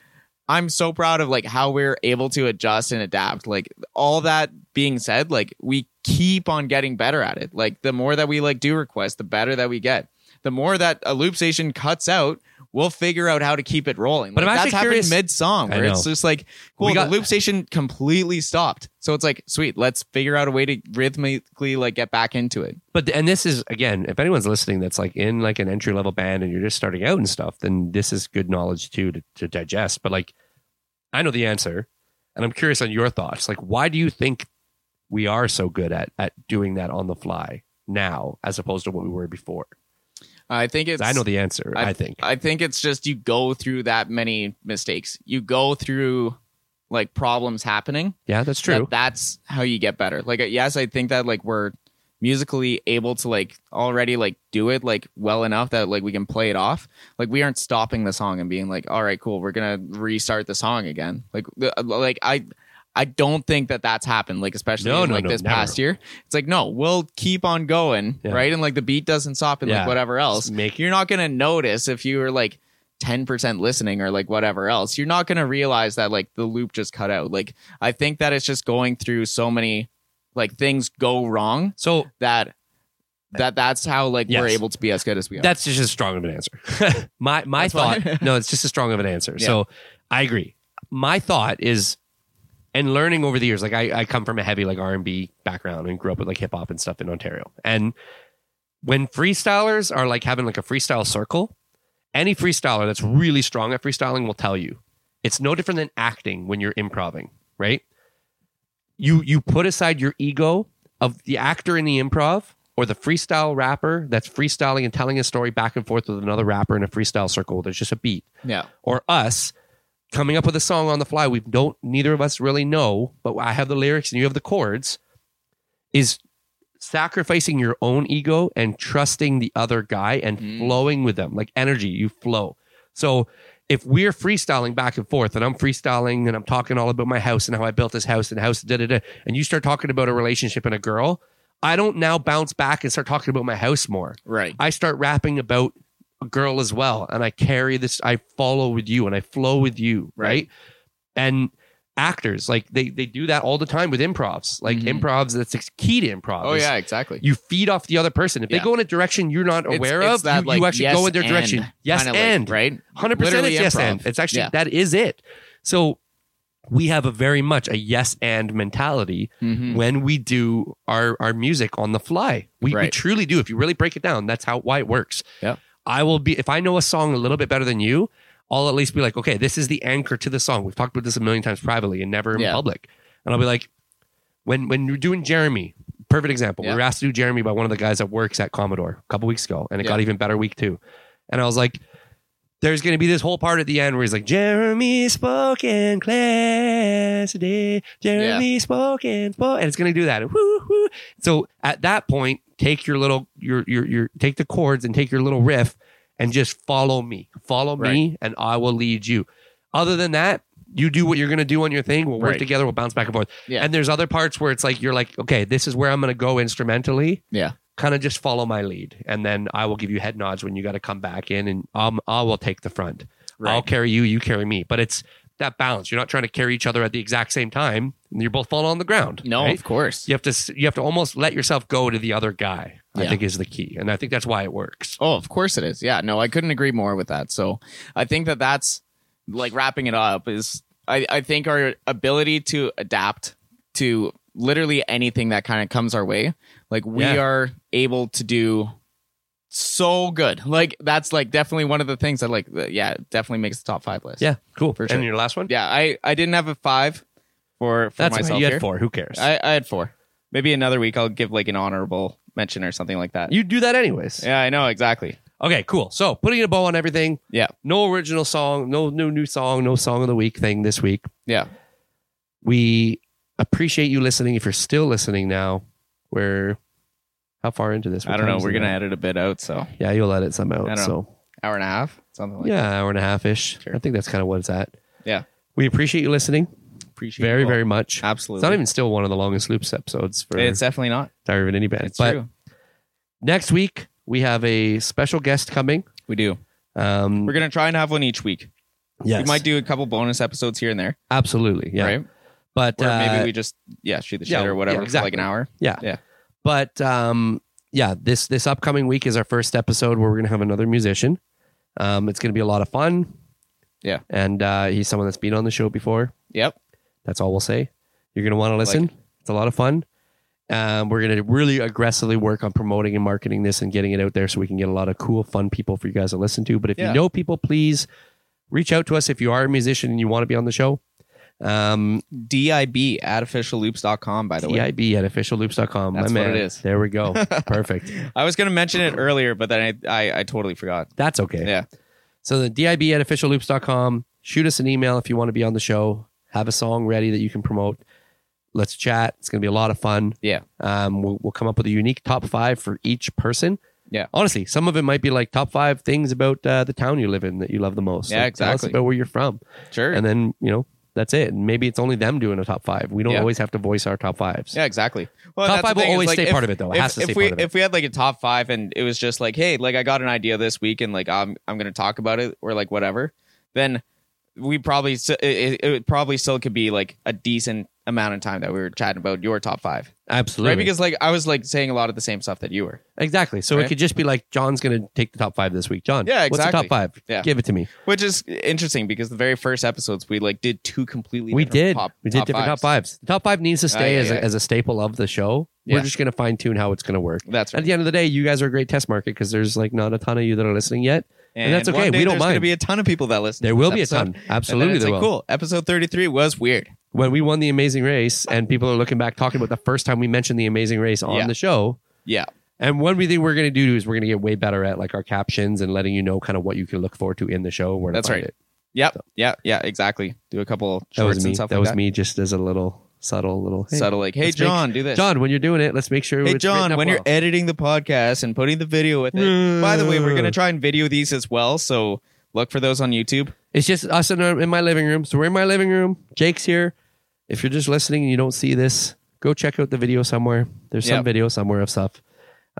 S2: I'm so proud of like how we're able to adjust and adapt. Like all that being said, like we keep on getting better at it. Like the more that we like do request, the better that we get. The more that a loop station cuts out, we'll figure out how to keep it rolling.
S1: But I'm
S2: Like,
S1: actually
S2: that's
S1: curious-
S2: happened mid song
S1: I
S2: where it's
S1: know.
S2: just like cool.
S1: We got-
S2: the loop station completely stopped. So it's like sweet. Let's figure out a way to rhythmically like get back into it.
S1: But and this is again, if anyone's listening that's like in like an entry level band and you're just starting out and stuff, then this is good knowledge too to, to digest. But like, I know the answer, and I'm curious on your thoughts. Like, why do you think we are so good at at doing that on the fly now as opposed to what we were before?
S2: I think it's
S1: 'Cause I know the answer. I, think.
S2: I think it's just you go through that many mistakes. You go through like problems happening.
S1: yeah, that's true.
S2: That- that's how you get better. Like uh, yes, I think that like we're musically able to like already like do it like well enough that like we can play it off. Like we aren't stopping the song and being like, "All right, cool, we're going to restart the song again." Like the- like I I don't think that that's happened like especially
S1: No,
S2: in,
S1: no,
S2: like
S1: no,
S2: this
S1: never.
S2: past year. It's like, "No, we'll keep on going."
S1: Yeah.
S2: Right? And like the beat doesn't stop and
S1: Yeah.
S2: like whatever else
S1: Just make
S2: you're not going to notice if you were like 10% listening or like whatever else you're not going to realize that like the loop just cut out like i think that it's just going through so many like things go wrong
S1: so
S2: that that that's how like we're
S1: Yes.
S2: able to be as good as we are
S1: That's just as strong of an answer. my my
S2: That's
S1: thought,
S2: fine.
S1: no, it's just as strong of an answer. So I agree. My thought is, and learning over the years, like I, I come from a heavy like R and B background and grew up with like hip hop and stuff in Ontario. And when freestylers are like having like a freestyle circle, any freestyler that's really strong at freestyling will tell you it's no different than acting when you're improving, right? You you put aside your ego of the actor in the improv or the freestyle rapper that's freestyling and telling a story back and forth with another rapper in a freestyle circle. There's just a beat.
S2: yeah
S1: Or us coming up with a song on the fly. We don't neither of us really know, but I have the lyrics and you have the chords. Is sacrificing your own ego and trusting the other guy and
S2: Mm.
S1: flowing with them like energy. You flow. So if we're freestyling back and forth and I'm freestyling and I'm talking all about my house and how I built this house and house da da da, and you start talking about a relationship and a girl, I don't now bounce back and start talking about my house more.
S2: right
S1: I start rapping about a girl as well, and I carry this. I follow with you, and I flow with you, right?
S2: Right.
S1: And actors like they they do that all the time with improvs, like
S2: Mhm.
S1: improvs. That's the key to improv.
S2: oh
S1: is
S2: yeah exactly
S1: You feed off the other person. If
S2: Yeah.
S1: they go in a direction you're not
S2: It's-
S1: aware
S2: it's
S1: of, you, you actually
S2: yes
S1: go in their
S2: and
S1: direction. Yes,
S2: kinda like,
S1: and
S2: right
S1: hundred percent
S2: Literally
S1: it's yes
S2: improv.
S1: and. It's actually
S2: Yeah.
S1: that is it. So we have a very much a yes and mentality
S2: Mhm.
S1: when we do our our music on the fly. We, we
S2: Right.
S1: truly do. If you really break it down, that's how why it works.
S2: Yeah.
S1: I will be if I know a song a little bit better than you, I'll at least be like, okay, this is the anchor to the song. We've talked about this a million times privately and never in
S2: Yeah.
S1: public. And I'll be like, when when you're doing Jeremy, perfect example.
S2: Yeah.
S1: We were asked to do Jeremy by one of the guys that works at Commodore a couple weeks ago, and it
S2: Yeah.
S1: got even better week two. And I was like, there's going to be this whole part at the end where he's like, Jeremy spoke in class today. Jeremy spoke in, spoke, and it's going to do that. Woo, woo. So at that point, take your little, your, your, your, take the chords and take your little riff and just follow me. Follow me, and I will lead you. Other than that, you do what you're going to do on your thing. We'll work
S2: Right.
S1: together. We'll bounce back and forth.
S2: Yeah.
S1: And there's other parts where it's like, you're like, okay, this is where I'm going to go instrumentally
S2: yeah
S1: kind of just follow my lead and then i will give you head nods when you got to come back in and um, i will take the front
S2: Right.
S1: i'll carry you you carry me but it's that balance you're not trying to carry each other at the exact same time and you're both falling on the ground
S2: no
S1: right?
S2: of course
S1: you have to s- you have to almost let yourself go to the other guy i
S2: Yeah.
S1: think is the key and i think that's why it works
S2: Oh, of course it is. Yeah, no, I couldn't agree more with that. So I think that that's like wrapping it up is I, I think our ability to adapt to literally anything that kind of comes our way, like we
S1: Yeah.
S2: are able to do so good. Like that's like definitely one of the things that like that- yeah it definitely makes the top five list.
S1: yeah cool
S2: For
S1: and
S2: sure.
S1: your last one
S2: yeah. I I didn't have a five for for
S1: that's
S2: myself
S1: you
S2: here.
S1: had four who cares
S2: I I had four. Maybe another week I'll give like an honorable mention or something like that.
S1: you do that anyways
S2: yeah, I know exactly.
S1: Okay, cool. So putting a bow on everything.
S2: Yeah.
S1: No original song, no no new song, no song of the week thing this week.
S2: Yeah.
S1: We appreciate you listening. If you're still listening now, we're how far into this? What
S2: I don't
S1: time
S2: know.
S1: is
S2: We're
S1: it
S2: gonna
S1: now?
S2: edit a bit out, so
S1: Yeah, you'll let it some out.
S2: I don't know.
S1: So
S2: hour and a half, something like. that.
S1: yeah, hour and a half ish.
S2: Sure.
S1: I think that's kind of what it's at.
S2: Yeah.
S1: We appreciate you listening
S2: Appreciate
S1: very,
S2: it.
S1: very much.
S2: absolutely.
S1: It's not even still one of the longest loops episodes for
S2: It's definitely not.
S1: Diary of an Indie Band.
S2: It's
S1: but
S2: true.
S1: next week we have a special guest coming.
S2: We do.
S1: Um,
S2: We're gonna try and have one each week.
S1: yes,
S2: We might do a couple bonus episodes here and there.
S1: absolutely, yeah.
S2: Right.
S1: But
S2: Or
S1: uh,
S2: maybe we just yeah shoot the shit
S1: yeah,
S2: or whatever
S1: yeah,
S2: for like an
S1: exactly.
S2: hour.
S1: but um, yeah, this this upcoming week is our first episode where we're gonna have another musician. Um, it's gonna be a lot of fun.
S2: Yeah.
S1: and uh, he's someone that's been on the show before.
S2: Yep.
S1: That's all we'll say. You're gonna want to listen. it's a lot of fun. Um, we're gonna really aggressively work on promoting and marketing this and getting it out there so we can get a lot of cool, fun people for you guys to listen to. But if
S2: Yeah.
S1: you know people, please reach out to us if you are a musician and you want to be on the show. Um,
S2: DIB at officialloops.com, by the way.
S1: DIB at officialloops.com.
S2: That's
S1: my
S2: what
S1: man.
S2: it is.
S1: There we go. Perfect.
S2: I was going to mention it earlier, but then I, I, I totally forgot.
S1: That's okay.
S2: Yeah.
S1: So the DIB at officialloops.com. Shoot us an email if you want to be on the show. Have a song ready that you can promote. Let's chat. It's going to be a lot of fun.
S2: Yeah.
S1: Um, we'll, we'll come up with a unique top five for each person.
S2: Yeah.
S1: Honestly, some of it might be like top five things about uh, the town you live in that you love the most.
S2: Yeah,
S1: Like, Tell us
S2: exactly.
S1: about where you're from.
S2: Sure.
S1: And then, you know, that's it. And maybe it's only them doing a top five. We don't
S2: Yeah.
S1: always have to voice our top fives.
S2: yeah, exactly. Well,
S1: Top
S2: that's the
S1: five will
S2: thing is,
S1: always
S2: like,
S1: stay
S2: if-
S1: part of it, though. It
S2: if,
S1: has to
S2: if
S1: stay
S2: we,
S1: part of it.
S2: If we had like a top five and it was just like, hey, like I got an idea this week and like I'm, I'm going to talk about it or like whatever, then we probably, s- it, it, it probably still could be like a decent amount of time that we were chatting about your top five.
S1: Absolutely.
S2: Right. Because like I was like saying a lot of the same stuff that you were.
S1: Exactly. So
S2: Right?
S1: it could just be like, John's going to take the top five this week. John,
S2: Yeah,
S1: what's the top
S2: exactly.
S1: five?
S2: Yeah.
S1: Give it to me.
S2: Which is interesting because the very first episodes we like did two completely.
S1: We
S2: different
S1: did.
S2: Pop,
S1: we did
S2: top
S1: different
S2: fives.
S1: top fives. The top five needs to stay
S2: yeah,
S1: as, a,
S2: yeah.
S1: as a staple of the show.
S2: Yeah.
S1: We're just going to fine tune how it's going to work.
S2: That's right.
S1: At the end of the day, you guys are a great test market because there's like not a ton of you that are listening yet. And that's okay.
S2: One day
S1: We don't
S2: There's going to
S1: mind.
S2: be a ton of people that listen.
S1: There
S2: to
S1: will
S2: this
S1: be a
S2: episode.
S1: ton.
S2: And then
S1: Absolutely,
S2: it's
S1: there
S2: like,
S1: will.
S2: cool. Episode 33 was weird.
S1: When we won the Amazing Race, and people are looking back talking about the first time we mentioned the Amazing Race on
S2: Yeah.
S1: the show.
S2: Yeah.
S1: And one we think we're going to do is we're going to get way better at like our captions and letting you know kind of what you can look forward to in the show. and Where to
S2: That's
S1: find
S2: right.
S1: It.
S2: Yep. Yeah. Yeah. Exactly. Do a couple shorts
S1: That was me.
S2: and
S1: That,
S2: stuff like
S1: was
S2: that.
S1: me just as a little subtle little hey,
S2: Subtle, like, hey
S1: let's make-
S2: John, do this.
S1: John, when you're doing it, let's make sure.
S2: Hey
S1: it's written
S2: John,
S1: up
S2: when you're
S1: well.
S2: editing the podcast and putting the video with it. By the way, we're gonna try and video these as well, so look for those on YouTube.
S1: It's just us in, our, in my living room. So we're in my living room. Jake's here. If you're just listening and you don't see this, go check out the video somewhere. There's some
S2: Yep.
S1: video somewhere of stuff.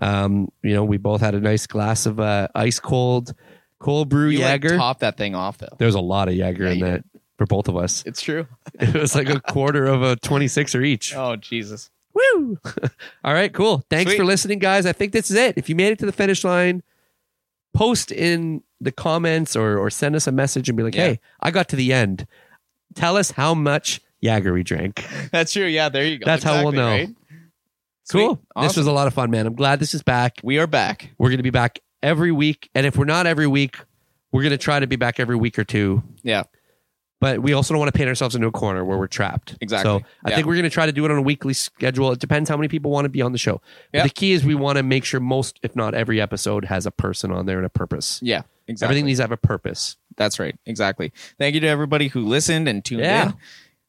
S1: Um, you know, we both had a nice glass of uh, ice cold cold brew
S2: You like,
S1: Jaeger.
S2: top that thing off though.
S1: There's a lot of Jaeger
S2: Yeah,
S1: in
S2: you
S1: that for both of us.
S2: It's true.
S1: It was like a quarter of a 26 or each.
S2: Oh Jesus.
S1: Woo! All right, cool. Thanks
S2: Sweet.
S1: for listening, guys. I think this is it. If you made it to the finish line, post in the comments or or send us a message and be like,
S2: Yeah.
S1: "Hey, I got to the end. Tell us how much Jagger we drank."
S2: That's true. Yeah, there you go.
S1: That's how we'll
S2: Exactly,
S1: know.
S2: right?
S1: Cool.
S2: Sweet.
S1: This was a lot of fun, man. I'm glad this is back.
S2: We are back.
S1: We're going to be back every week, and if we're not every week, we're going to try to be back every week or two.
S2: Yeah.
S1: But we also don't want to paint ourselves into a corner where we're trapped.
S2: Exactly.
S1: So I
S2: Yeah.
S1: think we're going to try to do it on a weekly schedule. It depends how many people want to be on the show. But
S2: Yeah.
S1: The key is we want to make sure most, if not every episode, has a person on there and a purpose.
S2: Yeah. Exactly.
S1: Everything needs to have a purpose.
S2: That's right. Exactly. Thank you to everybody who listened and tuned
S1: Yeah.
S2: in.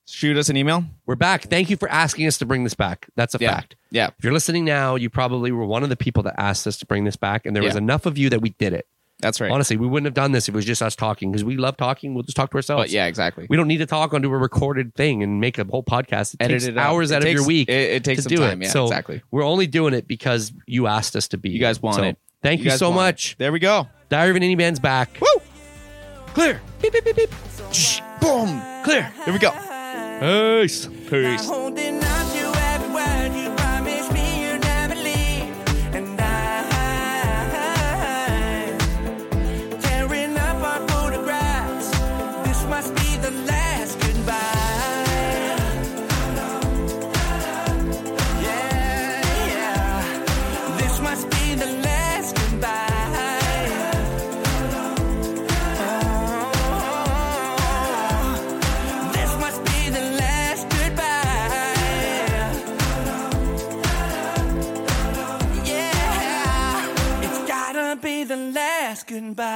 S2: Shoot us an email.
S1: We're back. Thank you for asking us to bring this back. That's a
S2: Yeah.
S1: fact.
S2: Yeah.
S1: If you're listening now, you probably were one of the people that asked us to bring this back, and there was
S2: Yeah.
S1: enough of you that we did it.
S2: That's right.
S1: Honestly, we wouldn't have done this if it was just us talking because we love talking. We'll just talk to ourselves.
S2: but yeah, exactly.
S1: We don't need to talk onto a recorded thing and make a whole podcast. It takes
S2: out.
S1: hours
S2: It
S1: out of
S2: takes-
S1: your week.
S2: It, it takes
S1: to
S2: some
S1: do
S2: time.
S1: it.
S2: Yeah,
S1: So
S2: exactly.
S1: We're only doing it because you asked us to be.
S2: You guys want
S1: so,
S2: it.
S1: Thank you,
S2: guys
S1: so
S2: want it.
S1: much.
S2: There we go.
S1: Diary of an Indie Band's back.
S2: Woo!
S1: Clear. Beep, beep, beep, beep.
S2: Boom.
S1: Clear.
S2: Here we go.
S1: Peace.
S3: I hold it on you every word you promise me you never leave, and I tearing up our photographs. This must be the last goodbye. Yeah, yeah. This must be the last Oh, goodbye. This must be the last goodbye. Yeah, it's gotta be the last. goodbye.